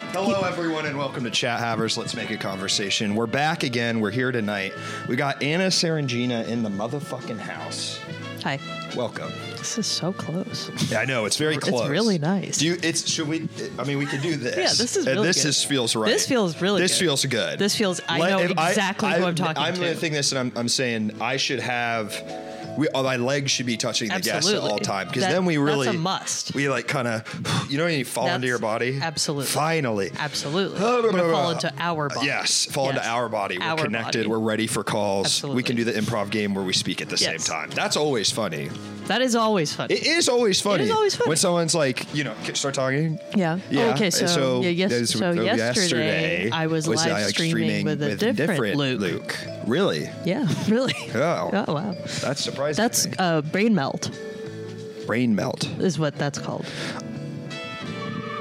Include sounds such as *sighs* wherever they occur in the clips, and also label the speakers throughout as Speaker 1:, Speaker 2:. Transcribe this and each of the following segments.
Speaker 1: Hello, everyone, and welcome to Chat Havers. Let's make a conversation. We're back again. We're here tonight. We got Anna Sarangina in the motherfucking house.
Speaker 2: Hi.
Speaker 1: Welcome.
Speaker 2: This is so close.
Speaker 1: Yeah, I know it's very
Speaker 2: It's
Speaker 1: close.
Speaker 2: really nice.
Speaker 1: Do you? It's should we? I mean, we could do this.
Speaker 2: Yeah, this is
Speaker 1: Uh,
Speaker 2: really
Speaker 1: this
Speaker 2: good.
Speaker 1: is feels right.
Speaker 2: This feels really
Speaker 1: This
Speaker 2: good.
Speaker 1: feels good.
Speaker 2: This feels- I know
Speaker 1: if
Speaker 2: exactly who I'm talking
Speaker 1: I'm
Speaker 2: to.
Speaker 1: gonna think this, and I'm, I'm saying I should have. We, all my legs should be touching the guest at
Speaker 2: Absolutely.
Speaker 1: all time because
Speaker 2: That-
Speaker 1: then we
Speaker 2: that's
Speaker 1: really
Speaker 2: a must.
Speaker 1: We like kind of, you know, when you fall into
Speaker 2: That's-
Speaker 1: your body.
Speaker 2: absolutely.
Speaker 1: Finally.
Speaker 2: Absolutely.
Speaker 1: Oh,
Speaker 2: We're
Speaker 1: blah,
Speaker 2: gonna
Speaker 1: blah,
Speaker 2: fall
Speaker 1: blah.
Speaker 2: into our body.
Speaker 1: Yes, fall into
Speaker 2: Yes.
Speaker 1: our body. We're
Speaker 2: Our
Speaker 1: connected.
Speaker 2: body.
Speaker 1: We're ready for calls. We
Speaker 2: Absolutely.
Speaker 1: can do the improv game where we speak at the same
Speaker 2: Yes.
Speaker 1: time. That's always funny.
Speaker 2: That is always fun.
Speaker 1: It is always funny.
Speaker 2: always funny.
Speaker 1: When someone's like, you know, "Can- start talking.
Speaker 2: Yeah. Oh,
Speaker 1: Yeah.
Speaker 2: Okay. So, yeah, yes,
Speaker 1: that's-
Speaker 2: so
Speaker 1: oh,
Speaker 2: yesterday, I was, live
Speaker 1: uh, like,
Speaker 2: streaming, with a different, Luke.
Speaker 1: Luke. Really?
Speaker 2: Yeah. *laughs* Really.
Speaker 1: Oh.
Speaker 2: Oh wow.
Speaker 1: That's surprising.
Speaker 2: That's
Speaker 1: to me.
Speaker 2: uh, brain melt
Speaker 1: brain melt.
Speaker 2: is what that's called.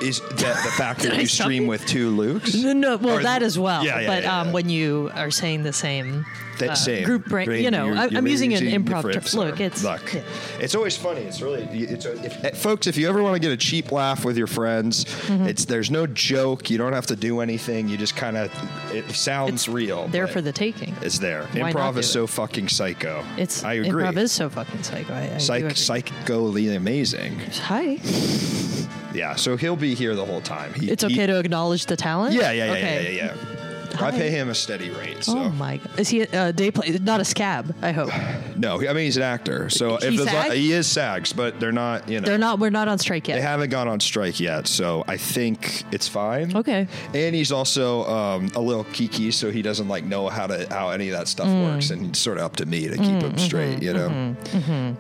Speaker 1: Is that the
Speaker 2: *laughs*
Speaker 1: fact that
Speaker 2: I
Speaker 1: you
Speaker 2: tell
Speaker 1: stream
Speaker 2: you?
Speaker 1: with two Lukes?
Speaker 2: No, no well
Speaker 1: Or-
Speaker 2: that as well.
Speaker 1: Yeah, yeah,
Speaker 2: but
Speaker 1: yeah,
Speaker 2: um,
Speaker 1: yeah.
Speaker 2: when you are saying the same
Speaker 1: That
Speaker 2: uh,
Speaker 1: same
Speaker 2: group brain, you know,
Speaker 1: you're-
Speaker 2: I,
Speaker 1: you're
Speaker 2: I'm using an improv
Speaker 1: different-
Speaker 2: term. Look, it's
Speaker 1: look.
Speaker 2: yeah.
Speaker 1: It's always funny. It's really, it's a, if, eh, folks. If you ever want to get a cheap laugh with your friends,
Speaker 2: Mm-hmm.
Speaker 1: it's there's no joke. You don't have to do anything. You just kind of, it sounds real.
Speaker 2: there
Speaker 1: but
Speaker 2: for the taking.
Speaker 1: It's there.
Speaker 2: Why not
Speaker 1: improv
Speaker 2: do
Speaker 1: is
Speaker 2: it?
Speaker 1: so fucking psycho.
Speaker 2: It's
Speaker 1: I agree.
Speaker 2: Improv is so fucking psycho. I, I do
Speaker 1: Psych,
Speaker 2: agree.
Speaker 1: psychically amazing.
Speaker 2: Hi.
Speaker 1: Yeah. So he'll be here the whole time. He,
Speaker 2: It's
Speaker 1: he-
Speaker 2: okay to acknowledge the talent.
Speaker 1: Yeah, yeah, yeah,
Speaker 2: Okay.
Speaker 1: yeah, yeah, yeah. I
Speaker 2: Hi.
Speaker 1: pay him a steady rate. So.
Speaker 2: Oh my god! Is he a day play? Not a scab.
Speaker 1: *sighs*
Speaker 2: I hope
Speaker 1: No, I mean he's an actor, so
Speaker 2: He
Speaker 1: if there's
Speaker 2: SAG?
Speaker 1: he is SAGs, but they're not. You know,
Speaker 2: they're not. We're not on strike yet.
Speaker 1: They haven't gone on strike yet, so I think it's fine.
Speaker 2: Okay.
Speaker 1: And he's also um, a little kiki, so he doesn't like know how to how any of that stuff
Speaker 2: Mm.
Speaker 1: works, and it's sort of up to me to keep him
Speaker 2: mm-hmm,
Speaker 1: straight, you know.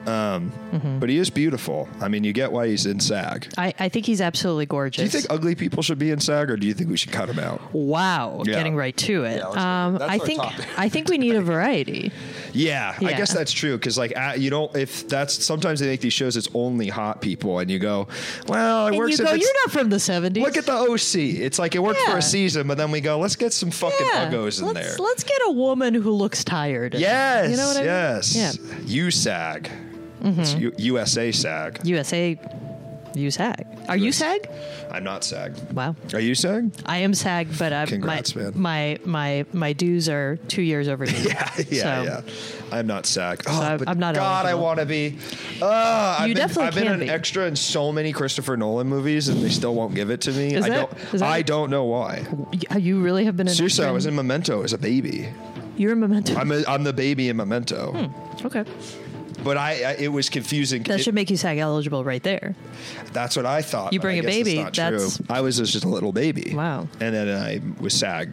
Speaker 1: Um, But he is beautiful. I mean, you get why he's in SAG.
Speaker 2: I, I think he's absolutely
Speaker 1: Do you
Speaker 2: gorgeous.
Speaker 1: think ugly people should be in SAG, or do you think we should cut them out?
Speaker 2: wow,
Speaker 1: Yeah.
Speaker 2: getting right to it.
Speaker 1: Yeah, let's-
Speaker 2: um,
Speaker 1: that's
Speaker 2: I
Speaker 1: our
Speaker 2: think
Speaker 1: topic.
Speaker 2: *laughs* I think we need a
Speaker 1: *laughs*
Speaker 2: variety.
Speaker 1: Yeah, I
Speaker 2: Yeah.
Speaker 1: guess that's true because like uh, you don't if that's sometimes they make these shows it's only hot people and you go well it
Speaker 2: And
Speaker 1: works
Speaker 2: you
Speaker 1: if
Speaker 2: go,
Speaker 1: it's-
Speaker 2: you're not from the '70s.
Speaker 1: Look at the OC. It's like it worked for
Speaker 2: Yeah.
Speaker 1: a season, but then we go, let's get some fucking
Speaker 2: yeah.
Speaker 1: uggos in
Speaker 2: let's,
Speaker 1: there.
Speaker 2: Let's get a woman who looks tired.
Speaker 1: yes.
Speaker 2: You know what I mean?
Speaker 1: yes.
Speaker 2: Yeah.
Speaker 1: USAG. It's U- USA SAG.
Speaker 2: USA. You SAG. Are you SAG?
Speaker 1: I'm not SAG.
Speaker 2: Wow.
Speaker 1: Are you
Speaker 2: *laughs*
Speaker 1: SAG?
Speaker 2: I am SAG, but I,
Speaker 1: Congrats,
Speaker 2: my,
Speaker 1: man.
Speaker 2: my my my dues are two years
Speaker 1: *laughs*
Speaker 2: overdue.
Speaker 1: yeah, yeah,
Speaker 2: So-
Speaker 1: yeah. I'm not SAG. Oh,
Speaker 2: I-
Speaker 1: but
Speaker 2: I'm not
Speaker 1: God, I
Speaker 2: eligible.
Speaker 1: want to be. Uh, I've
Speaker 2: You
Speaker 1: been,
Speaker 2: definitely
Speaker 1: I've been
Speaker 2: can
Speaker 1: an
Speaker 2: be.
Speaker 1: extra in so many Christopher Nolan movies, and they still won't give it to me.
Speaker 2: Is
Speaker 1: I
Speaker 2: that-
Speaker 1: don't.
Speaker 2: is that-
Speaker 1: I don't know why.
Speaker 2: You- You really have been in.
Speaker 1: Seriously, I was in Memento as a baby.
Speaker 2: You're a memento.
Speaker 1: I'm a, I'm the baby in Memento,
Speaker 2: okay,
Speaker 1: but I, I it was confusing.
Speaker 2: that
Speaker 1: It-
Speaker 2: should make you SAG eligible right there.
Speaker 1: That's what I thought.
Speaker 2: You
Speaker 1: but
Speaker 2: bring
Speaker 1: I
Speaker 2: a
Speaker 1: guess
Speaker 2: baby,
Speaker 1: It's not
Speaker 2: that's-
Speaker 1: true. I was just a little baby.
Speaker 2: Wow.
Speaker 1: And then I was SAG,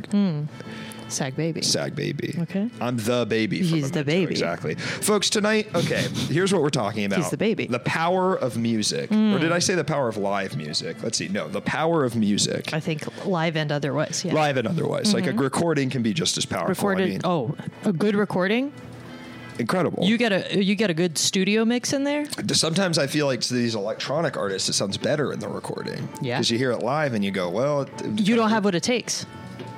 Speaker 2: SAG baby.
Speaker 1: SAG baby.
Speaker 2: Okay.
Speaker 1: I'm the baby. from
Speaker 2: He's the
Speaker 1: Memento,
Speaker 2: baby.
Speaker 1: Exactly, folks. Tonight, okay. Here's what we're talking about.
Speaker 2: the baby. Hmm.
Speaker 1: The power of music, or did I say the power of live music? Let's see. No, the power of music,
Speaker 2: I think live and otherwise. Yeah.
Speaker 1: live and otherwise. Like a recording can be just as powerful.
Speaker 2: recorded.
Speaker 1: I mean,
Speaker 2: oh, a good recording.
Speaker 1: incredible.
Speaker 2: You get a you get a good studio mix in there.
Speaker 1: Sometimes I feel like to these electronic artists, it sounds better in the recording.
Speaker 2: Yeah.
Speaker 1: Because you hear it live and you go, well,
Speaker 2: You don't have what it takes.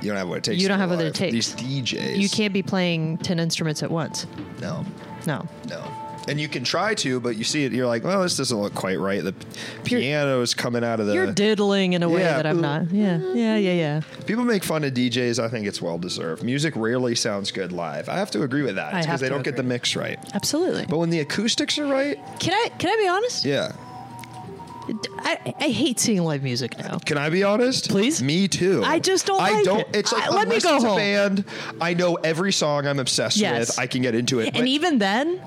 Speaker 1: you don't have what it takes.
Speaker 2: you don't
Speaker 1: to be
Speaker 2: have what it
Speaker 1: live.
Speaker 2: takes.
Speaker 1: These DJs.
Speaker 2: You can't be playing ten instruments at once.
Speaker 1: No,
Speaker 2: No.
Speaker 1: no. And you can try to, but you see it, you're like, well, this doesn't look quite right. The p- piano's coming out of the.
Speaker 2: You're diddling in a way
Speaker 1: Uh, yeah,
Speaker 2: that I'm
Speaker 1: ooh.
Speaker 2: not. Yeah. Yeah. Yeah. Yeah.
Speaker 1: People make fun of DJs. I think it's well deserved. Music rarely sounds good live. I have to agree with that.
Speaker 2: I
Speaker 1: It's
Speaker 2: have
Speaker 1: because they
Speaker 2: to
Speaker 1: don't get the
Speaker 2: agree.
Speaker 1: mix right.
Speaker 2: Absolutely.
Speaker 1: But when the acoustics are right,
Speaker 2: Can I can I be honest?
Speaker 1: yeah.
Speaker 2: I, I hate seeing live music now.
Speaker 1: Can I be honest?
Speaker 2: Please?
Speaker 1: Me too.
Speaker 2: I just don't
Speaker 1: I
Speaker 2: like
Speaker 1: don't.
Speaker 2: it.
Speaker 1: It's like
Speaker 2: I- let me
Speaker 1: unless
Speaker 2: go
Speaker 1: it's a
Speaker 2: home.
Speaker 1: band. I know every song. I'm obsessed
Speaker 2: Yes.
Speaker 1: with. I can get into it.
Speaker 2: *laughs* And
Speaker 1: but-
Speaker 2: even then,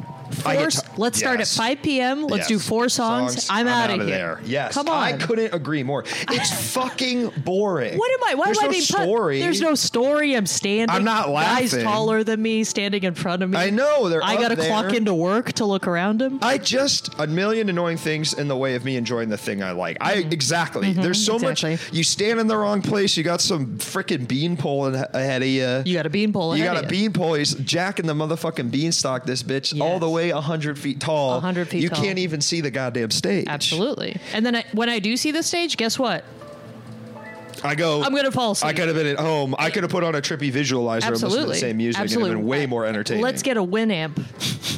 Speaker 1: I get
Speaker 2: four,
Speaker 1: ti-
Speaker 2: let's start at
Speaker 1: yes.
Speaker 2: 5 p.m. Let's do
Speaker 1: Yes.
Speaker 2: four songs. I'm, out of
Speaker 1: outta
Speaker 2: here.
Speaker 1: there. Yes.
Speaker 2: Come on.
Speaker 1: I couldn't agree more.
Speaker 2: *laughs*
Speaker 1: It's fucking boring.
Speaker 2: What am I? Why
Speaker 1: There's
Speaker 2: am I
Speaker 1: no
Speaker 2: being put-
Speaker 1: story.
Speaker 2: There's no story. I'm standing.
Speaker 1: I'm not
Speaker 2: Guys
Speaker 1: laughing.
Speaker 2: taller than me standing in front of me.
Speaker 1: I know, they're
Speaker 2: I
Speaker 1: up
Speaker 2: gotta
Speaker 1: there.
Speaker 2: clock into work to look around him.
Speaker 1: I just a million annoying things in the way of me enjoying the thing I like. I exactly. There's so
Speaker 2: Mm-hmm. exactly.
Speaker 1: much. You stand in the wrong place. You got some freaking beanpole in- ahead of you.
Speaker 2: you got a beanpole.
Speaker 1: You
Speaker 2: ahead
Speaker 1: got a
Speaker 2: of
Speaker 1: beanpole. He's jacking the motherfucking beanstalk. This bitch all
Speaker 2: Yes.
Speaker 1: the way hundred feet tall.
Speaker 2: 100 feet
Speaker 1: You
Speaker 2: tall.
Speaker 1: can't even see the goddamn stage.
Speaker 2: Absolutely. And then I, when I do see the stage, guess what?
Speaker 1: I go.
Speaker 2: I'm gonna fall asleep.
Speaker 1: I could have been at home. I could have put on a trippy visualizer and listened to
Speaker 2: Absolutely.
Speaker 1: the same music
Speaker 2: Absolutely.
Speaker 1: and it would have been way more entertaining.
Speaker 2: Let's get a Winamp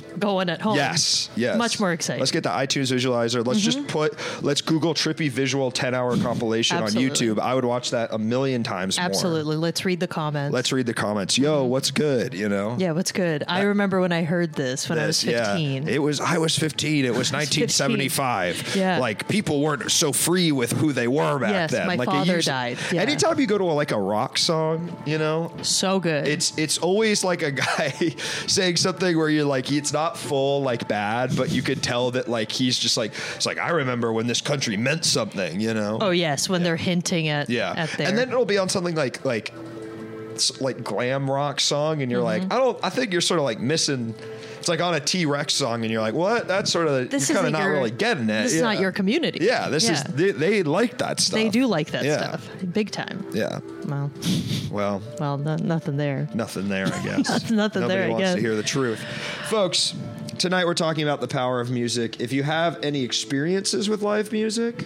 Speaker 2: get going at home.
Speaker 1: Yes, yes.
Speaker 2: Much more exciting. Mm-hmm.
Speaker 1: Let's get the iTunes visualizer. Let's just put, let's Google trippy visual 10 hour compilation on
Speaker 2: Absolutely.
Speaker 1: YouTube. I would watch that a million times more.
Speaker 2: Absolutely. Let's read the comments.
Speaker 1: Let's read the comments. Yo, what's good? You know?
Speaker 2: yeah, what's good? I remember when I heard this when I was
Speaker 1: This,
Speaker 2: 15.
Speaker 1: Yeah. It was I was 15.
Speaker 2: *laughs*
Speaker 1: It was 1975.
Speaker 2: Yeah.
Speaker 1: Like people weren't so free with who they were back
Speaker 2: Yes,
Speaker 1: then.
Speaker 2: my
Speaker 1: like they
Speaker 2: father
Speaker 1: used-
Speaker 2: died. Yeah.
Speaker 1: Anytime you go to a, like a rock song, you know,
Speaker 2: so good.
Speaker 1: it's it's always like a guy *laughs* saying something where you're like it's not full like bad, but you could tell that like he's just like it's like I remember when this country meant something, you know.
Speaker 2: oh, yes, when they're hinting at,
Speaker 1: yeah.
Speaker 2: at their.
Speaker 1: and then it'll be on something like like s- like glam rock song and you're
Speaker 2: Mm-hmm.
Speaker 1: like I don't I think you're sort of like missing it's like on a T-Rex song and you're like what? That's sort of
Speaker 2: This
Speaker 1: you're kind of
Speaker 2: isn't
Speaker 1: not
Speaker 2: your-
Speaker 1: really getting it.
Speaker 2: this is not your community.
Speaker 1: Yeah, this is
Speaker 2: Yeah.
Speaker 1: they, they like that stuff.
Speaker 2: they do like that
Speaker 1: Yeah.
Speaker 2: stuff. Big time.
Speaker 1: Yeah.
Speaker 2: Well,
Speaker 1: Well,
Speaker 2: well, no, nothing there.
Speaker 1: Nothing there,
Speaker 2: *laughs*
Speaker 1: I guess.
Speaker 2: Nothing- nothing
Speaker 1: Nobody
Speaker 2: there, I
Speaker 1: wants
Speaker 2: guess.
Speaker 1: to hear the truth, folks. Tonight we're talking about the power of music. If you have any experiences with live music,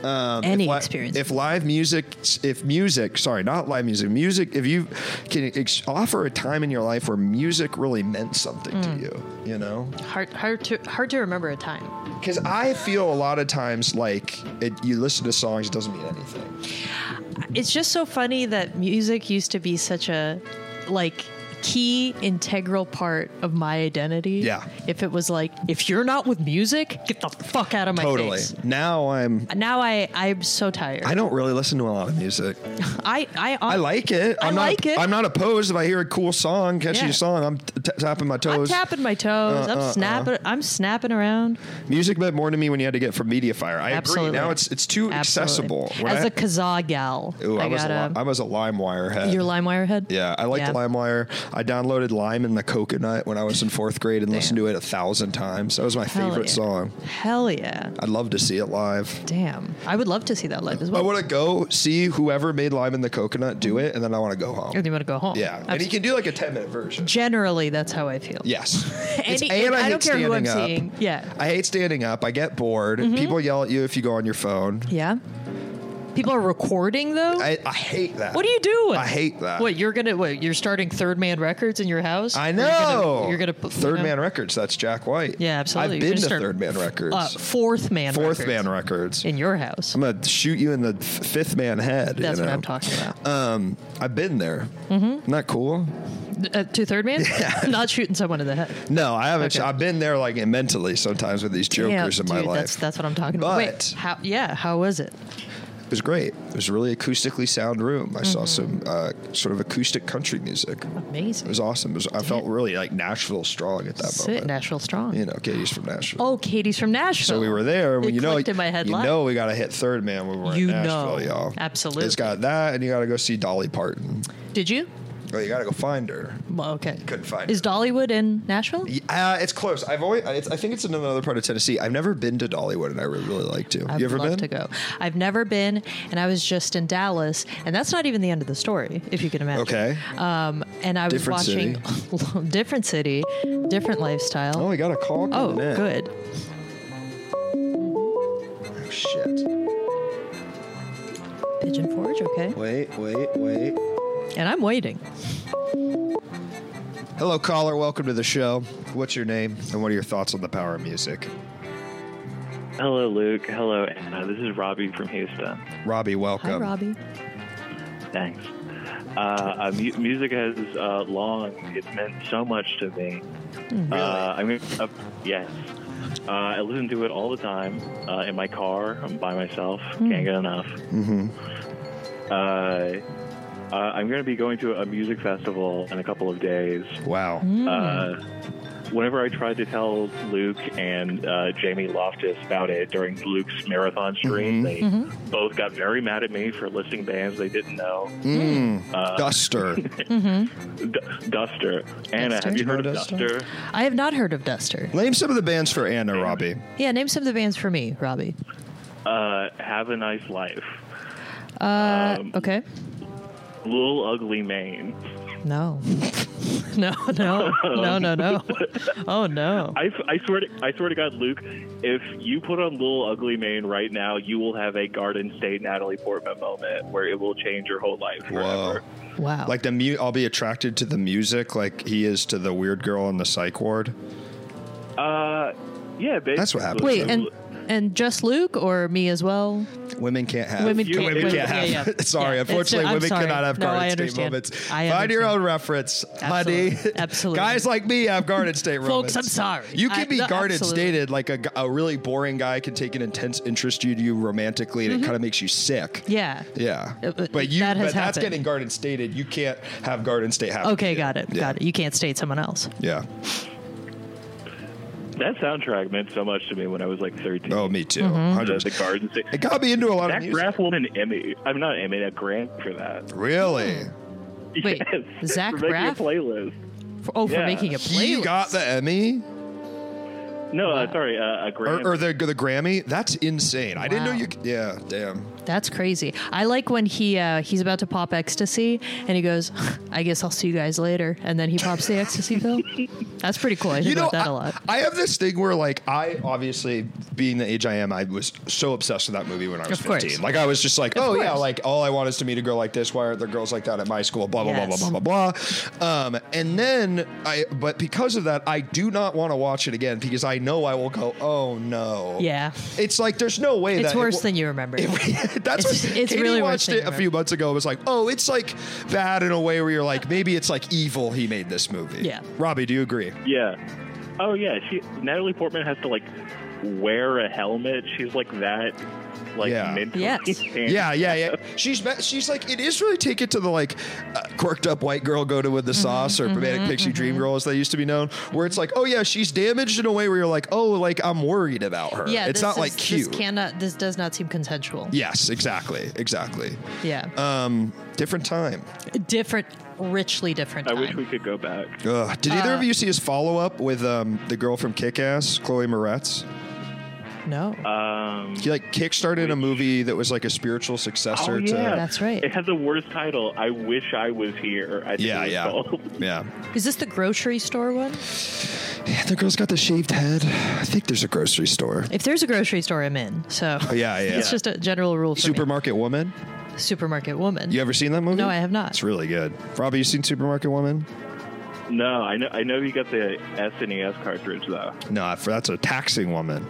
Speaker 2: Any
Speaker 1: Um, if li-
Speaker 2: experience.
Speaker 1: if live music, if music, sorry, not live music, music. If you can ex- offer a time in your life where music really meant something
Speaker 2: Mm.
Speaker 1: to you, you know,
Speaker 2: hard, hard, to, hard to remember a time.
Speaker 1: because I feel a lot of times like it, you listen to songs, it doesn't mean anything.
Speaker 2: It's just so funny that music used to be such a, like, key integral part of my identity.
Speaker 1: Yeah.
Speaker 2: If it was like, if you're not with music, get the fuck out of my
Speaker 1: Totally.
Speaker 2: face.
Speaker 1: Now I'm.
Speaker 2: Now I, I'm so tired.
Speaker 1: I don't really listen to a lot of music.
Speaker 2: I, I,
Speaker 1: I like it.
Speaker 2: I
Speaker 1: I'm not,
Speaker 2: like it.
Speaker 1: I'm not opposed if I hear a cool song, catchy
Speaker 2: Yeah.
Speaker 1: song. I'm t- t- tapping my
Speaker 2: I'm
Speaker 1: toes.
Speaker 2: tapping my toes.
Speaker 1: Uh,
Speaker 2: I'm
Speaker 1: uh, uh.
Speaker 2: snapping. I'm snapping around.
Speaker 1: Music meant more to me when you had to get from MediaFire. I
Speaker 2: Absolutely.
Speaker 1: agree. Now it's it's too accessible.
Speaker 2: Absolutely.
Speaker 1: When
Speaker 2: As
Speaker 1: I-
Speaker 2: a Kazaa gal,
Speaker 1: Ooh, I,
Speaker 2: I,
Speaker 1: was
Speaker 2: got
Speaker 1: a li-
Speaker 2: a.
Speaker 1: I was a LimeWire head.
Speaker 2: Your LimeWire head?
Speaker 1: yeah, I liked
Speaker 2: Yeah.
Speaker 1: LimeWire. I downloaded Lime and the Coconut when I was in fourth grade and listened to it a thousand times. That was my
Speaker 2: Hell
Speaker 1: favorite
Speaker 2: yeah.
Speaker 1: song.
Speaker 2: Hell yeah.
Speaker 1: I'd love to see it live.
Speaker 2: Damn. I would love to see that live as
Speaker 1: I
Speaker 2: well.
Speaker 1: want to go see whoever made Lime and the Coconut do it, and then I want to go home.
Speaker 2: And you want to go home.
Speaker 1: Yeah, and he
Speaker 2: Absolutely.
Speaker 1: can do like a ten minute version.
Speaker 2: Generally, that's how I feel.
Speaker 1: Yes.
Speaker 2: *laughs*
Speaker 1: It's-
Speaker 2: Any- I don't care who I'm seeing. Yeah.
Speaker 1: I hate standing up. I get bored.
Speaker 2: Mm-hmm.
Speaker 1: People yell at you if you go on your phone.
Speaker 2: Yeah. People are recording though.
Speaker 1: I, I hate that.
Speaker 2: what are you doing?
Speaker 1: I hate that.
Speaker 2: What you're gonna? What you're starting Third Man Records in your house?
Speaker 1: I
Speaker 2: Or
Speaker 1: know.
Speaker 2: You're gonna, you're gonna put
Speaker 1: Third
Speaker 2: you know?
Speaker 1: Man Records. That's Jack White.
Speaker 2: Yeah, absolutely.
Speaker 1: I've been
Speaker 2: You're gonna
Speaker 1: to
Speaker 2: start
Speaker 1: Third Man Records.
Speaker 2: Uh, fourth Man.
Speaker 1: Fourth
Speaker 2: Records
Speaker 1: Man Records.
Speaker 2: in your house.
Speaker 1: I'm gonna shoot you in the f- fifth man head. you
Speaker 2: That's what
Speaker 1: know?
Speaker 2: I'm talking Mm-hmm. about.
Speaker 1: Um, I've been there. Isn't that cool?
Speaker 2: Uh, to
Speaker 1: *laughs*
Speaker 2: Third Man? Not shooting someone in the head.
Speaker 1: No, I haven't.
Speaker 2: Okay.
Speaker 1: I've been there like mentally sometimes with these jokers
Speaker 2: yeah,
Speaker 1: in my
Speaker 2: dude,
Speaker 1: life.
Speaker 2: That's, that's what I'm talking about.
Speaker 1: But-
Speaker 2: Wait, how, yeah, how was it?
Speaker 1: It was great. It was a really acoustically sound room. I
Speaker 2: Mm-hmm.
Speaker 1: saw some uh, sort of acoustic country music.
Speaker 2: Amazing.
Speaker 1: It was awesome. It was, I felt really like Nashville strong at that
Speaker 2: Sit,
Speaker 1: moment.
Speaker 2: Nashville Strong.
Speaker 1: You know, Katie's from Nashville.
Speaker 2: Oh, Katie's from Nashville.
Speaker 1: So we were there, and
Speaker 2: It
Speaker 1: you know,
Speaker 2: clicked in my head
Speaker 1: you
Speaker 2: live.
Speaker 1: know, we got to hit third man when we're
Speaker 2: You
Speaker 1: in Nashville,
Speaker 2: know.
Speaker 1: y'all.
Speaker 2: Absolutely.
Speaker 1: it's got that, and you got to go see Dolly Parton.
Speaker 2: Did you?
Speaker 1: Oh, you got to go find her.
Speaker 2: Well, okay.
Speaker 1: Couldn't find
Speaker 2: Is
Speaker 1: her.
Speaker 2: Dollywood in Nashville?
Speaker 1: Yeah, uh, it's close. I've always, it's, I think it's in another part of Tennessee. I've never been to Dollywood, and I would really like to.
Speaker 2: I'd
Speaker 1: you ever
Speaker 2: love
Speaker 1: been?
Speaker 2: to go. I've never been, and I was just in Dallas, and that's not even the end of the story, if you can imagine.
Speaker 1: Okay.
Speaker 2: Um, and I was
Speaker 1: Different
Speaker 2: watching *laughs* different city, different lifestyle.
Speaker 1: Oh, we got a call.
Speaker 2: Oh,
Speaker 1: coming in.
Speaker 2: good.
Speaker 1: Oh, shit.
Speaker 2: Pigeon Forge, okay.
Speaker 1: Wait, wait, wait.
Speaker 2: And I'm waiting.
Speaker 1: Hello, caller. Welcome to the show. What's your name, and what are your thoughts on the power of music?
Speaker 3: Hello, Luke. Hello, Anna. This is Robbie from Houston.
Speaker 1: Robbie, welcome.
Speaker 2: Hi, Robbie.
Speaker 3: Thanks. Uh, uh, mu- music has uh, long, it's meant so much to me. Uh, I mean, uh, yes. Uh, I listen to it all the time uh, in my car. I'm by myself. Can't get enough.
Speaker 1: Mm-hmm.
Speaker 3: Uh, uh, I'm going to be going to a music festival in a couple of days.
Speaker 1: Wow.
Speaker 2: Mm-hmm.
Speaker 3: Uh, whenever I tried to tell Luke and uh, Jamie Loftus about it during Luke's marathon
Speaker 1: Mhm.
Speaker 3: stream, they both got very mad at me for listing bands they didn't know.
Speaker 1: Mm. Duster.
Speaker 3: D- Duster. Anna,
Speaker 2: Duster?
Speaker 3: have you heard
Speaker 1: You
Speaker 3: of
Speaker 1: know Duster?
Speaker 3: Duster?
Speaker 2: I have not heard of Duster.
Speaker 1: Name some of the bands for Anna, Robbie.
Speaker 2: Yeah, name some of the bands for me, Robbie.
Speaker 3: Uh, have a Nice Life.
Speaker 2: Uh, okay.
Speaker 3: Little Ugly Mane.
Speaker 2: No. *laughs* no, no, no, no, no. Oh, no.
Speaker 3: I, I swear to I swear to God, Luke, if you put on Little Ugly Mane right now, you will have a Garden State Natalie Portman moment where it will change your whole life
Speaker 1: Whoa.
Speaker 3: forever.
Speaker 2: Wow.
Speaker 1: Like the mu- I'll be attracted to the music like he is to the weird girl in the psych ward.
Speaker 3: Uh, yeah, basically.
Speaker 1: That's what happened.
Speaker 2: Wait, and and just Luke or me as well?
Speaker 1: Women can't have.
Speaker 2: Women
Speaker 3: You-
Speaker 2: can't.
Speaker 3: women
Speaker 1: We
Speaker 2: women-
Speaker 1: can't have.
Speaker 2: yeah, yeah.
Speaker 1: *laughs* sorry,
Speaker 2: Yeah, it's-
Speaker 1: unfortunately,
Speaker 2: I'm
Speaker 1: women
Speaker 2: sorry.
Speaker 1: cannot have
Speaker 2: No, I
Speaker 1: Garden State
Speaker 2: understand.
Speaker 1: moments.
Speaker 2: I
Speaker 1: Find your
Speaker 2: understand.
Speaker 1: own reference, honey.
Speaker 2: Absolutely. Absolutely.
Speaker 1: Guys like me have Garden State moments.
Speaker 2: Folks, I'm sorry.
Speaker 1: You can
Speaker 2: I-
Speaker 1: be
Speaker 2: no,
Speaker 1: Garden
Speaker 2: absolutely.
Speaker 1: Stated like a, g- a really boring guy can take an intense interest in you romantically,
Speaker 2: Mm-hmm.
Speaker 1: and it kind of makes you sick.
Speaker 2: Yeah.
Speaker 1: Yeah,
Speaker 2: Uh, uh,
Speaker 1: but you
Speaker 2: that has
Speaker 1: but that's
Speaker 2: happened.
Speaker 1: getting Garden Stated. You can't have Garden State happen.
Speaker 2: Okay, got it. Got it. You can't state someone else.
Speaker 1: Yeah.
Speaker 3: That soundtrack meant so much to me when I was like 13.
Speaker 1: Oh, me too.
Speaker 2: Mm-hmm.
Speaker 3: the,
Speaker 1: 100%.
Speaker 3: the Garden State.
Speaker 1: It got me into a lot of
Speaker 3: Zach
Speaker 1: music.
Speaker 3: Braff won an Emmy. I'm not an Emmy, a grant for that. *laughs*
Speaker 1: Really?
Speaker 2: Hmm. Wait,
Speaker 3: yes.
Speaker 2: Zach
Speaker 3: for making a
Speaker 2: Braff?
Speaker 3: playlist.
Speaker 2: For, oh, for
Speaker 3: Yeah.
Speaker 2: making a playlist.
Speaker 1: He got the Emmy
Speaker 3: No, uh, sorry, uh, a grant.
Speaker 1: or, or the the Grammy. That's insane. I didn't know
Speaker 2: Wow.
Speaker 1: you. c- Yeah, damn.
Speaker 2: That's crazy. I like when he uh, he's about to pop ecstasy and he goes, *laughs* "I guess I'll see you guys later," and then he pops the ecstasy pill. That's pretty cool. I think
Speaker 1: You know,
Speaker 2: about that
Speaker 1: I,
Speaker 2: a lot.
Speaker 1: I have this thing where, like, I obviously, being the age I am, I was so obsessed with that movie when I was
Speaker 2: Of course.
Speaker 1: 15. Like, I was just like, oh, yeah,
Speaker 2: course.
Speaker 1: like, all I want is to meet a girl like this. Why aren't there girls like that at my school? Blah, blah,
Speaker 2: Yes.
Speaker 1: blah, blah, blah, blah, blah. Um, and then I, but because of that, I do not want to watch it again because I know I will go, oh, no.
Speaker 2: Yeah,
Speaker 1: It's like, there's no way that.
Speaker 2: it's
Speaker 1: uh, it
Speaker 2: worse
Speaker 1: will- *laughs*
Speaker 2: than you remember.
Speaker 1: That's
Speaker 2: It's-
Speaker 1: what
Speaker 2: it's
Speaker 1: Katie
Speaker 2: really worse
Speaker 1: watched
Speaker 2: than
Speaker 1: it
Speaker 2: you
Speaker 1: a few months ago. It was like, oh, it's like bad in a way where you're like, maybe it's like evil. He made this movie.
Speaker 2: Yeah.
Speaker 1: Robbie, do you agree?
Speaker 3: yeah. Oh yeah, she Natalie Portman has to like wear a helmet. She's like that, like
Speaker 1: Yeah.
Speaker 3: mentally. *laughs*
Speaker 2: Yes.
Speaker 1: Yeah, yeah, yeah. She's ma- she's like it is really take it to the like uh, quirked up white girl go to with
Speaker 2: Mm-hmm,
Speaker 1: the sauce or manic pixie dream girl as they used to be known, where it's like, oh yeah, she's damaged in a way where you're like, oh, like I'm worried about her.
Speaker 2: yeah.
Speaker 1: it's
Speaker 2: this
Speaker 1: not
Speaker 2: is-
Speaker 1: like cute.
Speaker 2: This cannot. This does not seem consensual.
Speaker 1: yes, exactly, exactly.
Speaker 2: Yeah.
Speaker 1: Um, different time.
Speaker 2: different, richly different.
Speaker 3: I
Speaker 2: Time.
Speaker 3: wish we could go back.
Speaker 1: Ugh. Did
Speaker 2: Uh.
Speaker 1: either of you see his follow up with um, the girl from Kick Ass, Chloe Moretz?
Speaker 2: no.
Speaker 3: Um,
Speaker 1: He like kickstarted a movie that was like a spiritual successor
Speaker 3: oh,
Speaker 1: to.
Speaker 3: yeah.
Speaker 2: That's right.
Speaker 3: It had the worst title. I wish I was here. I think
Speaker 1: Yeah,
Speaker 3: it was
Speaker 1: yeah,
Speaker 3: called.
Speaker 1: yeah.
Speaker 2: Is this the grocery store one?
Speaker 1: Yeah, The girl's got the shaved head. I think there's a grocery store.
Speaker 2: If there's a grocery store, I'm in. So
Speaker 1: Oh, yeah, yeah.
Speaker 2: it's just a general rule for me.
Speaker 1: Supermarket Woman.
Speaker 2: Supermarket woman.
Speaker 1: You ever seen that movie?
Speaker 2: No, I have not.
Speaker 1: It's really good. Robbie, you seen Supermarket Woman?
Speaker 3: *laughs* No, I know. I know you got the SNES cartridge though.
Speaker 1: No, I- that's a taxing woman.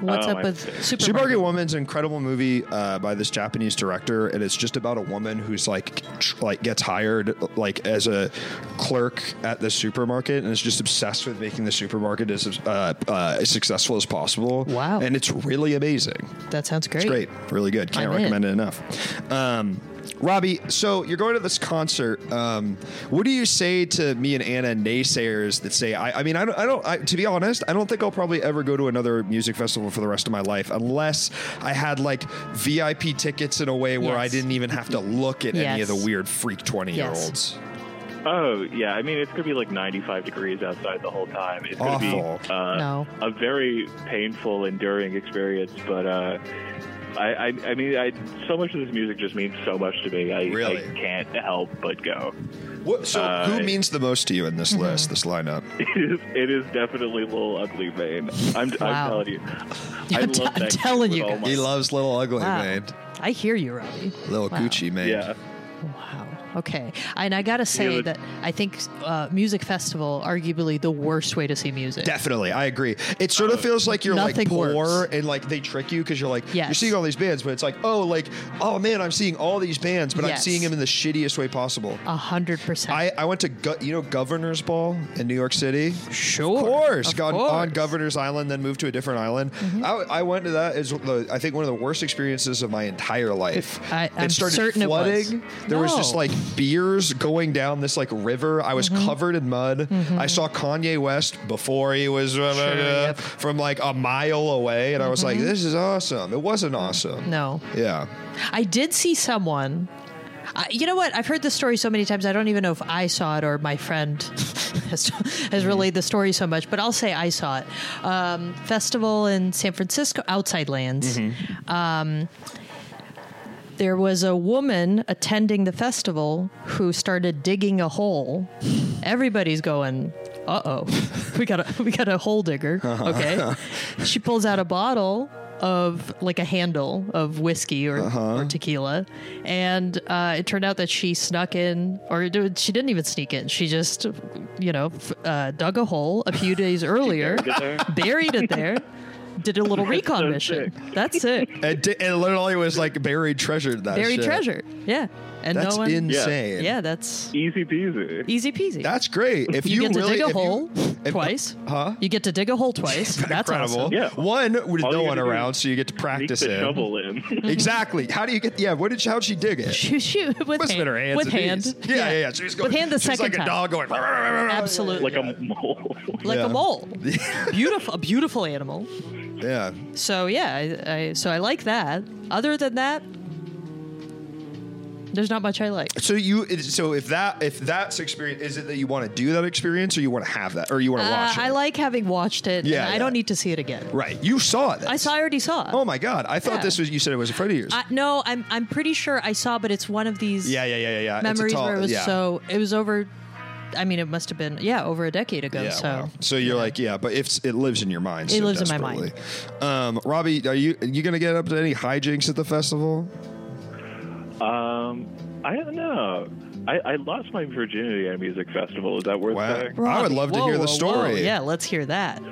Speaker 2: What's
Speaker 3: Oh,
Speaker 2: up
Speaker 3: I
Speaker 2: with
Speaker 3: see.
Speaker 2: supermarket?
Speaker 1: Supermarket Woman's an incredible movie uh, by this Japanese director, and it's just about a woman who's like, tr- like gets hired like as a clerk at the supermarket, and is just obsessed with making the supermarket as uh, uh, as successful as possible.
Speaker 2: Wow.
Speaker 1: and it's really amazing.
Speaker 2: That sounds great.
Speaker 1: It's great, really good. Can't
Speaker 2: I'm in.
Speaker 1: recommend it enough. Um, Robbie, so you're going to this concert. Um, what do you say to me and Anna naysayers that say, I, I mean, I don't, I don't I, to be honest, I don't think I'll probably ever go to another music festival for the rest of my life unless I had like VIP tickets in a way where I
Speaker 2: Yes.
Speaker 1: didn't even have to look at any of
Speaker 2: Yes.
Speaker 1: the weird freak 20 year olds.
Speaker 3: Oh yeah, I mean it's gonna be like 95 degrees outside the whole time. It's gonna
Speaker 1: Awful.
Speaker 3: be uh,
Speaker 2: No.
Speaker 3: a very painful, enduring experience. But uh, I, I, I mean, I so much of this music just means so much to me. I,
Speaker 1: Really?
Speaker 3: I can't help but go. *laughs*
Speaker 1: What, so
Speaker 3: Uh,
Speaker 1: who means the most to you in
Speaker 2: Mm-hmm.
Speaker 1: this list, this lineup?
Speaker 3: It is, it is definitely little ugly vein. I'm,
Speaker 2: Wow.
Speaker 3: I'm
Speaker 2: *laughs*
Speaker 3: telling you, I
Speaker 2: I'm
Speaker 3: love
Speaker 2: t-
Speaker 3: that
Speaker 2: I'm
Speaker 3: kid
Speaker 2: telling
Speaker 3: with
Speaker 2: you
Speaker 3: all my-
Speaker 2: guys.
Speaker 1: loves Little Ugly,
Speaker 2: Wow. I hear you, Robbie.
Speaker 1: Little
Speaker 2: Ah. Wow.
Speaker 1: Gucci, man.
Speaker 3: yeah.
Speaker 2: Wow. Okay. And I gotta say
Speaker 3: Yeah, but-
Speaker 2: that I think uh, music festival arguably the worst way to see music.
Speaker 1: Definitely, I agree. It sort of feels like you're like
Speaker 2: Uh, Nothing
Speaker 1: poor
Speaker 2: works.
Speaker 1: and like they trick you because you're like you're
Speaker 2: Yes.
Speaker 1: seeing all these bands, but it's like oh, like oh man, I'm seeing all these bands, but I'm
Speaker 2: Yes.
Speaker 1: seeing them in the shittiest way possible.
Speaker 2: A hundred percent.
Speaker 1: I, I went to go, you know Governor's Ball in New York City.
Speaker 2: Sure,
Speaker 1: of course.
Speaker 2: of
Speaker 1: Gone
Speaker 2: course. Mm-hmm.
Speaker 1: on Governor's Island, then moved to a different island. I, I went to that is the, I think one of the worst experiences of my entire life.
Speaker 2: I- I'm
Speaker 1: it started
Speaker 2: certain it was.
Speaker 1: flooding. There was just
Speaker 2: No. Mm-hmm.
Speaker 1: like beers going down this like river. I was covered in mud. I saw Kanye West before he was uh,
Speaker 2: yep. Mm-hmm.
Speaker 1: from like a mile away, and I was like, this is awesome. It wasn't awesome.
Speaker 2: no.
Speaker 1: Yeah.
Speaker 2: I did see someone. I, you know what? I've heard this story so many times. I don't even know if I saw it or my friend *laughs* has,
Speaker 1: Mm-hmm.
Speaker 2: has relayed the story so much, but I'll say I saw it. Um, festival in San Francisco, Outside
Speaker 1: Mm-hmm.
Speaker 2: Lands. Um, there was a woman attending the festival who started digging a hole. Everybody's going, *laughs* uh oh, we got a we got a hole digger. Okay, she pulls out a bottle of like a handle of whiskey or, or tequila, and uh, it turned out that she snuck in, or it- she didn't even sneak in. She just, you know, f- uh, dug a hole a few days earlier,
Speaker 3: buried it
Speaker 2: buried it there, did a little recon
Speaker 3: so
Speaker 2: mission. That's it.
Speaker 1: It, di- it literally was like buried treasure. That
Speaker 2: Buried
Speaker 1: shit.
Speaker 2: treasure. Yeah, and
Speaker 1: That's
Speaker 2: no one.
Speaker 1: insane.
Speaker 2: Yeah, that's
Speaker 3: Easy peasy.
Speaker 2: easy peasy.
Speaker 1: That's great. If
Speaker 2: you,
Speaker 1: you,
Speaker 2: get to
Speaker 1: really,
Speaker 2: dig a
Speaker 1: if you-
Speaker 2: hole
Speaker 1: *laughs* if-
Speaker 2: twice.
Speaker 1: Huh?
Speaker 2: You get to dig
Speaker 1: *laughs*
Speaker 2: a hole twice. That's
Speaker 1: Incredible.
Speaker 2: awesome.
Speaker 3: Yeah.
Speaker 1: One with
Speaker 3: All
Speaker 1: no
Speaker 3: you
Speaker 1: one
Speaker 3: gotta do
Speaker 1: around,
Speaker 3: is
Speaker 1: so you get to practice
Speaker 3: Sneak the
Speaker 1: it.
Speaker 3: shovel in. *laughs*
Speaker 1: Exactly. How do you get? Yeah. What did? How'd she dig it?
Speaker 2: *laughs* Shoot, shoot with
Speaker 1: Must have
Speaker 2: hand.
Speaker 1: been her hands.
Speaker 2: with
Speaker 1: and
Speaker 2: hand.
Speaker 1: knees. Yeah, yeah, yeah. She was going,
Speaker 2: with hand the
Speaker 1: she was
Speaker 2: second
Speaker 1: like a
Speaker 2: time.
Speaker 1: dog going. "Rah, rah, rah, rah, rah."
Speaker 2: Absolutely.
Speaker 3: like a mole.
Speaker 1: *laughs*
Speaker 2: like
Speaker 1: Yeah.
Speaker 2: a mole. beautiful, a beautiful animal.
Speaker 1: Yeah.
Speaker 2: So yeah, I, I so I like that. Other than that, there's not much I like.
Speaker 1: So you. it- So if that if that's experience, is it that you want to do that experience, or you want to have that, or you want to
Speaker 2: Uh,
Speaker 1: watch it?
Speaker 2: I like having watched it.
Speaker 1: Yeah,
Speaker 2: and I
Speaker 1: yeah.
Speaker 2: don't need to see it again.
Speaker 1: Right. You saw it.
Speaker 2: I saw. I already saw. it.
Speaker 1: Oh my god! I thought
Speaker 2: Yeah.
Speaker 1: this was. You said it was a friend of yours.
Speaker 2: I, no, I'm I'm pretty sure I saw, but it's one of these
Speaker 1: yeah, yeah, yeah, yeah, yeah. It's a
Speaker 2: memories
Speaker 1: tall-
Speaker 2: where it was
Speaker 1: yeah.
Speaker 2: so it was over. I mean, it must have been yeah over a decade ago.
Speaker 1: Yeah,
Speaker 2: so
Speaker 1: wow. so you're like, yeah, but if it lives in your mind,
Speaker 2: It
Speaker 1: so
Speaker 2: lives in my mind.
Speaker 1: desperately. Um, Robbie, are you are you gonna get up to any hijinks at the festival?
Speaker 3: Um, I don't know. I, I lost my virginity at a music festival. Is that worth
Speaker 1: Wow.
Speaker 3: saying?
Speaker 1: I would love to
Speaker 2: Whoa,
Speaker 1: hear the
Speaker 2: whoa,
Speaker 1: story.
Speaker 2: Whoa. Yeah, let's hear that.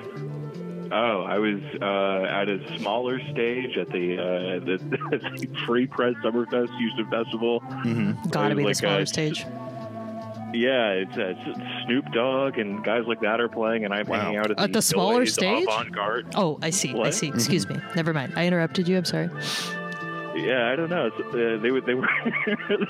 Speaker 3: Oh, I was uh, at a smaller stage at the, uh, *laughs* the, the Free Press Summerfest Houston Festival.
Speaker 2: Gotta
Speaker 3: It was
Speaker 2: be
Speaker 3: like,
Speaker 2: the smaller
Speaker 3: uh,
Speaker 2: stage.
Speaker 3: Yeah, it's, uh, it's Snoop Dogg and guys like that are playing, and I'm
Speaker 1: Wow.
Speaker 3: hanging out at the,
Speaker 2: At the smaller
Speaker 3: Delays
Speaker 2: stage?
Speaker 3: avant-garde.
Speaker 2: Oh, I see. I
Speaker 3: What?
Speaker 1: Mm-hmm.
Speaker 2: see. Excuse me. Never mind. I interrupted you. I'm sorry.
Speaker 3: Yeah, I don't know. It's, uh, they were *laughs* they were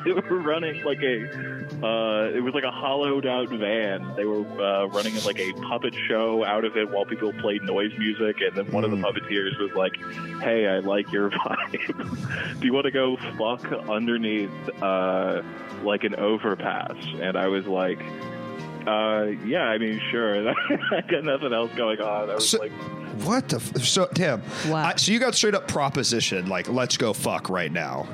Speaker 3: they were running like a uh, it was like a hollowed out van. They were uh, running like a puppet show out of it while people played noise music, and then one of the puppeteers was like, "Hey, I like your *laughs* vibe. Do you want to go fuck underneath uh, like an overpass?" And I was like. Uh, yeah, I mean, sure. *laughs* I got nothing else going on. I was
Speaker 1: So-
Speaker 3: like,
Speaker 1: What the f- so Tim?
Speaker 2: Wow.
Speaker 1: I- so you got straight up proposition, like let's go fuck right now.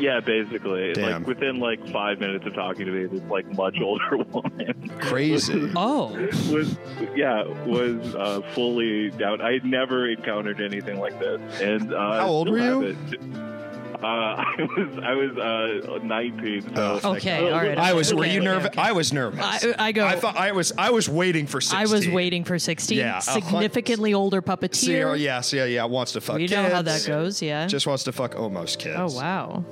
Speaker 3: Yeah, basically.
Speaker 1: Damn.
Speaker 3: Like within like five minutes of talking to me, this like much older *laughs* woman
Speaker 1: Crazy.
Speaker 2: Oh,
Speaker 3: was yeah was uh, fully down. I had never encountered anything like this. And uh,
Speaker 1: How old
Speaker 3: still
Speaker 1: were you?
Speaker 3: have it. Uh, *laughs* I was I was uh, nineteen. So
Speaker 1: Oh.
Speaker 2: okay.
Speaker 3: Oh,
Speaker 2: All right.
Speaker 1: I was.
Speaker 2: okay,
Speaker 1: were you
Speaker 2: okay,
Speaker 1: nervous?
Speaker 2: okay.
Speaker 1: I was nervous.
Speaker 2: I- I go-
Speaker 1: I thought I was. I was waiting for. 16.
Speaker 2: I was waiting for 16.
Speaker 1: Yeah, a hun-
Speaker 2: Significantly older
Speaker 1: See, oh,
Speaker 2: puppeteer.
Speaker 1: yes, yeah, yeah. Wants to fuck.
Speaker 2: We know how
Speaker 1: kids.
Speaker 2: that goes. Yeah.
Speaker 1: Just wants to fuck almost kids.
Speaker 2: oh wow.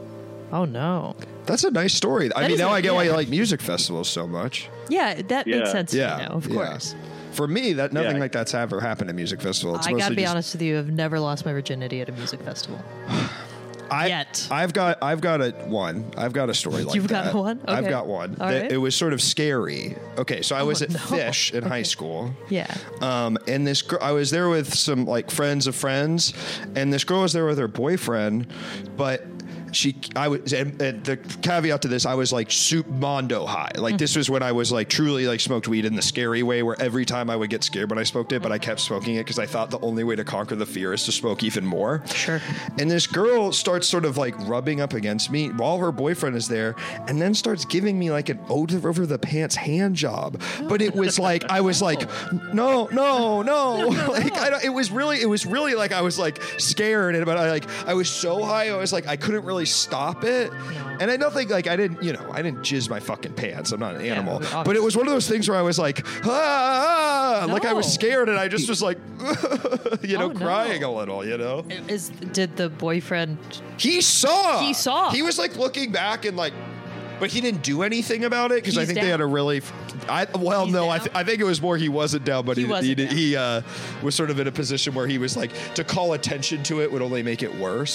Speaker 2: Oh no.
Speaker 1: That's a nice story. I
Speaker 2: That
Speaker 1: mean,
Speaker 2: is
Speaker 1: now
Speaker 2: a-
Speaker 1: I get why
Speaker 2: yeah.
Speaker 1: you like music festivals so much.
Speaker 2: Yeah, that
Speaker 3: Yeah.
Speaker 2: makes sense
Speaker 1: Yeah,
Speaker 2: to me now. Of
Speaker 1: yeah.
Speaker 2: course.
Speaker 1: For me, that nothing
Speaker 3: Yeah.
Speaker 1: like that's ever happened at music festival. It's
Speaker 2: I gotta
Speaker 1: mostly
Speaker 2: be
Speaker 1: just-
Speaker 2: honest with you. I've never lost my virginity at a music festival.
Speaker 1: I,
Speaker 2: yet.
Speaker 1: I've got I've got a one. I've got a story like
Speaker 2: You've
Speaker 1: that.
Speaker 2: got one?
Speaker 1: I've
Speaker 2: Okay.
Speaker 1: got one.
Speaker 2: All
Speaker 1: That-
Speaker 2: right. Oh,
Speaker 1: It was sort of scary. Okay, so I was at
Speaker 2: no.
Speaker 1: Fish in high school.
Speaker 2: Yeah.
Speaker 1: Um, and this girl, I was there with some like friends of friends, and this girl was there with her boyfriend, but she, I was, and, and the caveat to this, I was like soup mondo high. Like
Speaker 2: Mm-hmm.
Speaker 1: this was when I was like truly like smoked weed in the scary way, where every time I would get scared when I smoked it, but I kept smoking it because I thought the only way to conquer the fear is to smoke even more.
Speaker 2: Sure.
Speaker 1: And this girl starts sort of like rubbing up against me while her boyfriend is there, and then starts giving me like an over over the pants hand job. But it was like I was like, no, no, no. *laughs* Like I don't, it was really, it was really like I was like scared, and but I like I was so high, I was like I couldn't really stop it. And I don't think like I didn't, you know, I didn't jizz my fucking pants. I'm not an animal,
Speaker 2: obviously.
Speaker 1: but it was one of those things where I was like, ah, like I was
Speaker 2: No.
Speaker 1: scared, and I just was like, *laughs* you know,
Speaker 2: Oh, no.
Speaker 1: crying a little, you know.
Speaker 2: Is did the boyfriend?
Speaker 1: He saw.
Speaker 2: He saw.
Speaker 1: He was like looking back and like, but he didn't do anything about it because I
Speaker 2: He's
Speaker 1: think they had a
Speaker 2: down.
Speaker 1: really. I well,
Speaker 2: He's
Speaker 1: no, I,
Speaker 2: down?
Speaker 1: th- I think it was more he wasn't down, but
Speaker 2: He
Speaker 1: he he,
Speaker 2: wasn't
Speaker 1: did-
Speaker 2: down.
Speaker 1: he, uh, was sort of in a position where he was like to call attention to it would only make it worse.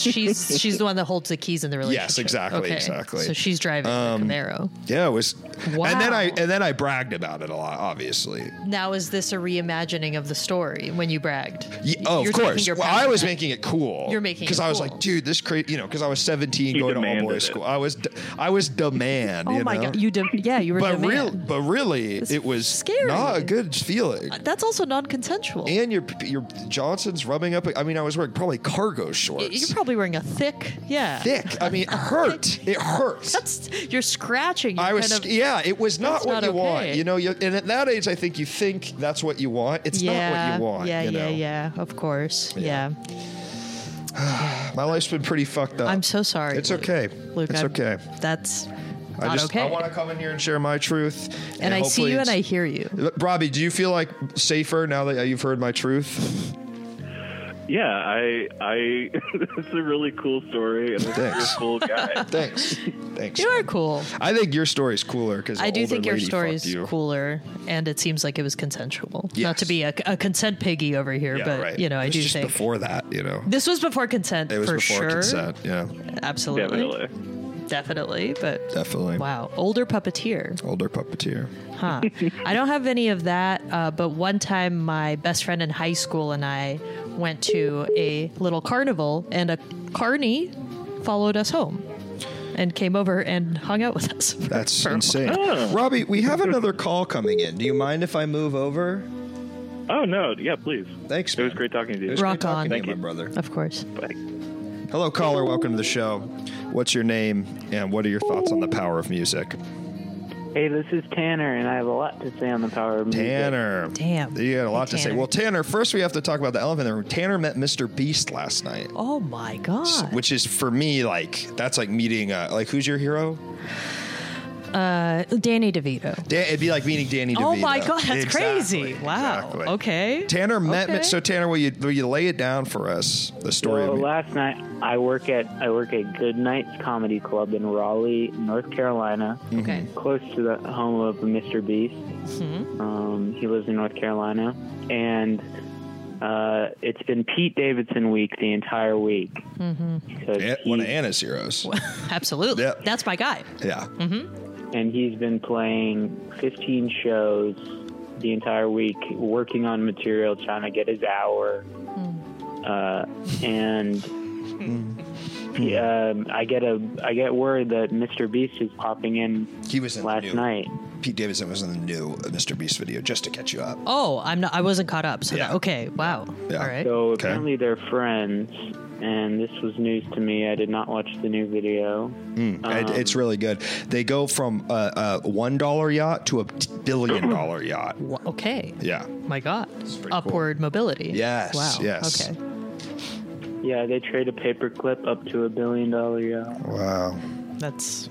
Speaker 1: *laughs*
Speaker 2: she's she's the one that holds the keys in the relationship.
Speaker 1: exactly,
Speaker 2: Okay.
Speaker 1: exactly. Um,
Speaker 2: So she's driving the Camaro.
Speaker 1: Yeah, it was. And then I
Speaker 2: Wow.
Speaker 1: and then I bragged about it a lot, obviously.
Speaker 2: Now is this a reimagining of the story when you bragged?
Speaker 1: Ye- oh,
Speaker 2: You're
Speaker 1: of
Speaker 2: taking
Speaker 1: course.
Speaker 2: your
Speaker 1: Well,
Speaker 2: power
Speaker 1: I was
Speaker 2: back.
Speaker 1: making it cool.
Speaker 2: You're making it
Speaker 1: because I was
Speaker 2: cool.
Speaker 1: like, dude, this crazy, you know, because I was 17
Speaker 3: He
Speaker 1: going to all
Speaker 3: demanded
Speaker 1: boys
Speaker 3: it.
Speaker 1: school. I was, d- I was demand.
Speaker 2: Oh
Speaker 1: you
Speaker 2: my
Speaker 1: know?
Speaker 2: god, you de- yeah, you were
Speaker 1: But
Speaker 2: demand.
Speaker 1: real, but really,
Speaker 2: It's
Speaker 1: it was
Speaker 2: scary.
Speaker 1: not a good feeling.
Speaker 2: That's also non-consensual.
Speaker 1: And your your Johnson's rubbing up. I mean, I was wearing probably cargo
Speaker 2: Y-
Speaker 1: shorts.
Speaker 2: You're probably wearing a thick, yeah,
Speaker 1: thick. I mean, it hurt. It hurts.
Speaker 2: That's you're scratching. You're
Speaker 1: I was,
Speaker 2: kind of,
Speaker 1: yeah, it was not
Speaker 2: That's
Speaker 1: what
Speaker 2: not
Speaker 1: you want.
Speaker 2: okay.
Speaker 1: You know, you, and at that age, I think you think that's what you want. It's
Speaker 2: yeah,
Speaker 1: not what you want.
Speaker 2: Yeah,
Speaker 1: you know?
Speaker 2: yeah, yeah. Of course.
Speaker 1: Yeah.
Speaker 2: Yeah.
Speaker 1: My life's been pretty fucked up.
Speaker 2: I'm so sorry.
Speaker 1: It's
Speaker 2: Luke.
Speaker 1: okay.
Speaker 2: Luke,
Speaker 1: It's
Speaker 2: I'm-
Speaker 1: okay.
Speaker 2: That's not
Speaker 1: I just
Speaker 2: okay.
Speaker 1: I want to come in here and share my truth.
Speaker 2: and I see
Speaker 1: hopefully
Speaker 2: you and I
Speaker 1: it's-
Speaker 2: hear you.
Speaker 1: Look, Robbie, do you feel like safer now that you've heard my truth?
Speaker 3: Yeah, I, I, *laughs* it's a really cool story, and you're a
Speaker 1: Thanks.
Speaker 3: cool
Speaker 4: *laughs*
Speaker 3: guy.
Speaker 2: *laughs*
Speaker 1: Thanks. Thanks.
Speaker 2: You are cool.
Speaker 1: I think your story's cooler because
Speaker 2: I do think your
Speaker 1: story's
Speaker 2: story's cooler, and it seems like it was consensual. Not
Speaker 1: Yes.
Speaker 2: to be a, a consent piggy over here,
Speaker 1: Yeah,
Speaker 2: but
Speaker 1: right.
Speaker 2: you know, I
Speaker 1: It was
Speaker 2: do
Speaker 1: just
Speaker 2: think
Speaker 1: before that, you know,
Speaker 2: this was before consent.
Speaker 1: it was
Speaker 2: for
Speaker 1: before
Speaker 2: sure.
Speaker 1: consent. Yeah,
Speaker 2: Absolutely,
Speaker 3: Definitely.
Speaker 2: definitely. But
Speaker 1: definitely.
Speaker 2: wow, older puppeteer.
Speaker 1: Older puppeteer.
Speaker 2: Huh. I don't have any of that, uh, but one time my best friend in high school and I went to a little carnival, and a carny followed us home and came over and hung out with us. *laughs* for-
Speaker 1: That's
Speaker 2: for a while.
Speaker 1: insane. Robbie, we have another call coming in. Do you mind if I move over?
Speaker 3: Oh no, yeah, please.
Speaker 1: Thanks,
Speaker 3: It was
Speaker 1: man.
Speaker 3: great talking to
Speaker 1: It
Speaker 3: you.
Speaker 1: was great
Speaker 2: Rock
Speaker 1: talking
Speaker 2: on.
Speaker 1: to
Speaker 3: Thank
Speaker 1: you,
Speaker 3: you.
Speaker 1: my brother.
Speaker 2: Of course.
Speaker 3: Bye.
Speaker 1: Hello, caller. Welcome to the show. What's your name and what are your thoughts on the power of music?
Speaker 4: Hey, this is Tanner, and I have a lot to say on the power of music.
Speaker 1: Tanner.
Speaker 2: Damn.
Speaker 1: You got a lot to
Speaker 2: Hey,
Speaker 1: say.
Speaker 2: Tanner.
Speaker 1: Well, Tanner, first we have to talk about the elephant in the room. Tanner met Mr. Beast last night.
Speaker 2: Oh my god.
Speaker 1: Which is for me like that's like meeting uh, like who's your hero?
Speaker 2: Uh, Danny DeVito.
Speaker 1: Dan- it'd be like meeting Danny DeVito.
Speaker 2: Oh my god,
Speaker 1: Exactly,
Speaker 2: that's crazy! Wow.
Speaker 1: exactly.
Speaker 2: Okay.
Speaker 1: Tanner met
Speaker 2: Okay.
Speaker 1: so Tanner, will you will you lay it down for us the story
Speaker 4: So
Speaker 1: of
Speaker 4: last night, I work at I work at Good Nights Comedy Club in Raleigh, North Carolina,
Speaker 1: Hmm.
Speaker 2: okay.
Speaker 4: close to the home of Mr. Beast. Um, he lives in North Carolina, and uh, it's been Pete Davidson week the entire week. Mm-hmm.
Speaker 1: An- one of Anna's heroes?
Speaker 2: Absolutely.
Speaker 1: Yeah.
Speaker 2: That's my guy.
Speaker 1: *laughs* Yeah.
Speaker 2: mm-hmm.
Speaker 4: and he's been playing 15 shows the entire week, working on material, trying to get his hour. Uh,
Speaker 1: *laughs*
Speaker 4: and he, um, I get a I get word that Mr. Beast is popping in
Speaker 1: He was in
Speaker 4: last
Speaker 1: the new,
Speaker 4: night.
Speaker 1: Pete Davidson was in the new Mr. Beast video just to catch you up.
Speaker 2: Oh, I'm not. I wasn't caught up. So
Speaker 1: Yeah.
Speaker 2: that- okay. Wow.
Speaker 1: Yeah.
Speaker 2: All right.
Speaker 4: So
Speaker 1: Okay.
Speaker 4: apparently they're friends, and this was news to me. I did not watch the new video. Um.
Speaker 1: It- it's really good. They go from a, a one dollar yacht to a
Speaker 4: *laughs*
Speaker 1: billion dollar yacht.
Speaker 2: Wha- okay.
Speaker 1: Yeah.
Speaker 2: My God.
Speaker 1: pretty cool.
Speaker 2: Upward mobility.
Speaker 1: Yes,
Speaker 2: Wow.
Speaker 1: yes.
Speaker 2: Okay.
Speaker 4: Yeah, they trade a paperclip up to a billion dollar yacht.
Speaker 1: Wow.
Speaker 2: That's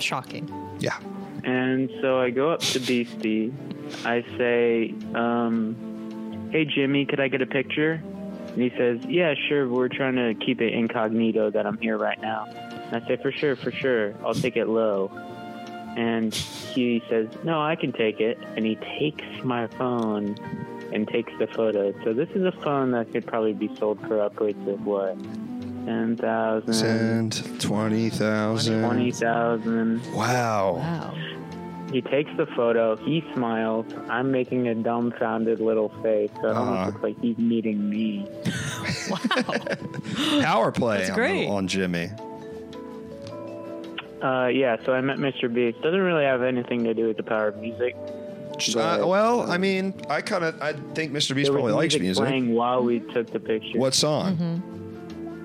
Speaker 2: shocking.
Speaker 1: Yeah.
Speaker 4: And so I go up to Beastie. I say, um, "Hey Jimmy, could I get a picture?" And he says, "Yeah, sure. We're trying to keep it incognito that I'm here right now." And I say, "For sure, for sure. I'll take it low." And he says, "No, I can take it." And he takes my phone and takes the photo. So this is a phone that could probably be sold for upwards of what, ten thousand,
Speaker 1: And twenty thousand.
Speaker 4: twenty thousand.
Speaker 2: *gasps*
Speaker 1: Wow.
Speaker 2: *laughs* Wow.
Speaker 4: He takes the photo. He smiles. I'm making a dumbfounded little face. So it
Speaker 1: Uh-huh.
Speaker 4: almost looks like he's meeting me.
Speaker 1: Power play
Speaker 2: That's
Speaker 1: on,
Speaker 2: great.
Speaker 1: on Jimmy.
Speaker 4: Uh, yeah, so I met Mr. Beast. Doesn't really have anything to do with the power of music.
Speaker 1: Uh,
Speaker 4: But-
Speaker 1: well, I
Speaker 2: um,
Speaker 1: mean, I kind of I think Mr. Beast
Speaker 4: There was
Speaker 1: probably likes music.
Speaker 4: playing while we took the picture.
Speaker 1: What song?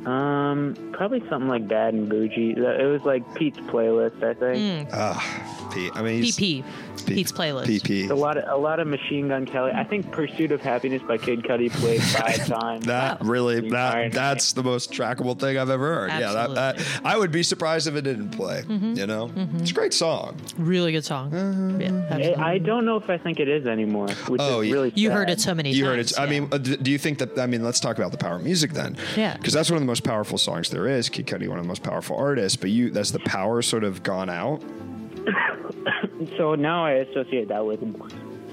Speaker 4: Um, probably something like Bad and Bougie. It was like Pete's playlist, I
Speaker 2: Hmm. Mm-hmm.
Speaker 4: think.
Speaker 1: Ah, Pete. I mean, he's,
Speaker 2: PP. Pete's playlist.
Speaker 1: PP.
Speaker 4: A lot of a lot of Machine Gun Kelly. I think Pursuit of Happiness by Kid Cudi played five
Speaker 1: *laughs*
Speaker 4: times.
Speaker 1: That
Speaker 2: Wow.
Speaker 1: really
Speaker 4: Iron
Speaker 1: that
Speaker 4: Man.
Speaker 1: that's the most trackable thing I've ever heard. Yeah, that, that I would be surprised if it didn't play.
Speaker 2: Mm-hmm.
Speaker 1: You know, it's a great song.
Speaker 2: Really good song.
Speaker 1: Uh-huh.
Speaker 2: yeah.
Speaker 4: I,
Speaker 2: absolutely.
Speaker 4: I don't know if I think it is anymore, which
Speaker 1: Oh,
Speaker 4: is
Speaker 1: yeah.
Speaker 4: really
Speaker 2: you
Speaker 4: sad.
Speaker 2: heard it so many
Speaker 1: You
Speaker 2: times.
Speaker 1: heard it. I
Speaker 2: yeah.
Speaker 1: mean, uh, d- do you think that? I mean, let's talk about the power of music then.
Speaker 2: Yeah.
Speaker 1: Because that's one of the most powerful songs there is. Kid Cudi, one of the most powerful artists. But you, that's the power sort of gone out.
Speaker 4: So now I associate that with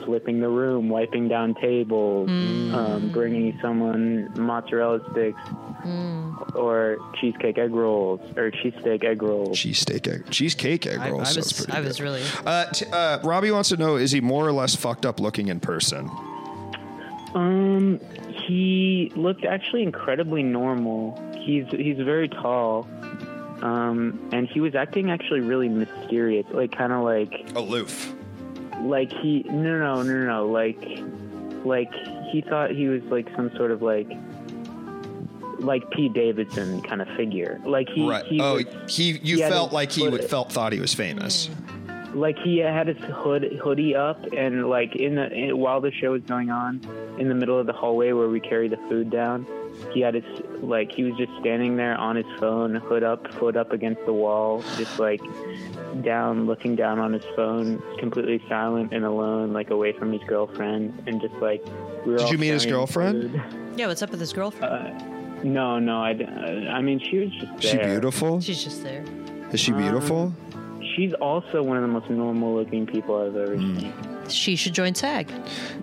Speaker 4: flipping the room, wiping down tables, um, bringing someone mozzarella sticks or cheesecake egg rolls or cheesesteak egg rolls.
Speaker 1: Cheesesteak egg, cheesecake egg
Speaker 2: I, I
Speaker 1: rolls. sounds
Speaker 2: was,
Speaker 1: pretty
Speaker 2: I
Speaker 1: good.
Speaker 2: was really.
Speaker 1: Uh, t- uh, Robbie wants to know: Is he more or less fucked up looking in person?
Speaker 4: Um, he looked actually incredibly normal. He's he's very tall. um, and he was acting actually really mysterious, like kind of like
Speaker 1: Aloof.
Speaker 4: like he no no no no like like he thought he was like some sort of like like P Davidson kind of figure. Like he
Speaker 1: right.
Speaker 4: he
Speaker 1: oh,
Speaker 4: was,
Speaker 1: he. You
Speaker 4: he had
Speaker 1: felt
Speaker 4: a
Speaker 1: like he
Speaker 4: hood-
Speaker 1: would felt thought he was famous.
Speaker 4: Mm. like he had his hood hoodie up and like in the in, while the show was going on in the middle of the hallway where we carry the food down he had his like he was just standing there on his phone hood up foot up against the wall just like down looking down on his phone completely silent and alone like away from his girlfriend and just like we were
Speaker 1: Did
Speaker 4: all
Speaker 1: you meet his
Speaker 4: carrying
Speaker 1: girlfriend?
Speaker 4: food.
Speaker 2: Yeah, what's up with his girlfriend?
Speaker 1: Uh,
Speaker 4: no no I, d- I mean she was just
Speaker 1: Is she
Speaker 4: there. Um,
Speaker 1: beautiful?
Speaker 2: She's just there.
Speaker 1: Is she beautiful?
Speaker 4: she's also one of the most normal looking people I've ever
Speaker 1: Hmm.
Speaker 4: seen
Speaker 2: She should join SAG.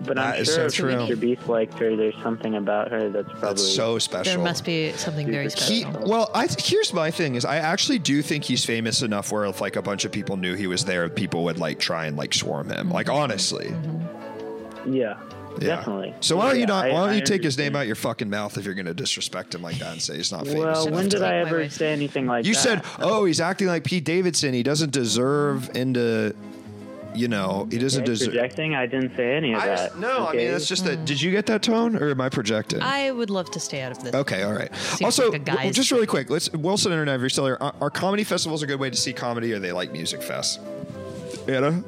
Speaker 4: But
Speaker 1: That
Speaker 4: I'm
Speaker 1: is
Speaker 4: sure if
Speaker 1: so true.
Speaker 4: Mr. Beast likes her, there's something about her that's probably.
Speaker 1: That's so special.
Speaker 2: There must be something very
Speaker 1: He,
Speaker 2: special.
Speaker 1: well, I th- here's my thing is I actually do think he's famous enough where if like a bunch of people knew he was there, people would like try and like swarm him. Like honestly, Yeah.
Speaker 4: Yeah, Mm-hmm. definitely.
Speaker 1: So why don't
Speaker 4: Yeah,
Speaker 1: you not?
Speaker 4: I-
Speaker 1: why don't
Speaker 4: I
Speaker 1: you take his name
Speaker 4: understand.
Speaker 1: out your fucking mouth if you're going to disrespect him like that and say he's not famous?
Speaker 4: Well,
Speaker 1: enough
Speaker 4: when
Speaker 1: to-
Speaker 4: did I
Speaker 2: Wait,
Speaker 4: ever
Speaker 2: wait.
Speaker 4: say anything like
Speaker 1: You
Speaker 4: that? *laughs*
Speaker 1: said, "Oh, he's acting like Pete Davidson. He doesn't deserve into, you know, he doesn't
Speaker 4: Okay,
Speaker 1: deserve."
Speaker 4: projecting? I didn't say any of
Speaker 1: I
Speaker 4: that.
Speaker 1: just, no, I
Speaker 4: okay?
Speaker 1: mean that's just that. Did you get that tone, or am I projecting?
Speaker 2: I would love to stay out of this.
Speaker 1: Okay, all right.
Speaker 2: Seems
Speaker 1: also,
Speaker 2: like a
Speaker 1: w-
Speaker 2: guy's
Speaker 1: just really quick, let's Wilson and Ivory Cellular. Are, are comedy festivals a good way to see comedy, or they like music fests? Anna,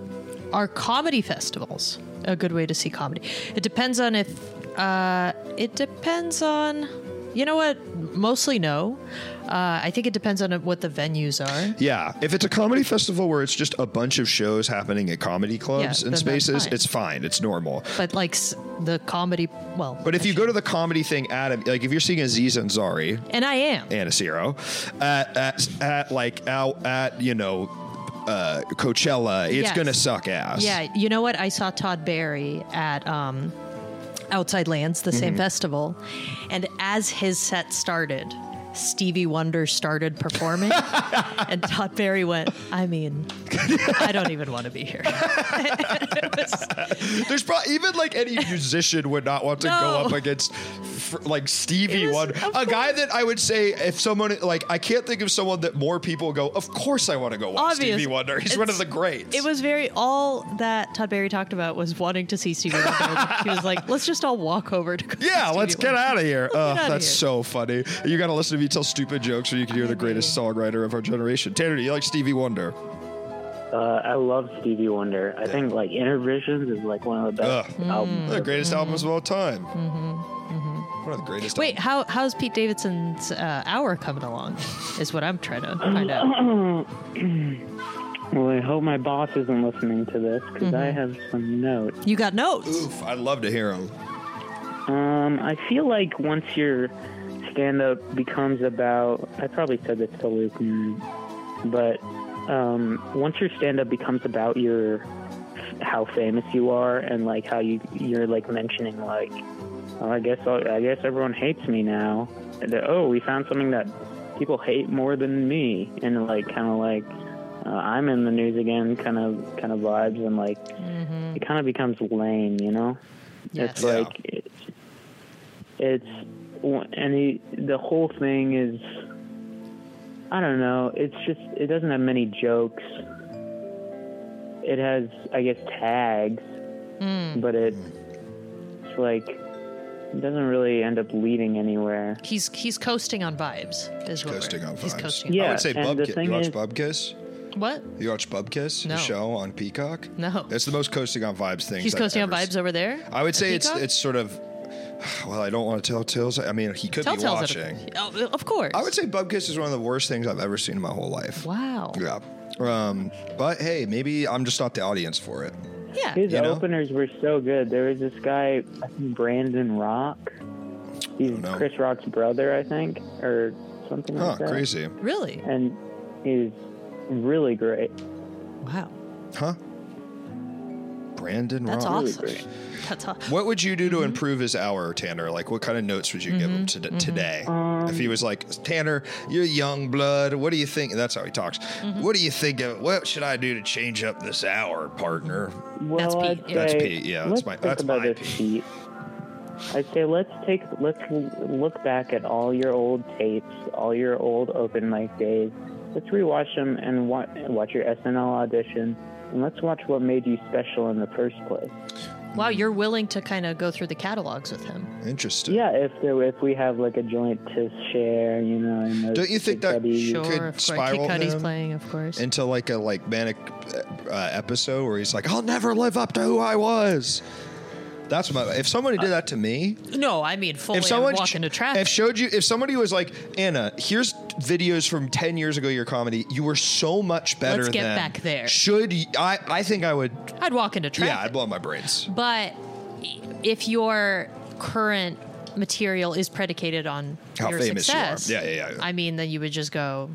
Speaker 2: Are comedy festivals a good way to see comedy? It depends on if. Uh, it depends on. You know what? Mostly no. Uh, I think it depends on what the venues are.
Speaker 1: yeah. If it's a comedy festival where it's just a bunch of shows happening at comedy clubs
Speaker 2: Yeah, then
Speaker 1: and
Speaker 2: that's
Speaker 1: spaces,
Speaker 2: fine.
Speaker 1: it's fine. It's normal.
Speaker 2: But like s- the comedy, well.
Speaker 1: But if you go to the comedy thing, Adam, like if you're seeing Aziz Ansari
Speaker 2: and I am.
Speaker 1: and a zero at, at, at like out at you know uh, Coachella, it's
Speaker 2: Yes.
Speaker 1: gonna suck ass.
Speaker 2: Yeah, you know what? I saw Todd Barry at um, Outside Lands, the
Speaker 1: Mm-hmm.
Speaker 2: same festival, and as his set started, Stevie Wonder started
Speaker 1: *laughs*
Speaker 2: performing, and Todd Barry went, "I mean, I don't even want to
Speaker 1: *laughs*
Speaker 2: be here." It was-
Speaker 1: There's probably even like
Speaker 2: *laughs*
Speaker 1: any musician would not want to
Speaker 2: No.
Speaker 1: go up against fr- like Stevie
Speaker 2: It was-
Speaker 1: Wonder,
Speaker 2: of
Speaker 1: a guy that I would say if someone like I can't think of someone that more people go. Of course, I want to go watch
Speaker 2: Obvious.
Speaker 1: Stevie Wonder. He's one of
Speaker 2: It's-
Speaker 1: the greats.
Speaker 2: it was very all that Todd Barry talked about was wanting to see Stevie Wonder. he was like, "Let's just all walk over to." go see
Speaker 1: Yeah,
Speaker 2: Stevie
Speaker 1: let's get
Speaker 2: Wonder."
Speaker 1: out of here. Ugh,
Speaker 2: outta
Speaker 1: that's
Speaker 2: here.
Speaker 1: so funny. You got to listen to me tell stupid jokes, or you can hear the greatest songwriter of our generation. Tanner, do you like Stevie Wonder?
Speaker 4: Uh, I love Stevie Wonder. I think like Inner Visions is like one of the best
Speaker 1: Ugh. One
Speaker 4: albums.
Speaker 1: of the greatest albums of all time. One of the greatest.
Speaker 2: Mm-hmm. Wait, how how's Pete Davidson's uh, hour coming along? Is what I'm trying to find out.
Speaker 1: Mm.
Speaker 4: *clears throat* Well, I hope my boss isn't listening to this because
Speaker 1: Mm-hmm.
Speaker 4: I have some notes.
Speaker 2: You got notes.
Speaker 1: Oof, I'd love to hear him.
Speaker 4: Um, I feel like once your stand up becomes about, I probably said this to Luke, mm, but um, once your stand up becomes about your how famous you are and like how you you're like mentioning like, oh, I guess I, I guess everyone hates me now. And, uh, oh, we found something that people hate more than me, and like kind of like. Uh, I'm in the news again, kind of, kind of vibes, and like it kind of becomes lame, you know.
Speaker 2: Yes.
Speaker 4: It's like it's, it's and he, the whole thing is I don't know. It's just it doesn't have many jokes. It has I guess tags, but it it's like it doesn't really end up leading anywhere.
Speaker 2: He's he's coasting on vibes. Is what we're-
Speaker 1: coasting on
Speaker 2: He's
Speaker 1: vibes.
Speaker 2: coasting.
Speaker 1: I
Speaker 4: Yeah,
Speaker 1: would say
Speaker 4: and the
Speaker 1: Bubkiss.
Speaker 4: thing
Speaker 1: You watch
Speaker 4: is-
Speaker 1: Bubkiss?
Speaker 2: On, what?
Speaker 1: You watch Bubkiss,
Speaker 2: No.
Speaker 1: the show on Peacock?
Speaker 2: No.
Speaker 1: It's the most coasting on vibes thing.
Speaker 2: He's coasting on vibes over there.
Speaker 1: I would
Speaker 2: At
Speaker 1: say it's
Speaker 2: Peacock?
Speaker 1: it's sort of. *sighs* Well, I don't want to tell tales. I mean, he could be
Speaker 2: Telltale's at a-
Speaker 1: watching.
Speaker 2: oh, of course.
Speaker 1: I would say Bubkiss is one of the worst things I've ever seen in my whole life.
Speaker 2: Wow.
Speaker 1: Yeah. Um, but hey, maybe I'm just not the audience for it.
Speaker 2: Yeah.
Speaker 4: His
Speaker 1: You know?
Speaker 4: openers were so good. There was this guy, I think Brandon Rock. He's
Speaker 1: know.
Speaker 4: Chris Rock's brother, I think, or something
Speaker 1: Oh, Huh,
Speaker 4: like that.
Speaker 1: crazy.
Speaker 2: Really?
Speaker 4: And he's really great.
Speaker 2: Wow.
Speaker 1: Huh? Brandon
Speaker 2: That's
Speaker 1: Rock.
Speaker 2: awesome.
Speaker 4: great.
Speaker 2: That's awesome.
Speaker 1: What would you do to improve his hour, Tanner? Like, what kind of notes would you give him to, today? if he was like, Tanner, you're young blood. What do you think? That's how he talks. What do you think of? What should I do to change up this hour, partner?
Speaker 2: That's
Speaker 4: Well,
Speaker 2: Pete, yeah.
Speaker 4: I'd Say,
Speaker 1: That's Pete, yeah, that's
Speaker 4: let's
Speaker 1: my-
Speaker 4: think
Speaker 1: that's
Speaker 4: about
Speaker 1: my
Speaker 4: this, Pete. I'd say let's take let's l- look back at all your old tapes, all your old open mic days, let's rewatch them and wa- watch your SNL audition, and let's watch what made you special in the first place.
Speaker 2: Wow, you're willing to kind of go through the catalogs with him.
Speaker 1: Interesting.
Speaker 4: Yeah, if there, if we have like a joint to share, you know. And those E
Speaker 1: Don't you think that-
Speaker 4: Cuddies-
Speaker 2: Sure,
Speaker 1: could
Speaker 2: of course.
Speaker 1: spiral
Speaker 2: Kid Cudi's
Speaker 1: him
Speaker 2: playing, of course.
Speaker 1: Into like a like manic uh, episode where he's like, "I'll never live up to who I was." That's my. If somebody did that to me,
Speaker 2: no, I mean fully.
Speaker 1: if someone
Speaker 2: walk into traffic.
Speaker 1: if showed you, if somebody was like, "Anna, here's videos from ten years ago, your comedy, you were so much better."
Speaker 2: Let's get
Speaker 1: than,"
Speaker 2: back there.
Speaker 1: Should y- I? I think I would.
Speaker 2: I'd walk into traffic.
Speaker 1: Yeah, I'd blow my brains.
Speaker 2: But if your current material is predicated on
Speaker 1: How
Speaker 2: your
Speaker 1: famous you are.
Speaker 2: success,
Speaker 1: Yeah, yeah, yeah.
Speaker 2: I mean, then you would just go.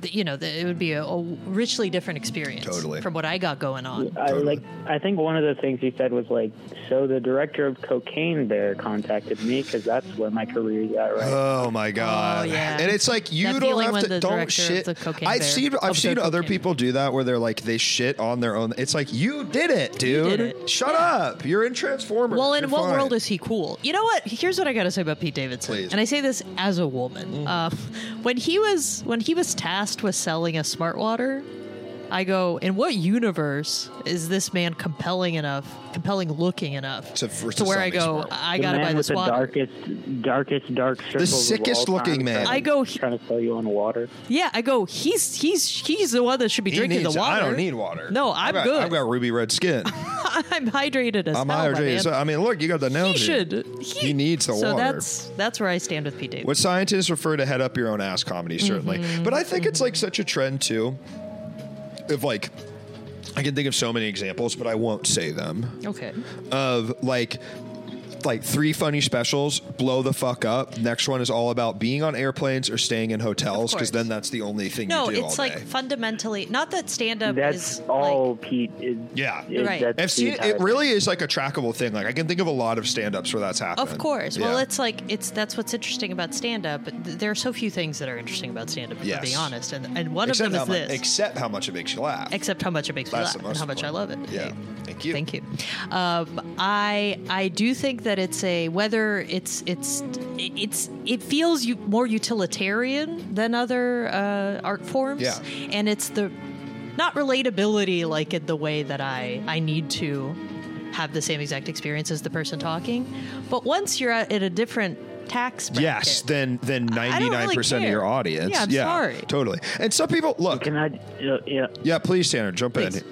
Speaker 2: th- You know, th- it would be a, a richly different experience.
Speaker 1: Totally.
Speaker 2: From what I got going on.
Speaker 4: I,
Speaker 1: Totally.
Speaker 4: like I think one of the things you said was like, so the director of cocaine there contacted me because that's where my career's at right.
Speaker 2: Uh,
Speaker 1: Oh my god!
Speaker 2: yeah.
Speaker 1: And it's like you
Speaker 2: That
Speaker 1: don't
Speaker 2: feeling
Speaker 1: have
Speaker 2: when
Speaker 1: to
Speaker 2: the
Speaker 1: don't
Speaker 2: director of
Speaker 1: shit.
Speaker 2: the cocaine
Speaker 1: I've
Speaker 2: bear-
Speaker 1: seen
Speaker 2: of
Speaker 1: I've
Speaker 2: the
Speaker 1: seen other
Speaker 2: cocaine.
Speaker 1: people do that where they're like they shit on their own. It's like you did it, dude.
Speaker 2: did it.
Speaker 1: Shut up! You're in Transformers.
Speaker 2: Well, in
Speaker 1: You're
Speaker 2: what
Speaker 1: fine.
Speaker 2: world is he cool? You know what? Here's what I got to say about Pete Davidson,
Speaker 1: Please. Mm.
Speaker 2: and I say this as a woman. Uh, when he was when he was tasked with selling a smart water, I go, in what universe is this man compelling enough, compelling looking enough
Speaker 1: To- for-
Speaker 2: to
Speaker 1: to
Speaker 2: where
Speaker 1: sell
Speaker 2: I
Speaker 1: me
Speaker 2: go,
Speaker 1: Smart Water.
Speaker 2: I
Speaker 4: The
Speaker 2: gotta
Speaker 4: man
Speaker 2: buy
Speaker 4: with
Speaker 2: this
Speaker 4: the
Speaker 2: water.
Speaker 4: darkest, darkest, dark circles. of all
Speaker 1: sickest
Speaker 4: time
Speaker 1: looking man.
Speaker 4: trying-
Speaker 2: I go-
Speaker 4: trying to sell you on water.
Speaker 2: Yeah, I go. He's he's he's the one that should be
Speaker 1: He
Speaker 2: drinking
Speaker 1: needs-
Speaker 2: the water.
Speaker 1: I don't need water.
Speaker 2: No,
Speaker 1: I've
Speaker 2: I'm
Speaker 1: got-
Speaker 2: good.
Speaker 1: I've got ruby red skin.
Speaker 2: *laughs* I'm hydrated as
Speaker 1: I'm
Speaker 2: hell, my
Speaker 1: hydrated.
Speaker 2: man.
Speaker 1: So, I mean, look, you got the nose.
Speaker 2: he should.
Speaker 1: He, needs the
Speaker 2: so
Speaker 1: water.
Speaker 2: that's that's where I stand with Pete Davidson.
Speaker 1: What scientists refer to head up your own ass comedy, certainly.
Speaker 2: Mm-hmm,
Speaker 1: But I think it's like such a trend too. Of like, I can think of so many examples, but I won't say them.
Speaker 2: okay.
Speaker 1: Of like. Like three funny specials, blow the fuck up. Next one is all about being on airplanes or staying in hotels
Speaker 2: Of course.
Speaker 1: because then that's the only thing
Speaker 2: No,
Speaker 1: you do
Speaker 2: it's
Speaker 1: all
Speaker 2: like
Speaker 1: day.
Speaker 2: fundamentally not that stand up
Speaker 4: That's
Speaker 2: is
Speaker 4: all
Speaker 2: like
Speaker 4: Pete is.
Speaker 1: Yeah.
Speaker 4: is-
Speaker 2: Right.
Speaker 4: that's
Speaker 1: I've seen
Speaker 4: Pete's
Speaker 1: it
Speaker 4: attitude.
Speaker 1: really is like a trackable thing. Like I can think of a lot of stand-ups where that's happened.
Speaker 2: of course. Well,
Speaker 1: Yeah.
Speaker 2: it's like it's that's what's interesting about stand up. There are so few things that are interesting about stand up, if
Speaker 1: Yes.
Speaker 2: I'm being honest. And and one
Speaker 1: except
Speaker 2: of them
Speaker 1: how
Speaker 2: is
Speaker 1: mu-
Speaker 2: this.
Speaker 1: except how much it makes you laugh.
Speaker 2: except how much it makes me
Speaker 1: That's
Speaker 2: laugh
Speaker 1: the
Speaker 2: and
Speaker 1: most
Speaker 2: how much I love it.
Speaker 1: important. Yeah. Thank you.
Speaker 2: Thank you. Um, I I do think that it's a whether it's it's it's it feels you more utilitarian than other uh, art forms.
Speaker 1: Yeah.
Speaker 2: and it's the not relatability like in the way that I I need to have the same exact experience as the person talking, but once you're at, at a different tax bracket,
Speaker 1: Yes, then then
Speaker 2: I
Speaker 1: ninety
Speaker 2: don't really
Speaker 1: nine percent of your
Speaker 2: care.
Speaker 1: audience.
Speaker 2: Yeah, I'm sorry.
Speaker 1: totally. And some people look.
Speaker 4: Can I? Yeah, yeah.
Speaker 1: Yeah, please, Tanner, jump
Speaker 2: Please.
Speaker 1: in.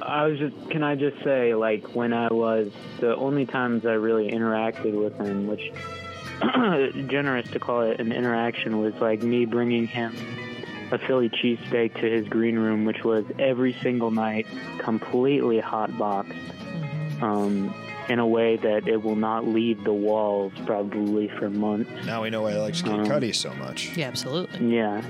Speaker 4: I was just. Can I just say, like, when I was the only times I really interacted with him, which *clears throat* generous to call it an interaction, was like me bringing him a Philly cheesesteak to his green room, which was every single night, completely hot boxed, um, in a way that it will not leave the walls probably for months.
Speaker 1: Now we know why I like Kid
Speaker 4: Um,
Speaker 1: Cudi so much.
Speaker 2: yeah, absolutely.
Speaker 4: Yeah,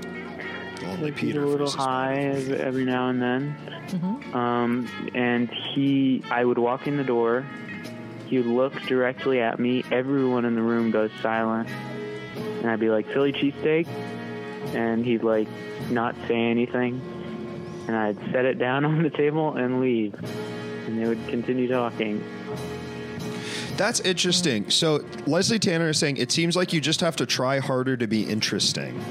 Speaker 1: Only
Speaker 4: he's
Speaker 1: Peter.
Speaker 4: a little
Speaker 1: versus-
Speaker 4: high ev- every now and then.
Speaker 2: Mhm.
Speaker 4: Um, and he, I would walk in the door. He looks directly at me. Everyone in the room goes silent. And I'd be like, Philly cheesesteak? And he'd like not say anything. And I'd set it down *laughs* on the table and leave. And they would continue talking.
Speaker 1: That's interesting. So Leslie Tanner is saying it seems like you just have to try harder to be interesting.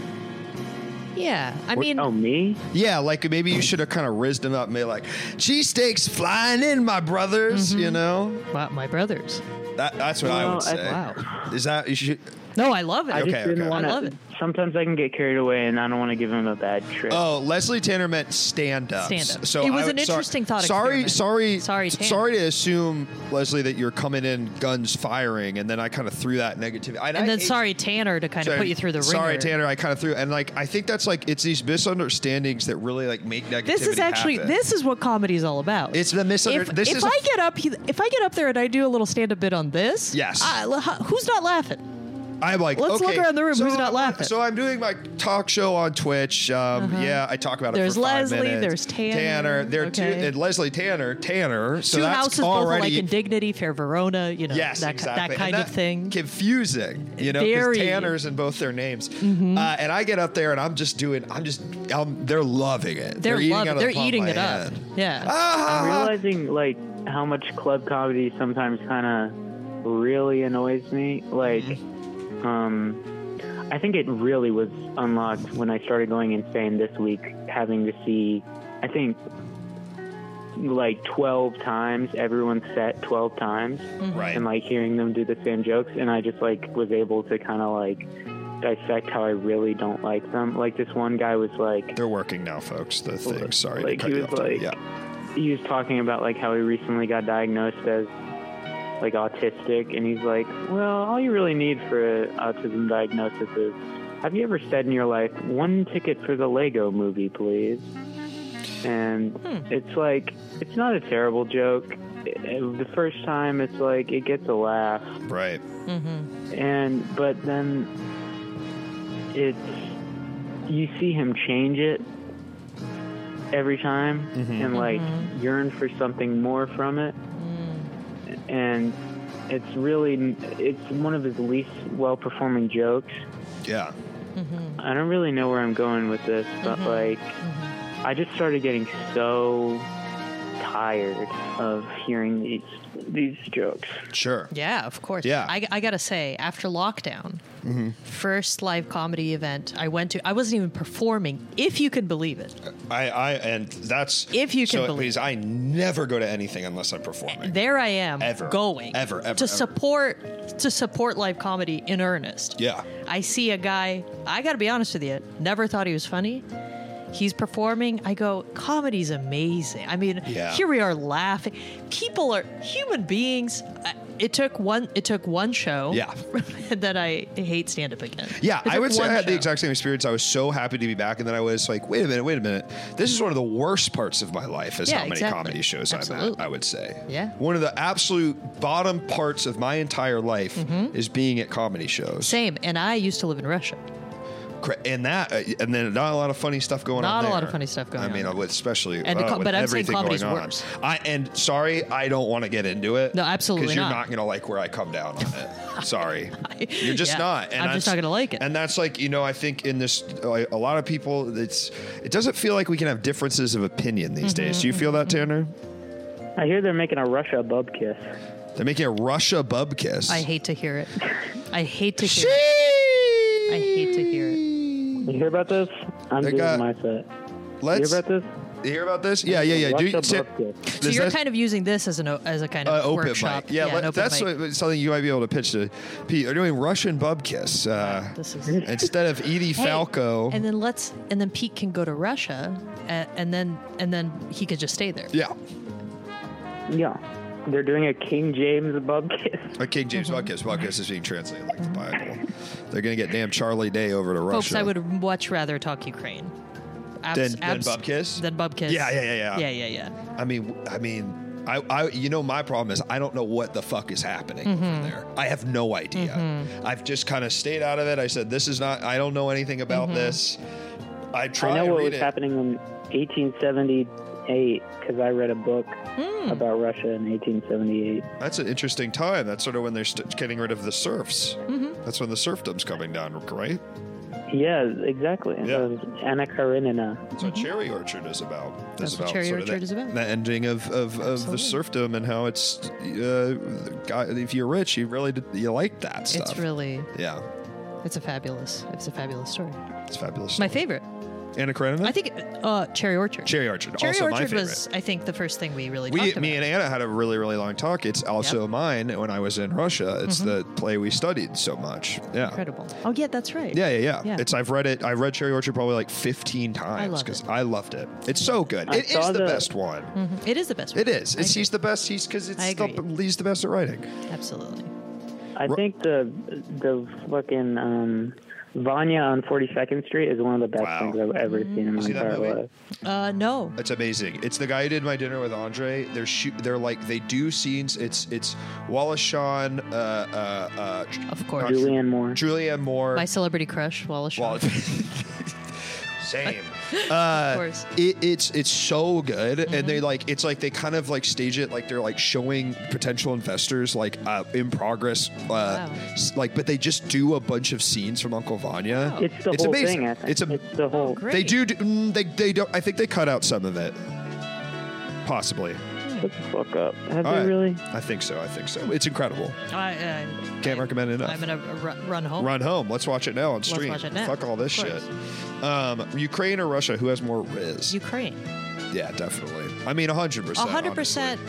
Speaker 2: Yeah, I mean,
Speaker 4: Oh, me?
Speaker 1: Yeah, like maybe you should have kind of rizzed him up, and made like cheesesteaks flying in, my brothers.
Speaker 2: Mm-hmm.
Speaker 1: You know,
Speaker 2: my, my brothers.
Speaker 1: that, that's what I
Speaker 4: Well,
Speaker 1: would
Speaker 4: I-
Speaker 1: say.
Speaker 2: Wow.
Speaker 1: Is that you should?
Speaker 2: No, I love it.
Speaker 4: I just
Speaker 1: Okay,
Speaker 4: didn't
Speaker 1: okay.
Speaker 4: want
Speaker 2: I love it.
Speaker 4: to. Sometimes I can get carried away and I don't want to give him a bad trip.
Speaker 1: Oh, Leslie Tanner meant stand up.
Speaker 2: Stand-ups.
Speaker 1: So
Speaker 2: It was
Speaker 1: I-
Speaker 2: an
Speaker 1: sorry-
Speaker 2: interesting thought
Speaker 1: Sorry,
Speaker 2: experiment.
Speaker 1: sorry,
Speaker 2: Sorry, Tanner.
Speaker 1: sorry to assume Leslie that you're coming in guns firing, and then I kind of threw that negativity. And, I
Speaker 2: and then
Speaker 1: hate-
Speaker 2: sorry Tanner to kind
Speaker 1: sorry,
Speaker 2: of put you through the ringer.
Speaker 1: Sorry, Tanner, I kind of threw, and like I think that's like it's these misunderstandings that really like make negativity.
Speaker 2: This is actually
Speaker 1: happen.
Speaker 2: this is what comedy is all about.
Speaker 1: It's the misunder-
Speaker 2: If,
Speaker 1: this
Speaker 2: if
Speaker 1: is a-
Speaker 2: I get up, if I get up there and I do a little stand up bit on this,
Speaker 1: Yes.
Speaker 2: I- who's not laughing?
Speaker 1: I'm like,
Speaker 2: Let's look
Speaker 1: okay,
Speaker 2: around the room.
Speaker 1: so
Speaker 2: Who's not
Speaker 1: I'm-
Speaker 2: laughing? Uh-huh.
Speaker 1: So I'm doing my talk show on Twitch. Um, Yeah, I talk about
Speaker 2: There's
Speaker 1: it. for five
Speaker 2: Leslie,
Speaker 1: minutes.
Speaker 2: there's Tanner,
Speaker 1: Tanner. There are two,
Speaker 2: okay.
Speaker 1: and Leslie Tanner. Tanner. So
Speaker 2: Two
Speaker 1: that's
Speaker 2: houses, both
Speaker 1: already
Speaker 2: alike in dignity, fair Verona, you know,
Speaker 1: Yes,
Speaker 2: that, ki-
Speaker 1: exactly.
Speaker 2: that
Speaker 1: And
Speaker 2: kind of thing.
Speaker 1: Confusing, you know, because
Speaker 2: Very. Mm-hmm.
Speaker 1: Tanner's in both their names. Uh, and I get up there and I'm just doing, I'm just, I'm, they're loving it.
Speaker 2: They're
Speaker 1: eating,
Speaker 2: loving-
Speaker 1: out of
Speaker 2: they're
Speaker 1: the palm of
Speaker 2: eating
Speaker 1: my
Speaker 2: it up.
Speaker 1: hand.
Speaker 2: Yeah.
Speaker 1: Ah!
Speaker 4: I'm realizing like how much club comedy sometimes kind of really annoys me. Like, um, I think it really was unlocked when I started going insane this week, having to see, I think, like 12 times, everyone set 12 times,
Speaker 1: Right.
Speaker 4: and like hearing them do the same jokes. And I just like was able to kind of like dissect how I really don't like them. Like this one guy was like,
Speaker 1: They're working now, folks. The thing. Sorry
Speaker 4: like,
Speaker 1: to cut
Speaker 4: he
Speaker 1: you
Speaker 4: was
Speaker 1: off.
Speaker 4: like-
Speaker 1: yeah.
Speaker 4: he was talking about like how he recently got diagnosed as like autistic and he's like well all you really need for a autism diagnosis is have you ever said in your life one ticket for the lego movie please and
Speaker 1: Hmm.
Speaker 4: it's like it's not a terrible joke It- it- the first time it's like it gets a laugh
Speaker 1: Right.
Speaker 2: Mm-hmm.
Speaker 4: and but then it's you see him change it every time and like yearn for something more from it and it's really it's one of his least well performing jokes
Speaker 1: Yeah.
Speaker 4: i don't really know where i'm going with this but like i just started getting so tired of hearing these these jokes
Speaker 1: Sure.
Speaker 2: Yeah, of course.
Speaker 1: Yeah. Mm-hmm.
Speaker 2: I, I gotta say, after lockdown, first live comedy event I went to, I wasn't even performing, if you can believe it.
Speaker 1: I, I and that's
Speaker 2: If you
Speaker 1: so
Speaker 2: can
Speaker 1: it
Speaker 2: believe.
Speaker 1: means I never go to anything unless I'm performing.
Speaker 2: There I am,
Speaker 1: Ever.
Speaker 2: going
Speaker 1: Ever, ever,
Speaker 2: to
Speaker 1: ever.
Speaker 2: support to support live comedy in earnest.
Speaker 1: yeah.
Speaker 2: I see a guy, I gotta be honest with you, never thought he was funny. He's performing. I go, comedy's amazing. I mean,
Speaker 1: Yeah.
Speaker 2: here we are laughing. People are human beings. I- It took one. It took one show.
Speaker 1: Yeah.
Speaker 2: *laughs* that I hate stand up again.
Speaker 1: Yeah,
Speaker 2: It
Speaker 1: I
Speaker 2: took
Speaker 1: would say
Speaker 2: one
Speaker 1: I had the
Speaker 2: show.
Speaker 1: exact same experience. I was so happy to be back, and then I was like, "Wait a minute, wait a minute! This is one of the worst parts of my life. Is
Speaker 2: Yeah,
Speaker 1: how many
Speaker 2: exactly.
Speaker 1: comedy shows I'm at.
Speaker 2: Absolutely.
Speaker 1: I would say,
Speaker 2: Yeah.
Speaker 1: one of the absolute bottom parts of my entire life
Speaker 2: Mm-hmm.
Speaker 1: is being at comedy shows.
Speaker 2: Same. And I used to live in Russia.
Speaker 1: Cra- and that, uh, and then not a lot of funny stuff going on.
Speaker 2: Not a lot
Speaker 1: there.
Speaker 2: of funny stuff going
Speaker 1: I mean,
Speaker 2: on.
Speaker 1: with- especially
Speaker 2: And the
Speaker 1: uh,
Speaker 2: co-
Speaker 1: with
Speaker 2: but I'm saying
Speaker 1: everything
Speaker 2: comedy's
Speaker 1: going on.
Speaker 2: worse.
Speaker 1: I and sorry, I don't want to get into it.
Speaker 2: No, absolutely
Speaker 1: Because you're
Speaker 2: not.
Speaker 1: not going to like where I come down on
Speaker 2: *laughs*
Speaker 1: it. sorry, you're just
Speaker 2: Yeah,
Speaker 1: not. And
Speaker 2: I'm
Speaker 1: that's-
Speaker 2: just not gonna like it.
Speaker 1: And that's like you know, I think in this, uh, a lot of people, it's it doesn't feel like we can have differences of opinion these
Speaker 2: Mm-hmm,
Speaker 1: days. Do you feel that, Tanner?
Speaker 4: i hear they're making a russia bub kiss
Speaker 1: They're making a Russia bub kiss.
Speaker 2: I hate to hear it. I hate to hear
Speaker 1: Sheesh.
Speaker 2: it. I hate to hear it.
Speaker 4: You hear about this? I'm
Speaker 1: They
Speaker 4: doing
Speaker 1: got-
Speaker 4: my set. You
Speaker 1: Let's
Speaker 4: hear about this?
Speaker 1: you hear about this. Yeah, yeah, yeah. Do
Speaker 4: Watch
Speaker 1: you-
Speaker 4: the
Speaker 1: Sa-
Speaker 4: book here.
Speaker 2: So
Speaker 1: does
Speaker 2: you're
Speaker 1: that-
Speaker 2: kind of using this as an o- as a kind
Speaker 1: Uh,
Speaker 2: of
Speaker 1: open
Speaker 2: workshop.
Speaker 1: mic. Yeah,
Speaker 2: an
Speaker 1: let-
Speaker 2: open
Speaker 1: that's
Speaker 2: mic.
Speaker 1: what- something you might be able to pitch to Pete. They're doing Russian bub kiss uh,
Speaker 2: This is-
Speaker 1: instead of Edie
Speaker 2: Hey,
Speaker 1: Falco.
Speaker 2: And then let's and then Pete can go to Russia and, and then and then he could just stay there.
Speaker 1: yeah,
Speaker 4: Yeah. They're doing a King James bub *laughs* kiss.
Speaker 1: a King James bub kiss. Bub kiss is being translated like the Bible. They're gonna get damn Charlie Day over to Russia.
Speaker 2: Folks, I would much rather talk Ukraine. Abs-
Speaker 1: Than- than bub kiss?
Speaker 2: Than bub kiss.
Speaker 1: Yeah, yeah, yeah, yeah.
Speaker 2: Yeah, yeah, yeah.
Speaker 1: I mean, I mean, I, I, you know, my problem is I don't know what the fuck is happening
Speaker 2: Mm-hmm.
Speaker 1: over there. I have no idea. I've just kind of stayed out of it. I said this is not. I don't know anything about
Speaker 2: Mm-hmm.
Speaker 1: this. I try
Speaker 4: I know
Speaker 1: to
Speaker 4: what
Speaker 1: read
Speaker 4: was
Speaker 1: it.
Speaker 4: happening in 1878 because I read a book about Russia in 1878.
Speaker 1: That's an interesting time. That's sort of when they're st- getting rid of the serfs.
Speaker 2: Mm-hmm.
Speaker 1: That's when the serfdom's coming down, right?
Speaker 4: Yeah, exactly.
Speaker 1: Yeah.
Speaker 4: That was Anna Karenina.
Speaker 1: That's what Cherry Orchard is about.
Speaker 2: Mm-hmm. That's
Speaker 1: is
Speaker 2: what
Speaker 1: about
Speaker 2: Cherry
Speaker 1: sort of
Speaker 2: Orchard
Speaker 1: the,
Speaker 2: is about.
Speaker 1: The ending of, of, of the
Speaker 2: Absolutely.
Speaker 1: serfdom and how it's, uh, God, if you're rich, you really did, you like that stuff.
Speaker 2: It's really
Speaker 1: yeah,
Speaker 2: it's a fabulous it's a fabulous story.
Speaker 1: it's fabulous.
Speaker 2: My favorite.
Speaker 1: Anna Karenina?
Speaker 2: I think uh Cherry Orchard.
Speaker 1: Cherry Orchard,
Speaker 2: Cherry
Speaker 1: also my
Speaker 2: Orchard
Speaker 1: favorite.
Speaker 2: was I think the first thing we really
Speaker 1: we,
Speaker 2: talked about.
Speaker 1: me and Anna had a really, really long talk. It's also mine when I was in Russia.
Speaker 2: Mm-hmm.
Speaker 1: It's the play we studied so much. Yeah.
Speaker 2: Incredible. Oh yeah, that's right.
Speaker 1: Yeah, yeah, yeah,
Speaker 2: Yeah.
Speaker 1: It's I've read it. I've read Cherry Orchard probably like fifteen times
Speaker 2: love
Speaker 1: because I, loved it. It's so good.
Speaker 4: I
Speaker 1: It is
Speaker 4: saw
Speaker 1: the,
Speaker 4: the-
Speaker 1: best one.
Speaker 2: Mm-hmm. It is the best
Speaker 1: It is.
Speaker 2: one. I
Speaker 1: It's
Speaker 2: agree.
Speaker 1: he's the best. He's because it's
Speaker 2: I
Speaker 1: the,
Speaker 2: agree.
Speaker 1: he's the best at writing.
Speaker 2: Absolutely.
Speaker 4: I
Speaker 1: Ru-
Speaker 4: think the the fucking um, Vanya on 42nd Street is one of the best
Speaker 1: Wow.
Speaker 4: things I've ever seen in my
Speaker 1: See that
Speaker 4: entire
Speaker 1: movie?
Speaker 4: life.
Speaker 2: Uh no.
Speaker 1: It's amazing. It's the guy who did my dinner with Andre. They're shoot. They're like they do scenes. It's it's Wallace Shawn, uh, uh, uh,
Speaker 2: Of course.
Speaker 1: Not
Speaker 4: Julianne Moore.
Speaker 1: Julianne Moore.
Speaker 2: My celebrity crush, Wallace. Shawn.
Speaker 1: Well, *laughs* same. Uh,
Speaker 2: course. Mm-hmm.
Speaker 1: it, it's it's so good, and they like it's like they kind of like stage it like they're like showing potential investors like uh, in progress, uh, s- like but they just do a bunch of scenes from Uncle Vanya.
Speaker 4: It's the whole
Speaker 1: amazing.
Speaker 4: thing, I think.
Speaker 1: It's a
Speaker 4: the whole.
Speaker 2: Great.
Speaker 1: they do, do mm, they they don't I think they cut out some of it, possibly.
Speaker 2: Hmm.
Speaker 4: Shut the fuck up. Have
Speaker 1: All
Speaker 4: they
Speaker 1: right.
Speaker 4: really?
Speaker 1: I think so. I think so. It's incredible.
Speaker 2: I, I
Speaker 1: Can't recommend it enough.
Speaker 2: I'm gonna ru- run home.
Speaker 1: Run home. Let's watch it now on stream.
Speaker 2: watch it now.
Speaker 1: Fuck all this
Speaker 2: Of
Speaker 1: shit.
Speaker 2: course.
Speaker 1: Um, Ukraine or Russia? Who has more riz?
Speaker 2: Ukraine.
Speaker 1: yeah, definitely. I mean, hundred percent.
Speaker 2: hundred percent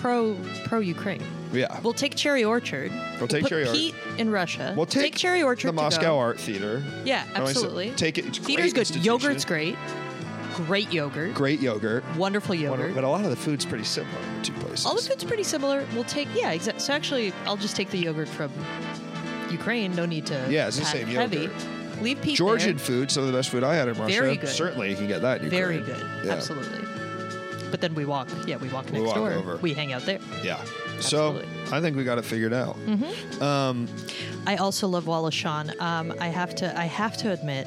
Speaker 2: pro pro Ukraine.
Speaker 1: Yeah.
Speaker 2: We'll take Cherry Orchard.
Speaker 1: We'll take
Speaker 2: put
Speaker 1: Cherry Orchard.
Speaker 2: Pete in Russia.
Speaker 1: We'll take,
Speaker 2: Cherry Orchard.
Speaker 1: The
Speaker 2: to
Speaker 1: Moscow
Speaker 2: go.
Speaker 1: Art Theater.
Speaker 2: Yeah,
Speaker 1: No, I said-
Speaker 2: absolutely.
Speaker 1: take it. It's a
Speaker 2: Theater's
Speaker 1: great
Speaker 2: good.
Speaker 1: institution.
Speaker 2: Yogurt's great. Great yogurt.
Speaker 1: Great yogurt.
Speaker 2: Wonderful
Speaker 1: Wonder-
Speaker 2: yogurt.
Speaker 1: But a lot of the food's pretty similar in the two places.
Speaker 2: All the food's pretty similar. We'll take yeah. Exa- so actually, I'll just take the yogurt from Ukraine. No need to
Speaker 1: Yeah, it's the
Speaker 2: pack
Speaker 1: same
Speaker 2: heavy. Leave Pete
Speaker 1: Georgian
Speaker 2: there.
Speaker 1: food, some of the best food I had in Russia.
Speaker 2: Very good.
Speaker 1: Certainly, you can get that. In Ukraine.
Speaker 2: Very good.
Speaker 1: Yeah.
Speaker 2: Absolutely. But then we walk. Yeah, we walk next
Speaker 1: walk
Speaker 2: door.
Speaker 1: over.
Speaker 2: We hang out there.
Speaker 1: Yeah. So
Speaker 2: Absolutely. Mm-hmm.
Speaker 1: I think we got it figured out. Um,
Speaker 2: I also love Wallace Shawn. Um, I have to. I have to admit,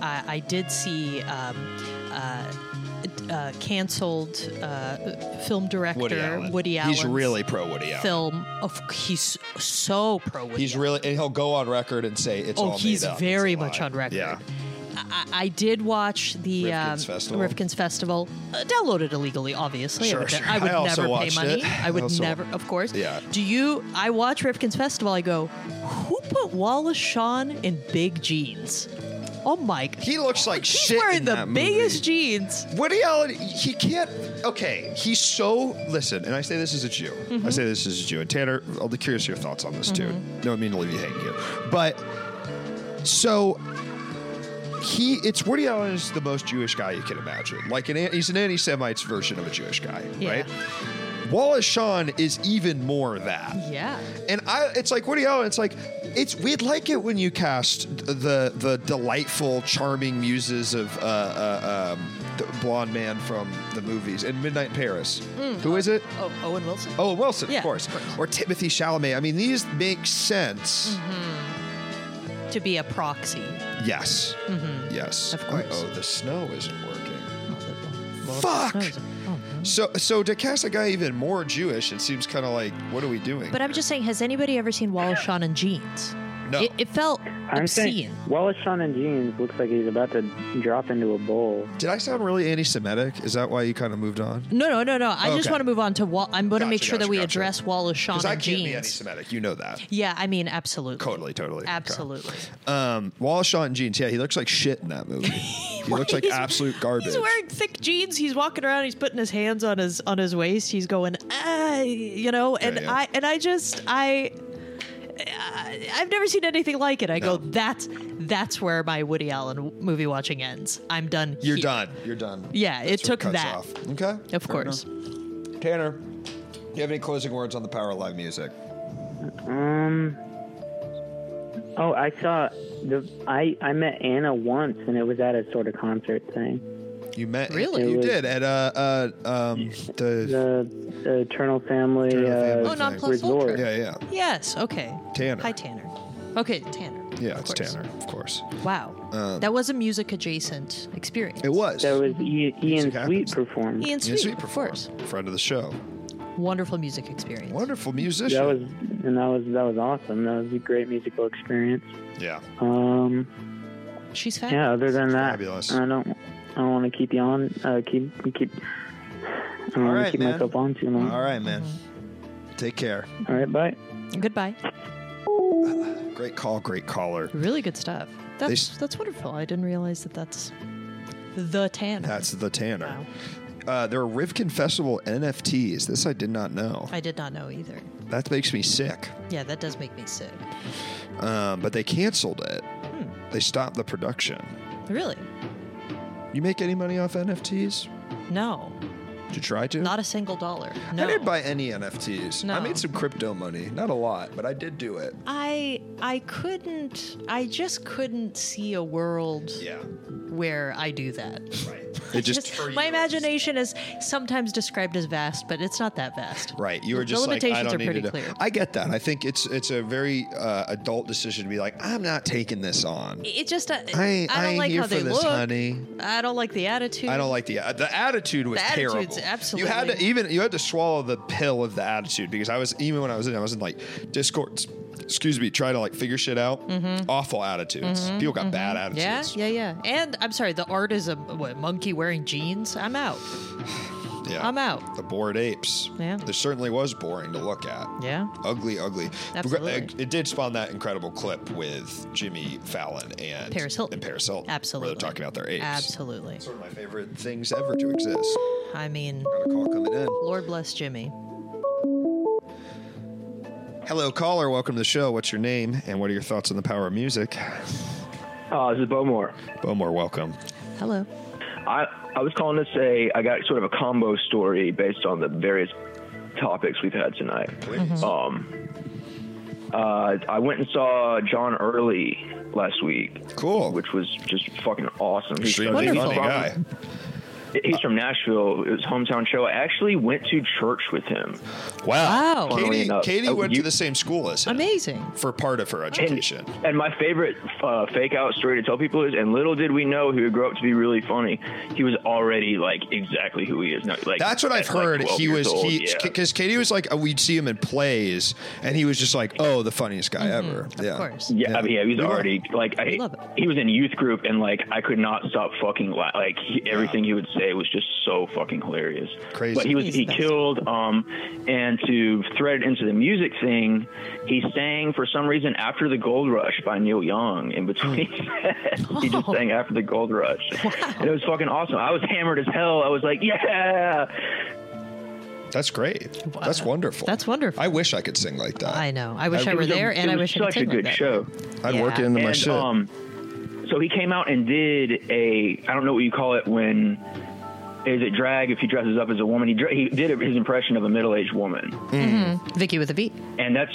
Speaker 2: I, I did see. Um, uh, d- uh, canceled uh, film director
Speaker 1: Woody Allen.
Speaker 2: Woody
Speaker 1: He's
Speaker 2: Allen's
Speaker 1: really pro Woody Allen.
Speaker 2: film. Of, he's so pro Woody.
Speaker 1: He's really, and he'll go on record and say it's
Speaker 2: Oh,
Speaker 1: all
Speaker 2: he's
Speaker 1: made up.
Speaker 2: very
Speaker 1: It's a
Speaker 2: much
Speaker 1: lie.
Speaker 2: on record.
Speaker 1: Yeah.
Speaker 2: I, I did watch the
Speaker 1: Rifkin's
Speaker 2: um,
Speaker 1: Festival.
Speaker 2: Rifkin's Festival. Uh, downloaded illegally, obviously.
Speaker 1: Sure,
Speaker 2: I would,
Speaker 1: sure.
Speaker 2: I would
Speaker 1: I also
Speaker 2: never pay
Speaker 1: watched
Speaker 2: money.
Speaker 1: it.
Speaker 2: I would
Speaker 1: I also-
Speaker 2: never, of course.
Speaker 1: Yeah.
Speaker 2: Do you? I watch Rifkin's Festival. I go, who put Wallace Shawn in big jeans? Oh my!
Speaker 1: He looks like
Speaker 2: he's
Speaker 1: shit
Speaker 2: wearing
Speaker 1: in
Speaker 2: the
Speaker 1: that movie.
Speaker 2: biggest jeans.
Speaker 1: Woody Allen, he can't. Okay, he's so. Listen, and I say this as a Jew.
Speaker 2: Mm-hmm.
Speaker 1: I say this as a Jew. And Tanner, I'll be curious your thoughts on this too. Don't mean to leave you hanging here, but so he, it's Woody Allen is the most Jewish guy you can imagine. Like an, he's an anti-Semite's version of a Jewish guy,
Speaker 2: Yeah.
Speaker 1: right? Wallace Shawn is even more that.
Speaker 2: Yeah.
Speaker 1: And I, it's like Woody Allen. It's like it's we'd like it when you cast the the delightful, charming muses of uh, uh, um, the blonde man from the movies and Midnight in Paris. Who is it?
Speaker 2: Oh, Owen Wilson.
Speaker 1: Oh, Wilson,
Speaker 2: Yeah,
Speaker 1: of, course.
Speaker 2: of course. Mm-hmm.
Speaker 1: or Timothy Chalamet. I mean, these make sense.
Speaker 2: To be a proxy.
Speaker 1: Yes, yes.
Speaker 2: Mm-hmm. Of course.
Speaker 1: Oh, the snow isn't working.
Speaker 2: Well,
Speaker 1: Fuck!
Speaker 2: no, it's- oh, no.
Speaker 1: So, so to cast a guy even more Jewish, it seems kind of like, what are we doing?
Speaker 2: But I'm just saying, has anybody ever seen Wallace Shawn in jeans?
Speaker 1: No.
Speaker 2: It, it felt
Speaker 4: I'm
Speaker 2: obscene.
Speaker 4: saying Wallace Shawn in jeans looks like he's about to drop into a bowl.
Speaker 1: Did I sound really anti-Semitic? Is that why you kind of moved on?
Speaker 2: No, no, no, no. I just
Speaker 1: Okay.
Speaker 2: want to move on to Wall. I'm going to
Speaker 1: Gotcha,
Speaker 2: make sure that
Speaker 1: gotcha,
Speaker 2: we
Speaker 1: gotcha.
Speaker 2: address Wallace Shawn
Speaker 1: Because
Speaker 2: and
Speaker 1: I can't
Speaker 2: jeans.
Speaker 1: be anti-Semitic. You know that.
Speaker 2: yeah, I mean, absolutely,
Speaker 1: Totally, totally. Okay.
Speaker 2: absolutely.
Speaker 1: Um, Wallace Shawn in jeans. Yeah, he looks like shit in that
Speaker 2: *laughs*
Speaker 1: movie. He looks like
Speaker 2: He's-
Speaker 1: absolute garbage.
Speaker 2: He's wearing thick jeans. He's walking around. He's putting his hands on his on his waist. He's going, ah, you know. And
Speaker 1: yeah.
Speaker 2: I and I just I. I- I've never seen anything like it. I go, that's that's where my Woody Allen movie watching ends. I'm done.
Speaker 1: You're
Speaker 2: here."
Speaker 1: done. You're done.
Speaker 2: Yeah, it
Speaker 1: That's where
Speaker 2: took
Speaker 1: cuts
Speaker 2: that.
Speaker 1: off. Okay.
Speaker 2: Of
Speaker 1: Fair
Speaker 2: course.
Speaker 1: enough. Tanner, do you have any closing words on the power of live music?
Speaker 4: Um. Oh, I saw the I I met Anna once, and it was at a sort of concert thing.
Speaker 1: You met
Speaker 2: Really?
Speaker 1: You did at uh, uh um the
Speaker 4: The, the Eternal Family.
Speaker 1: Eternal Family
Speaker 4: uh,
Speaker 1: Oh,
Speaker 2: non plus
Speaker 4: Resort.
Speaker 2: ultra.
Speaker 1: yeah yeah
Speaker 2: Yes. Okay.
Speaker 1: Tanner.
Speaker 2: Hi, Tanner. Okay, Tanner.
Speaker 1: yeah
Speaker 2: Of
Speaker 1: it's
Speaker 2: course.
Speaker 1: Tanner of course.
Speaker 2: Wow. that was a music adjacent experience.
Speaker 1: It was.
Speaker 4: That was I, Ian
Speaker 1: happens.
Speaker 4: Sweet performed.
Speaker 2: Ian
Speaker 1: Ian
Speaker 2: Sweet,
Speaker 1: Sweet
Speaker 2: of
Speaker 1: performed.
Speaker 2: course.
Speaker 1: Friend of the show.
Speaker 2: Wonderful music experience.
Speaker 1: Wonderful musician.
Speaker 4: That was and that was that was awesome. That was a great musical experience.
Speaker 1: yeah.
Speaker 4: Um.
Speaker 2: She's fabulous.
Speaker 4: Yeah. Other than that,
Speaker 1: Fabulous.
Speaker 4: I don't I don't want to keep you on. Uh, keep keep. I don't
Speaker 1: All
Speaker 4: want
Speaker 1: right,
Speaker 4: to keep
Speaker 1: man.
Speaker 4: myself on too long.
Speaker 1: All right, man.
Speaker 2: Mm-hmm.
Speaker 1: Take care.
Speaker 4: All right. Bye.
Speaker 2: Goodbye.
Speaker 1: Great call. Great caller.
Speaker 2: Really good stuff. That's
Speaker 1: s-
Speaker 2: that's wonderful. I didn't realize that that's the Tanner.
Speaker 1: That's the Tanner. Uh, there are Rivkin Festival NFTs. This I did not know.
Speaker 2: I did not know either.
Speaker 1: That makes me sick.
Speaker 2: Yeah, that does make me sick.
Speaker 1: Um, but they canceled it.
Speaker 2: Hmm.
Speaker 1: They stopped the production.
Speaker 2: Really?
Speaker 1: You make any money off NFTs?
Speaker 2: No.
Speaker 1: Did you try to?
Speaker 2: Not a single dollar. No.
Speaker 1: I didn't buy any NFTs. I
Speaker 2: No.
Speaker 1: made some crypto money. Not a lot, but I did do it.
Speaker 2: I I couldn't I just couldn't see a world
Speaker 1: Yeah.
Speaker 2: where I do that. *laughs*
Speaker 1: Right. It just,
Speaker 2: my imagination is sometimes described as vast, but it's not that vast.
Speaker 1: Right, you were
Speaker 2: The
Speaker 1: just like I
Speaker 2: limitations
Speaker 1: don't
Speaker 2: are
Speaker 1: need
Speaker 2: pretty
Speaker 1: to. do-
Speaker 2: clear.
Speaker 1: I get that. I think it's it's a very uh, adult decision to be like I'm not taking this on.
Speaker 2: It just uh,
Speaker 1: I,
Speaker 2: I,
Speaker 1: ain't- I
Speaker 2: don't
Speaker 1: ain't
Speaker 2: like
Speaker 1: here
Speaker 2: how
Speaker 1: for
Speaker 2: they
Speaker 1: this,
Speaker 2: look.
Speaker 1: honey.
Speaker 2: I don't like the attitude.
Speaker 1: I don't like the uh, the attitude was
Speaker 2: The
Speaker 1: terrible.
Speaker 2: attitude's absolutely-
Speaker 1: you had to even you had to swallow the pill of the attitude because I was even when I was in I was in like discords. Excuse me, trying to like figure shit out. Awful attitudes. People got bad
Speaker 2: Mm-hmm. Yeah,
Speaker 1: attitudes.
Speaker 2: yeah, yeah. And I'm sorry, the art is a what, monkey wearing jeans. I'm out.
Speaker 1: Yeah, Yeah.
Speaker 2: I'm out.
Speaker 1: The bored apes.
Speaker 2: Yeah.
Speaker 1: This certainly was boring to look at.
Speaker 2: Yeah.
Speaker 1: Ugly, ugly.
Speaker 2: Absolutely.
Speaker 1: It, it did spawn that incredible clip with Jimmy Fallon and
Speaker 2: Paris Hilton.
Speaker 1: And Paris Hilton.
Speaker 2: Absolutely.
Speaker 1: Where they're talking about their apes.
Speaker 2: Absolutely.
Speaker 1: Sort of my favorite things ever to exist.
Speaker 2: I mean,
Speaker 1: Got a call coming in.
Speaker 2: Lord bless Jimmy.
Speaker 1: Hello, caller. Welcome to the show. What's your name and what are your thoughts on the power of music?
Speaker 5: Uh, this is Bo Moore.
Speaker 1: Bowmore, welcome.
Speaker 2: Hello.
Speaker 5: I, I was calling this a, I got sort of a combo story based on the various topics we've had tonight. Um, uh, I went and saw John Early last week,
Speaker 1: Cool.
Speaker 5: which was just fucking awesome. He's-
Speaker 1: Extremely
Speaker 5: he's
Speaker 1: funny
Speaker 5: from-
Speaker 1: guy.
Speaker 5: He's from Nashville. It was hometown show. I actually went to church with him.
Speaker 1: Wow.
Speaker 2: Wow.
Speaker 5: Funnily
Speaker 1: Katie,
Speaker 5: enough.
Speaker 1: Katie
Speaker 5: Oh,
Speaker 1: went
Speaker 5: you-
Speaker 1: to the same school as him
Speaker 2: Amazing.
Speaker 1: for part of her
Speaker 5: And,
Speaker 1: education.
Speaker 5: and my favorite uh, fake out story to tell people is, and little did we know he would grow up to be really funny. He was already like exactly who he is now. Like
Speaker 1: That's what
Speaker 5: at,
Speaker 1: I've
Speaker 5: like,
Speaker 1: heard.
Speaker 5: 12
Speaker 1: he
Speaker 5: years
Speaker 1: was
Speaker 5: old,
Speaker 1: he
Speaker 5: yeah.
Speaker 1: because Katie was like uh, we'd see him in plays, and he was just like, oh, the funniest guy ever. yeah.
Speaker 2: Mm-hmm. Of course.
Speaker 5: Yeah, I mean, yeah, he was
Speaker 1: We love
Speaker 5: already like I,
Speaker 2: We love it.
Speaker 5: he was in youth group, and like I could not stop fucking la- like he, everything he would say was just so fucking hilarious.
Speaker 1: Crazy.
Speaker 5: But he was
Speaker 2: He's
Speaker 5: he
Speaker 2: the best.
Speaker 5: killed. Um, and to thread it into the music thing, he sang for some reason after the Gold Rush by Neil Young in between.
Speaker 2: Hmm. *laughs*
Speaker 5: sets. he just sang after the Gold Rush, and it was fucking awesome. I was hammered as hell. I was like, yeah.
Speaker 1: That's great. That's wonderful.
Speaker 2: That's wonderful.
Speaker 1: I wish I could sing like that.
Speaker 2: I know. I wish I,
Speaker 5: It
Speaker 2: were
Speaker 5: was a-
Speaker 2: there, and
Speaker 5: it
Speaker 2: I
Speaker 5: was
Speaker 2: wish I could
Speaker 5: such a
Speaker 2: sing like
Speaker 5: good
Speaker 2: that.
Speaker 5: show.
Speaker 1: I'd
Speaker 2: Yeah.
Speaker 1: work it into my
Speaker 5: and,
Speaker 1: shit.
Speaker 5: Um, so he came out and did a I don't know what you call it when is it drag if he dresses up as a woman he dre- he did his impression of a middle aged woman
Speaker 2: Vicky with a beat.
Speaker 5: and that's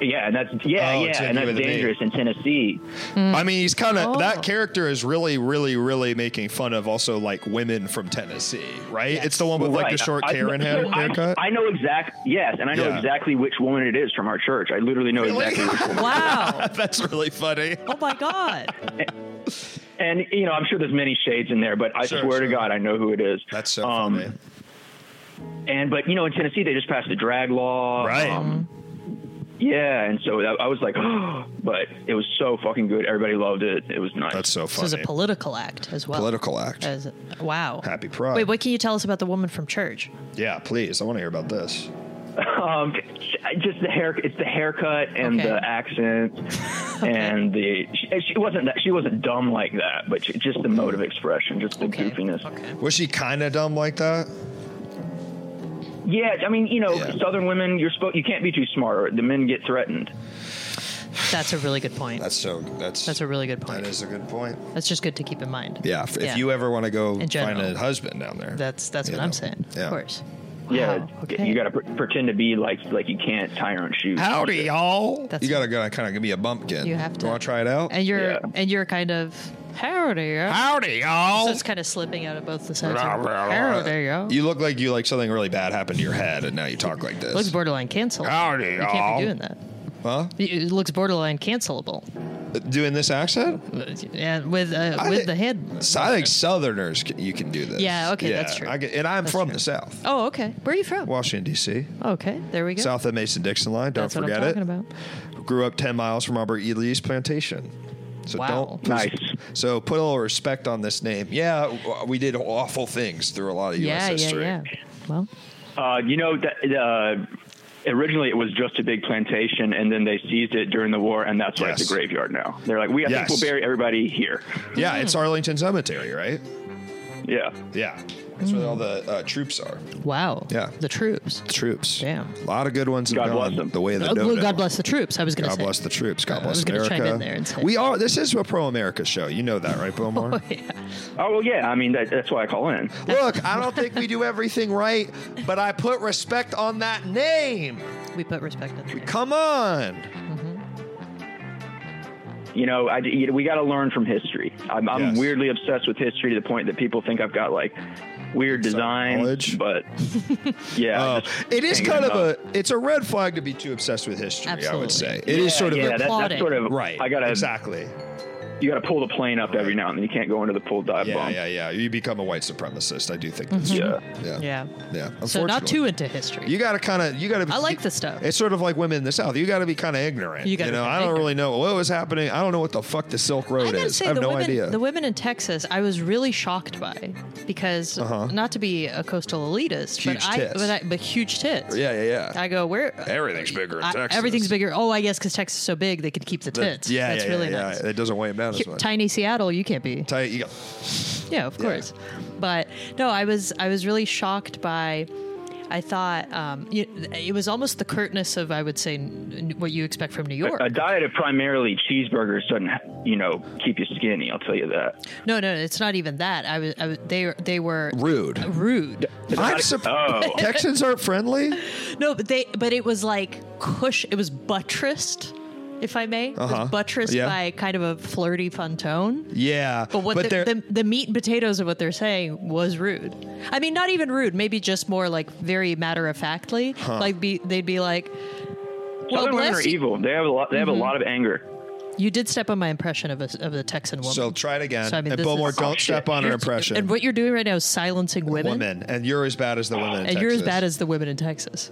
Speaker 5: yeah and that's yeah
Speaker 1: Oh,
Speaker 5: yeah
Speaker 1: Jimmy
Speaker 5: and that's
Speaker 1: with a V.
Speaker 5: dangerous in Tennessee
Speaker 1: I mean, he's kind of
Speaker 2: Oh.
Speaker 1: that character is really, really, really making fun of also like women from Tennessee, right? It's the one with like the
Speaker 5: Right.
Speaker 1: short
Speaker 5: I-
Speaker 1: Karen
Speaker 5: so
Speaker 1: hair,
Speaker 5: I,
Speaker 1: haircut.
Speaker 5: I know exact yes and I know
Speaker 1: Yeah.
Speaker 5: exactly which woman it is from our church I literally know
Speaker 1: Really?
Speaker 5: exactly which woman
Speaker 2: Wow.
Speaker 1: *laughs* That's really funny.
Speaker 2: oh my God.
Speaker 5: and you know I'm sure there's many shades in there but I
Speaker 1: Sure,
Speaker 5: swear
Speaker 1: sure.
Speaker 5: to God I know who it is
Speaker 1: That's so
Speaker 5: Um,
Speaker 1: funny.
Speaker 5: and but you know in Tennessee they just passed the drag law um,
Speaker 1: Right.
Speaker 5: Yeah, and so that, I was like, *gasps* but it was so fucking good. Everybody loved it. It was nice.
Speaker 1: That's so
Speaker 2: This was a
Speaker 1: funny.
Speaker 2: political act as well.
Speaker 1: Political act.
Speaker 2: As, wow.
Speaker 1: Happy Pride.
Speaker 2: Wait, what can you tell us about the woman from church?
Speaker 1: yeah, please. I want to hear about this.
Speaker 5: um, just the hair. It's the haircut and
Speaker 2: Okay.
Speaker 5: the
Speaker 2: *laughs*
Speaker 5: accent, and the she, and she wasn't that she wasn't dumb like that, but she, just the mode of expression, just the
Speaker 2: Okay.
Speaker 5: goofiness.
Speaker 2: Okay.
Speaker 1: Was she kind of dumb like that?
Speaker 5: Yeah, I mean, you know,
Speaker 1: Yeah.
Speaker 5: Southern women, you're spo- you can't be too smart. Or the men get threatened.
Speaker 2: That's a really good point.
Speaker 1: That's so. That's
Speaker 2: That's a really good point.
Speaker 1: That is a good point.
Speaker 2: That's just good to keep in mind.
Speaker 1: Yeah, if,
Speaker 2: Yeah.
Speaker 1: if you ever want to go
Speaker 2: In
Speaker 1: find a
Speaker 2: general.
Speaker 1: husband down there,
Speaker 2: That's that's
Speaker 1: you
Speaker 2: what
Speaker 1: know,
Speaker 2: I'm saying.
Speaker 1: yeah.
Speaker 2: Of course.
Speaker 5: Yeah,
Speaker 2: Wow, okay.
Speaker 5: you got to pr- pretend to be like like you can't tie your own shoes.
Speaker 1: Howdy, y'all!
Speaker 2: That's-
Speaker 1: you gotta gotta kind of give me a bumpkin.
Speaker 2: You have to.
Speaker 1: Want to try it out?
Speaker 2: And you're
Speaker 5: Yeah.
Speaker 2: and you're kind of howdy. yeah."
Speaker 1: Howdy, y'all!
Speaker 2: So it's kind of slipping out of both the sides.
Speaker 1: Rah, rah, rah.
Speaker 2: howdy, yeah.
Speaker 1: You look like you like something really bad happened to your head, and now you talk like this.
Speaker 2: looks borderline cancelable.
Speaker 1: Howdy,
Speaker 2: you
Speaker 1: y'all.
Speaker 2: can't be doing that.
Speaker 1: huh?
Speaker 2: It looks borderline cancelable.
Speaker 1: Doing this accent?
Speaker 2: And with uh,
Speaker 1: I
Speaker 2: with
Speaker 1: think-
Speaker 2: the head.
Speaker 1: So I think Southerners c- you can do this.
Speaker 2: Yeah, okay, that's true.
Speaker 1: I get, and I'm
Speaker 2: That's
Speaker 1: from
Speaker 2: true.
Speaker 1: the South,
Speaker 2: Oh, okay. Where are you from?
Speaker 1: Washington D.C.,
Speaker 2: okay, there we go.
Speaker 1: south of Mason-Dixon line. Don't
Speaker 2: That's what I'm
Speaker 1: forget
Speaker 2: talking
Speaker 1: it.
Speaker 2: about.
Speaker 1: Grew up ten miles from Robert E. Lee's plantation. So
Speaker 2: Wow.
Speaker 1: don't
Speaker 5: Nice.
Speaker 1: So put a little respect on this name. Yeah, w- we did awful things through a lot of U.S.
Speaker 2: Yeah, yeah,
Speaker 1: history.
Speaker 2: yeah. Well,
Speaker 5: Uh, you know, that, uh, originally it was just a big plantation, and then they seized it during the war, and that's why
Speaker 1: Yes.
Speaker 5: it's a graveyard now. They're like, we I
Speaker 1: Yes.
Speaker 5: think we'll bury everybody here.
Speaker 1: Yeah, it's Arlington Cemetery, right?
Speaker 5: Yeah.
Speaker 1: Yeah, that's where all the uh, troops are.
Speaker 2: wow.
Speaker 1: Yeah.
Speaker 2: The troops.
Speaker 1: Troops.
Speaker 2: Damn.
Speaker 1: A lot of good ones. have
Speaker 5: God
Speaker 1: gone
Speaker 5: bless them.
Speaker 1: The way of the
Speaker 2: Oh, well,
Speaker 1: donut.
Speaker 2: God bless the troops. I was going to
Speaker 1: God
Speaker 2: say.
Speaker 1: bless the
Speaker 2: *laughs*
Speaker 1: troops. God
Speaker 2: I
Speaker 1: bless
Speaker 2: was gonna
Speaker 1: America.
Speaker 2: chime in there and say-
Speaker 1: we are. This is a pro-America show. You know that, right,
Speaker 2: *laughs*
Speaker 1: Bomar?
Speaker 5: Oh well, yeah. I mean, that, that's why I call in.
Speaker 1: Look, I don't think we do everything right, but I put respect on that name.
Speaker 2: we put respect in there.
Speaker 1: Come on.
Speaker 5: You know, I, you know, we got to learn from history. I'm, I'm
Speaker 1: Yes.
Speaker 5: weirdly obsessed with history to the point that people think I've got like weird
Speaker 1: Some knowledge.
Speaker 5: design,
Speaker 1: *laughs*
Speaker 5: but yeah, I
Speaker 1: Uh,
Speaker 5: just
Speaker 1: it is
Speaker 5: can't get
Speaker 1: kind of
Speaker 5: enough.
Speaker 1: a. It's a red flag to be too obsessed with history. I would
Speaker 2: Absolutely.
Speaker 1: say it is
Speaker 5: Yeah,
Speaker 1: sort of
Speaker 5: yeah,
Speaker 1: a
Speaker 5: that, that's
Speaker 2: applauding.
Speaker 5: sort of
Speaker 1: right.
Speaker 5: I gotta
Speaker 1: exactly.
Speaker 5: you got to pull the plane up every now and then. You can't go into the full dive
Speaker 1: Yeah,
Speaker 5: bomb.
Speaker 1: yeah, yeah. You become a white supremacist. I do think that's
Speaker 5: Yeah.
Speaker 1: true. Yeah.
Speaker 2: Mm-hmm. Yeah.
Speaker 1: Yeah.
Speaker 2: So not
Speaker 1: Unfortunately.
Speaker 2: too into history.
Speaker 1: You got to kind of you got to.
Speaker 2: I like this stuff.
Speaker 1: It's sort of like women in the South. You got to be kind of ignorant.
Speaker 2: You
Speaker 1: You,
Speaker 2: gotta
Speaker 1: know,
Speaker 2: be
Speaker 1: I don't
Speaker 2: ignorant.
Speaker 1: really know what was happening. I don't know what the fuck the Silk Road
Speaker 2: I gotta
Speaker 1: is.
Speaker 2: say,
Speaker 1: I have
Speaker 2: the
Speaker 1: no
Speaker 2: women,
Speaker 1: idea.
Speaker 2: The women in Texas, I was really shocked by because not to be a coastal elitist,
Speaker 1: Uh-huh. Huge
Speaker 2: but I,
Speaker 1: tits.
Speaker 2: but I but huge tits.
Speaker 1: yeah, yeah, yeah.
Speaker 2: I go where
Speaker 1: everything's bigger in
Speaker 2: I-
Speaker 1: Texas.
Speaker 2: everything's bigger. Oh, I guess because Texas is so big, they could keep the
Speaker 1: The-
Speaker 2: tits.
Speaker 1: yeah,
Speaker 2: that's
Speaker 1: yeah,
Speaker 2: really
Speaker 1: yeah,
Speaker 2: nice.
Speaker 1: Yeah. It doesn't weigh them down as
Speaker 2: Here-
Speaker 1: much.
Speaker 2: Tiny Seattle, you can't be.
Speaker 1: Tight. You got,
Speaker 2: Yeah, of course. But no, I was I was really shocked by. I thought um, you, it was almost the curtness of I would say n- what you expect from New York.
Speaker 5: A diet of primarily cheeseburgers doesn't, you know, keep you skinny. I'll tell you that.
Speaker 2: no, no, it's not even that. I was, I was they they were *laughs*
Speaker 1: rude.
Speaker 2: rude.
Speaker 1: I'm
Speaker 2: *laughs*
Speaker 1: surprised.
Speaker 5: Oh.
Speaker 1: Texans aren't friendly.
Speaker 2: No, but they but it was like cush. It was buttressed, if I may. It was
Speaker 1: Uh-huh.
Speaker 2: buttressed
Speaker 1: Yeah.
Speaker 2: by kind of a flirty, fun tone.
Speaker 1: Yeah,
Speaker 2: But what
Speaker 1: they're-
Speaker 2: the, the, the meat and potatoes of what they're saying was rude. I mean, not even rude. Maybe just more like very matter of factly. Like be they'd be like, "Well,
Speaker 5: Southern women are
Speaker 2: bless you. Mm-hmm.
Speaker 5: evil. They have a lot. They have a lot of anger.
Speaker 2: you did step on my impression of a, of the Texan woman."
Speaker 1: so try it again.
Speaker 2: So, I mean,
Speaker 1: and
Speaker 2: this
Speaker 1: Bowmore,
Speaker 2: is-
Speaker 1: don't
Speaker 2: Oh,
Speaker 1: step on her impression.
Speaker 2: and what you're doing right now is silencing women.
Speaker 1: women, and you're as bad as the women. in
Speaker 2: And you're as
Speaker 1: Texas.
Speaker 2: bad as the women in Texas.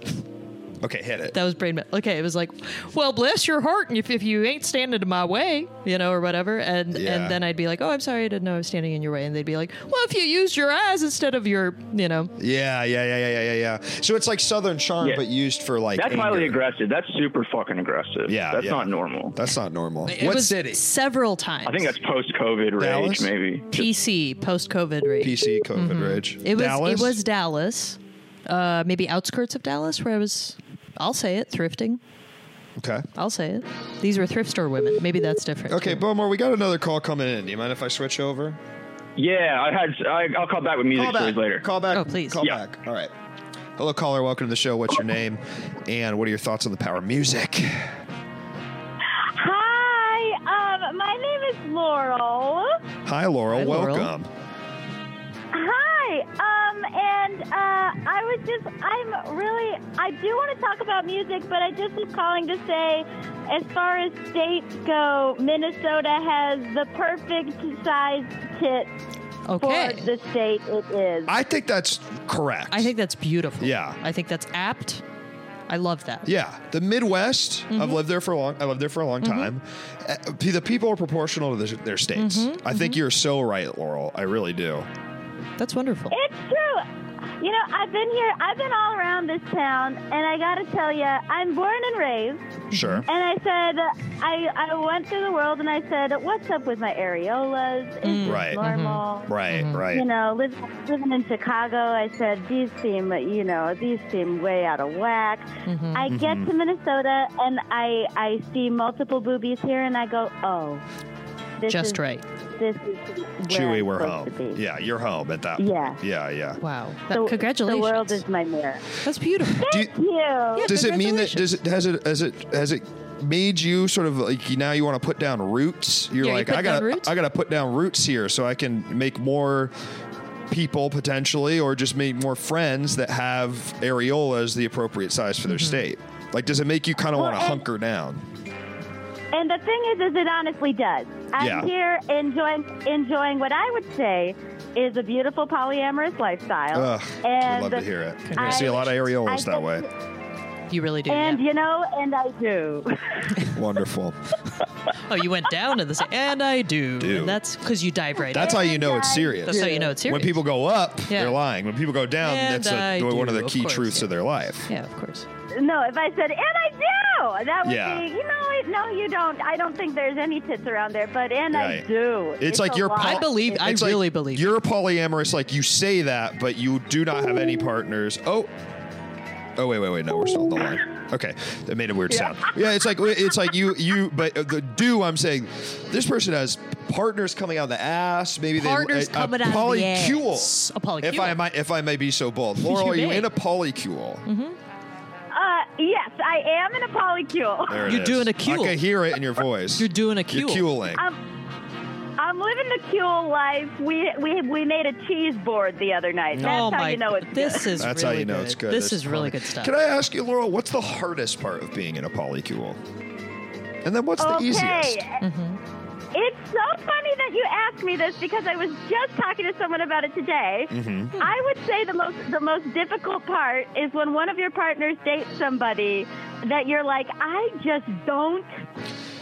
Speaker 1: Okay, hit it.
Speaker 2: That was brain. ma- Okay, it was like, well, bless your heart, and if, if you ain't standing in my way, you know, or whatever, and
Speaker 1: Yeah.
Speaker 2: and then I'd be like, oh, I'm sorry, I didn't know I was standing in your way, and they'd be like, well, if you used your eyes instead of your, you know,
Speaker 1: Yeah, yeah, yeah, yeah, yeah, yeah. yeah. So it's like Southern charm,
Speaker 5: Yeah.
Speaker 1: but used for like.
Speaker 5: That's
Speaker 1: anger.
Speaker 5: highly aggressive. That's super fucking aggressive.
Speaker 1: Yeah,
Speaker 5: that's
Speaker 1: yeah.
Speaker 5: not normal.
Speaker 1: That's not normal.
Speaker 2: it
Speaker 1: what
Speaker 2: was
Speaker 1: city?
Speaker 2: Several times.
Speaker 5: I think that's post-COVID rage,
Speaker 1: Dallas?
Speaker 5: maybe.
Speaker 2: PC post COVID rate.
Speaker 1: PC COVID rage.
Speaker 2: Mm-hmm. It was
Speaker 1: Dallas?
Speaker 2: it was Dallas, uh, maybe outskirts of Dallas, where I was. I'll say it, thrifting.
Speaker 1: okay.
Speaker 2: I'll say it. These were thrift store women. Maybe that's different.
Speaker 1: Okay,
Speaker 2: too.
Speaker 1: Bowmore, we got another call coming in. Do you mind if I switch over?
Speaker 5: Yeah, I had. I, I'll call back with music
Speaker 1: Call back
Speaker 5: stories later.
Speaker 1: Call back.
Speaker 2: Oh, please.
Speaker 1: Call
Speaker 5: Yeah.
Speaker 1: back. All right. Hello, caller. Welcome to the show. What's your name? And what are your thoughts on the power of music?
Speaker 6: Hi, um, my name is Laurel.
Speaker 1: Hi, Laurel.
Speaker 2: Hi, Laurel.
Speaker 1: Welcome.
Speaker 6: Hi, um, and uh, I was just, I'm really, I do want to talk about music, but I just was calling to say, as far as states go, Minnesota has the perfect size tit
Speaker 2: Okay.
Speaker 6: for the state it is.
Speaker 1: I think that's correct.
Speaker 2: I think that's beautiful.
Speaker 1: Yeah.
Speaker 2: I think that's apt. I love that.
Speaker 1: Yeah, the Midwest.
Speaker 2: Mm-hmm.
Speaker 1: I've lived there for a long. I lived there for a long time. Uh, p- the people are proportional to their, their states.
Speaker 2: Mm-hmm.
Speaker 1: I think you're so right, Laurel. I really do.
Speaker 2: That's wonderful.
Speaker 6: It's true. You know, I've been here, I've been all around this town, and I got to tell you, I'm born and raised.
Speaker 1: Sure.
Speaker 2: Mm-hmm.
Speaker 6: And I said, I, I went through the world and I said, what's up with my areolas? Is
Speaker 2: Mm.
Speaker 6: this
Speaker 1: Right.
Speaker 6: normal?
Speaker 2: Mm-hmm.
Speaker 1: Right. Right.
Speaker 6: You know, live, living in Chicago, I said, these seem, you know, these seem way out of whack.
Speaker 2: Mm-hmm.
Speaker 6: I get to Minnesota and I, I see multiple boobies here and I go, oh. This
Speaker 2: Just
Speaker 6: is,
Speaker 2: right.
Speaker 6: This is where
Speaker 1: Chewy,
Speaker 6: I'm
Speaker 1: we're
Speaker 6: supposed
Speaker 1: home.
Speaker 6: To be.
Speaker 1: Yeah, you're home at that.
Speaker 6: Yeah.
Speaker 1: Point. Yeah. Yeah.
Speaker 2: Wow.
Speaker 6: The-
Speaker 2: That- congratulations.
Speaker 6: The world is my mirror.
Speaker 2: That's beautiful.
Speaker 1: Do you,
Speaker 6: Thank you.
Speaker 1: does it mean that? Does it has it has it has it made you sort of like you now you want to put down roots? You're
Speaker 2: Yeah, you
Speaker 1: like
Speaker 2: put
Speaker 1: I
Speaker 2: down
Speaker 1: gotta
Speaker 2: roots?
Speaker 1: I gotta put down roots here so I can make more people potentially or just make more friends that have areolas the appropriate size for their state. Like, does it make you kind of
Speaker 6: Mm-hmm. Well,
Speaker 1: want to
Speaker 6: and-
Speaker 1: hunker down?
Speaker 6: And the thing is, is it honestly does. I'm
Speaker 1: Yeah.
Speaker 6: here enjoying enjoying what I would say is a beautiful polyamorous lifestyle.
Speaker 1: Ugh, I'd
Speaker 6: and
Speaker 1: love to hear it. I,
Speaker 6: I-
Speaker 1: see a lot of
Speaker 6: I
Speaker 1: areolas that
Speaker 6: think-
Speaker 1: way.
Speaker 2: you really do.
Speaker 6: And
Speaker 2: yeah.
Speaker 6: you know, and I do. *laughs*
Speaker 1: Wonderful.
Speaker 2: oh, you went down to the sa- and I do.
Speaker 1: Do.
Speaker 2: And that's because you dive right.
Speaker 1: That's
Speaker 2: in.
Speaker 1: how you know it's
Speaker 6: Yeah.
Speaker 1: serious.
Speaker 2: That's how you know it's serious.
Speaker 1: When people go up,
Speaker 2: Yeah.
Speaker 1: they're lying. When people go down,
Speaker 2: And
Speaker 1: that's a,
Speaker 2: I
Speaker 1: one of
Speaker 2: do,
Speaker 1: the
Speaker 2: of
Speaker 1: key
Speaker 2: course,
Speaker 1: truths
Speaker 2: yeah.
Speaker 1: of their life.
Speaker 2: Yeah, of course.
Speaker 6: no, if I said and I do, that would
Speaker 1: Yeah.
Speaker 6: be you know, it, no, you don't. I don't think there's any tits around there, but and I
Speaker 1: Right.
Speaker 6: do.
Speaker 1: It's like
Speaker 6: a
Speaker 1: you're
Speaker 6: lot.
Speaker 1: pol-
Speaker 2: I believe. I
Speaker 1: It's like
Speaker 2: really believe.
Speaker 1: You're polyamorous, like you say that, but you do not have any partners. Oh. Oh wait, wait, wait! No, we're still on the line. Okay, it made a weird sound. Yeah, it's like it's like you, you. But the do I'm saying, this person has partners coming out of the ass. Maybe
Speaker 2: Partners
Speaker 1: they a,
Speaker 2: coming
Speaker 1: a
Speaker 2: out of the
Speaker 1: polycule.
Speaker 2: ass. A polycule.
Speaker 1: If I might, if I may be so bold, Laurel,
Speaker 2: You
Speaker 1: are you
Speaker 2: may. Mm-hmm.
Speaker 1: in a polycule?
Speaker 6: Uh, yes, I am in a polycule.
Speaker 1: There it
Speaker 2: You're
Speaker 1: is.
Speaker 2: doing a cule.
Speaker 1: I can hear it in your voice.
Speaker 2: You're doing a cule. Oh
Speaker 1: You're cueling.
Speaker 6: *laughs* I'm living the cule life. We we we made a cheese board the other night. That's
Speaker 2: oh
Speaker 6: how
Speaker 2: my!
Speaker 6: you know it's
Speaker 2: this
Speaker 6: good.
Speaker 2: is
Speaker 1: That's
Speaker 2: really
Speaker 1: how you know
Speaker 2: good.
Speaker 1: it's good.
Speaker 2: This
Speaker 1: That's
Speaker 2: is really
Speaker 1: funny.
Speaker 2: good stuff.
Speaker 1: Can I ask you, Laurel, what's the hardest part of being in a polycule? And then what's the Mm-hmm.
Speaker 6: okay.
Speaker 1: easiest?
Speaker 6: It's so funny that you asked me this because I was just talking to someone about it today.
Speaker 1: Mm-hmm.
Speaker 6: I would say the most the most difficult part is when one of your partners dates somebody that you're like, I just don't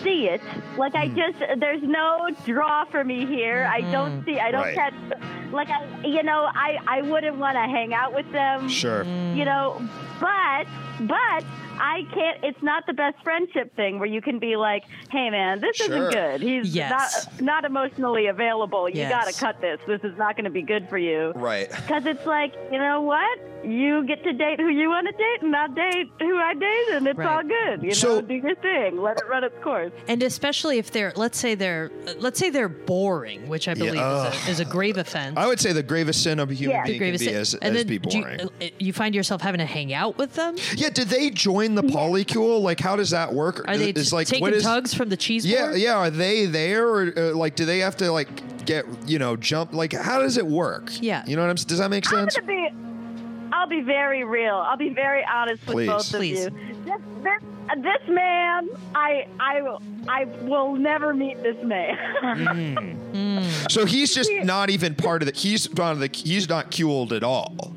Speaker 6: see it. Like
Speaker 1: Mm.
Speaker 6: I just there's no draw for me here. I don't see I don't
Speaker 1: Mm-hmm. Right.
Speaker 6: catch like I you know, I, I wouldn't wanna hang out with them
Speaker 1: Sure.
Speaker 6: you know but but i can't it's not the best friendship thing where you can be like hey man this
Speaker 1: Sure.
Speaker 6: isn't good he's
Speaker 2: Yes.
Speaker 6: not not emotionally available you
Speaker 2: Yes.
Speaker 6: gotta cut this this is not going to be good for you
Speaker 1: Right.
Speaker 6: because it's like you know what you get to date who you want to date and i date who i date and it's
Speaker 2: Right.
Speaker 6: all good you
Speaker 1: So-
Speaker 6: know do your thing let it run its course
Speaker 2: and especially if they're let's say they're let's say they're boring, which I believe is,
Speaker 1: ugh.
Speaker 2: a, is a grave offense.
Speaker 1: I would say the gravest sin of a human
Speaker 6: Yeah. The
Speaker 1: being can
Speaker 2: Grave
Speaker 1: be
Speaker 2: offense.
Speaker 1: is,
Speaker 2: And
Speaker 1: is
Speaker 2: then
Speaker 1: be
Speaker 2: do you-
Speaker 1: boring.
Speaker 2: uh, you find yourself having to hang out with them.
Speaker 1: yeah. Did they join the polycule? Like, how does that work?
Speaker 2: Are they
Speaker 1: Is
Speaker 2: t-
Speaker 1: like
Speaker 2: taking
Speaker 1: what is?
Speaker 2: tugs from the cheese
Speaker 1: Yeah.
Speaker 2: board?
Speaker 1: Yeah. Are they there or uh, like do they have to like get you know jump? Like, how does it work?
Speaker 2: Yeah.
Speaker 1: You know what I'm? s- Does that make
Speaker 6: I'm
Speaker 1: sense?
Speaker 6: gonna be. I'll be very real. I'll be very honest
Speaker 1: Please.
Speaker 6: with both of
Speaker 2: Please.
Speaker 6: you. This, this, this man, I, I, will- I will never meet this
Speaker 2: *laughs*
Speaker 6: man.
Speaker 1: So he's just not even part of the. He's not the. He's not cueled at all.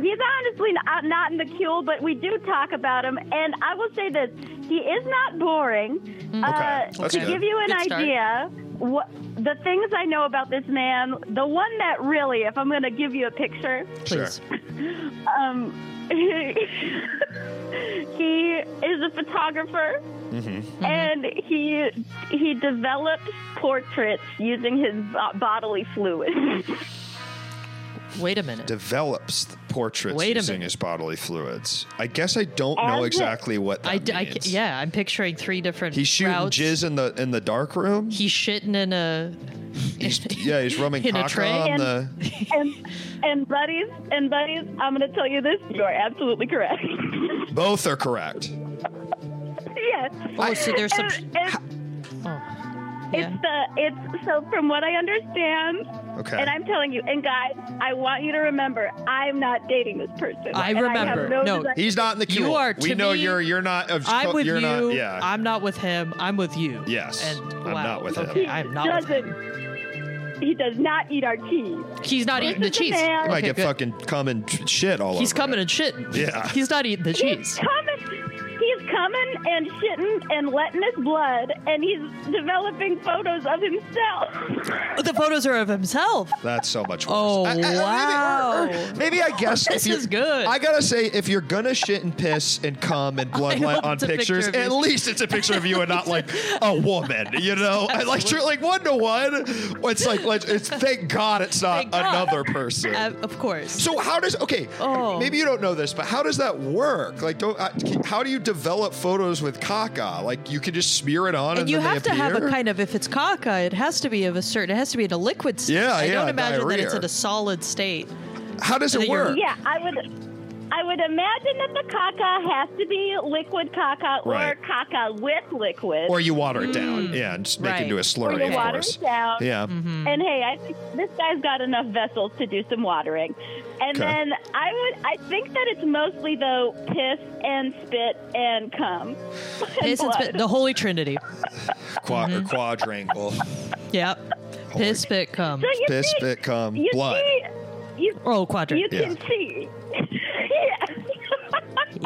Speaker 6: He's honestly not, not in the queue, but we do talk about him. And I will say this: he is not boring.
Speaker 1: Okay,
Speaker 6: Uh,
Speaker 1: that's
Speaker 6: to
Speaker 1: good.
Speaker 6: give you an
Speaker 2: Mm. Good start.
Speaker 6: idea, what the things I know about this man, the one that really, if I'm going to give you a picture,
Speaker 2: Please.
Speaker 6: um, *laughs* he is a photographer, and he he developed portraits using his bo- bodily fluids.
Speaker 2: Wait a minute.
Speaker 1: Develops the portraits
Speaker 2: Wait a
Speaker 1: using
Speaker 2: minute.
Speaker 1: his bodily fluids. I guess I don't
Speaker 6: As
Speaker 1: know
Speaker 6: it-
Speaker 1: exactly what that
Speaker 2: I, d- I ca-
Speaker 1: means.
Speaker 2: yeah, I'm picturing three different.
Speaker 1: He's shooting
Speaker 2: routes.
Speaker 1: jizz in the in the dark
Speaker 2: *laughs*
Speaker 1: room.
Speaker 2: He's shitting in a.
Speaker 1: He's,
Speaker 2: *laughs*
Speaker 1: yeah, he's rubbing
Speaker 2: In a
Speaker 1: caca
Speaker 2: tray?
Speaker 1: on
Speaker 6: And-
Speaker 1: the.
Speaker 6: and and buddies and buddies, I'm going to tell you this: you are absolutely correct. *laughs*
Speaker 1: Both are correct.
Speaker 6: yes.
Speaker 2: Oh, so there's some.
Speaker 6: And- and
Speaker 2: Oh, yeah.
Speaker 6: It's the it's so from what I understand,
Speaker 1: Okay.
Speaker 6: and I'm telling you, and guys, I want you to remember, I'm not dating this person.
Speaker 2: I
Speaker 6: and have
Speaker 2: remember. No.
Speaker 6: desire-
Speaker 1: he's not in the queue.
Speaker 2: You are,
Speaker 1: We
Speaker 2: to
Speaker 1: know
Speaker 2: me,
Speaker 1: you're. You're not. Of,
Speaker 2: I'm with
Speaker 1: you're
Speaker 2: you.
Speaker 1: Not, yeah.
Speaker 2: I'm not with him. I'm with you.
Speaker 1: Yes,
Speaker 2: And
Speaker 1: I'm
Speaker 2: wow.
Speaker 1: not with him.
Speaker 2: Okay, I'm not with him.
Speaker 6: doesn't. He does not eat our cheese.
Speaker 2: He's not eating the
Speaker 6: This is a
Speaker 2: cheese.
Speaker 6: man-
Speaker 1: he might
Speaker 2: Okay,
Speaker 1: get
Speaker 2: good.
Speaker 1: fucking cum and t- shit all over.
Speaker 2: He's coming
Speaker 1: it.
Speaker 2: and shitting.
Speaker 1: Yeah.
Speaker 2: He's not eating the
Speaker 6: He's
Speaker 2: cheese.
Speaker 6: coming. He's coming and shitting and letting his blood, and he's developing photos of himself.
Speaker 2: the photos are of himself.
Speaker 1: That's so much worse.
Speaker 2: Oh,
Speaker 1: maybe-
Speaker 2: wow.
Speaker 1: or- or Maybe, I guess
Speaker 2: This
Speaker 1: if you-
Speaker 2: is good.
Speaker 1: I gotta say, if you're gonna shit and piss and cum and blood
Speaker 2: *laughs* I
Speaker 1: let
Speaker 2: hope
Speaker 1: on
Speaker 2: it's a
Speaker 1: pictures,
Speaker 2: picture of
Speaker 1: at
Speaker 2: you.
Speaker 1: least it's a picture of you and not like
Speaker 2: *laughs*
Speaker 1: a woman. You know, I like you're like one to one. It's like let's- it's thank God it's not
Speaker 2: Thank God.
Speaker 1: another person.
Speaker 2: Uh, of course.
Speaker 1: so how does okay?
Speaker 2: Oh.
Speaker 1: Maybe you don't know this, but how does that work? Like, don't uh, how do you develop photos with caca? Like, you can just smear it on, and,
Speaker 2: And you
Speaker 1: then
Speaker 2: have
Speaker 1: they
Speaker 2: to have
Speaker 1: appear?
Speaker 2: a kind of if it's caca, it has to be of a certain. It has to be in a liquid state.
Speaker 1: Yeah,
Speaker 2: I
Speaker 1: yeah,
Speaker 2: don't imagine that it's
Speaker 1: diarrhea.
Speaker 2: in a solid state.
Speaker 1: How does it
Speaker 2: that you're-
Speaker 1: work?
Speaker 6: Yeah, I would. I would imagine that the caca has to be liquid caca or
Speaker 1: Right.
Speaker 6: caca with liquid.
Speaker 1: Or you water it down, yeah, and just make
Speaker 2: Mm. Right.
Speaker 1: it into a slurry,
Speaker 6: Or you
Speaker 1: of
Speaker 6: water
Speaker 1: course.
Speaker 6: it down.
Speaker 1: Yeah.
Speaker 2: Mm-hmm. Hmm.
Speaker 6: And hey, I think this guy's got enough vessels to do some watering. And
Speaker 1: Okay.
Speaker 6: then I would, I think that it's mostly though piss and spit and cum. *laughs*
Speaker 2: Piss and spit.
Speaker 6: blood.
Speaker 2: The Holy Trinity.
Speaker 1: Qua-
Speaker 2: Mm-hmm.
Speaker 1: or quadrangle.
Speaker 2: Yep. Piss, spit, cum.
Speaker 6: So you
Speaker 1: *laughs* Piss,
Speaker 6: see-
Speaker 1: spit, cum,
Speaker 6: you
Speaker 1: blood.
Speaker 6: See, you
Speaker 2: Oh,
Speaker 6: you
Speaker 2: quadrant.
Speaker 6: can
Speaker 1: Yeah.
Speaker 6: see. *laughs* yeah. *laughs*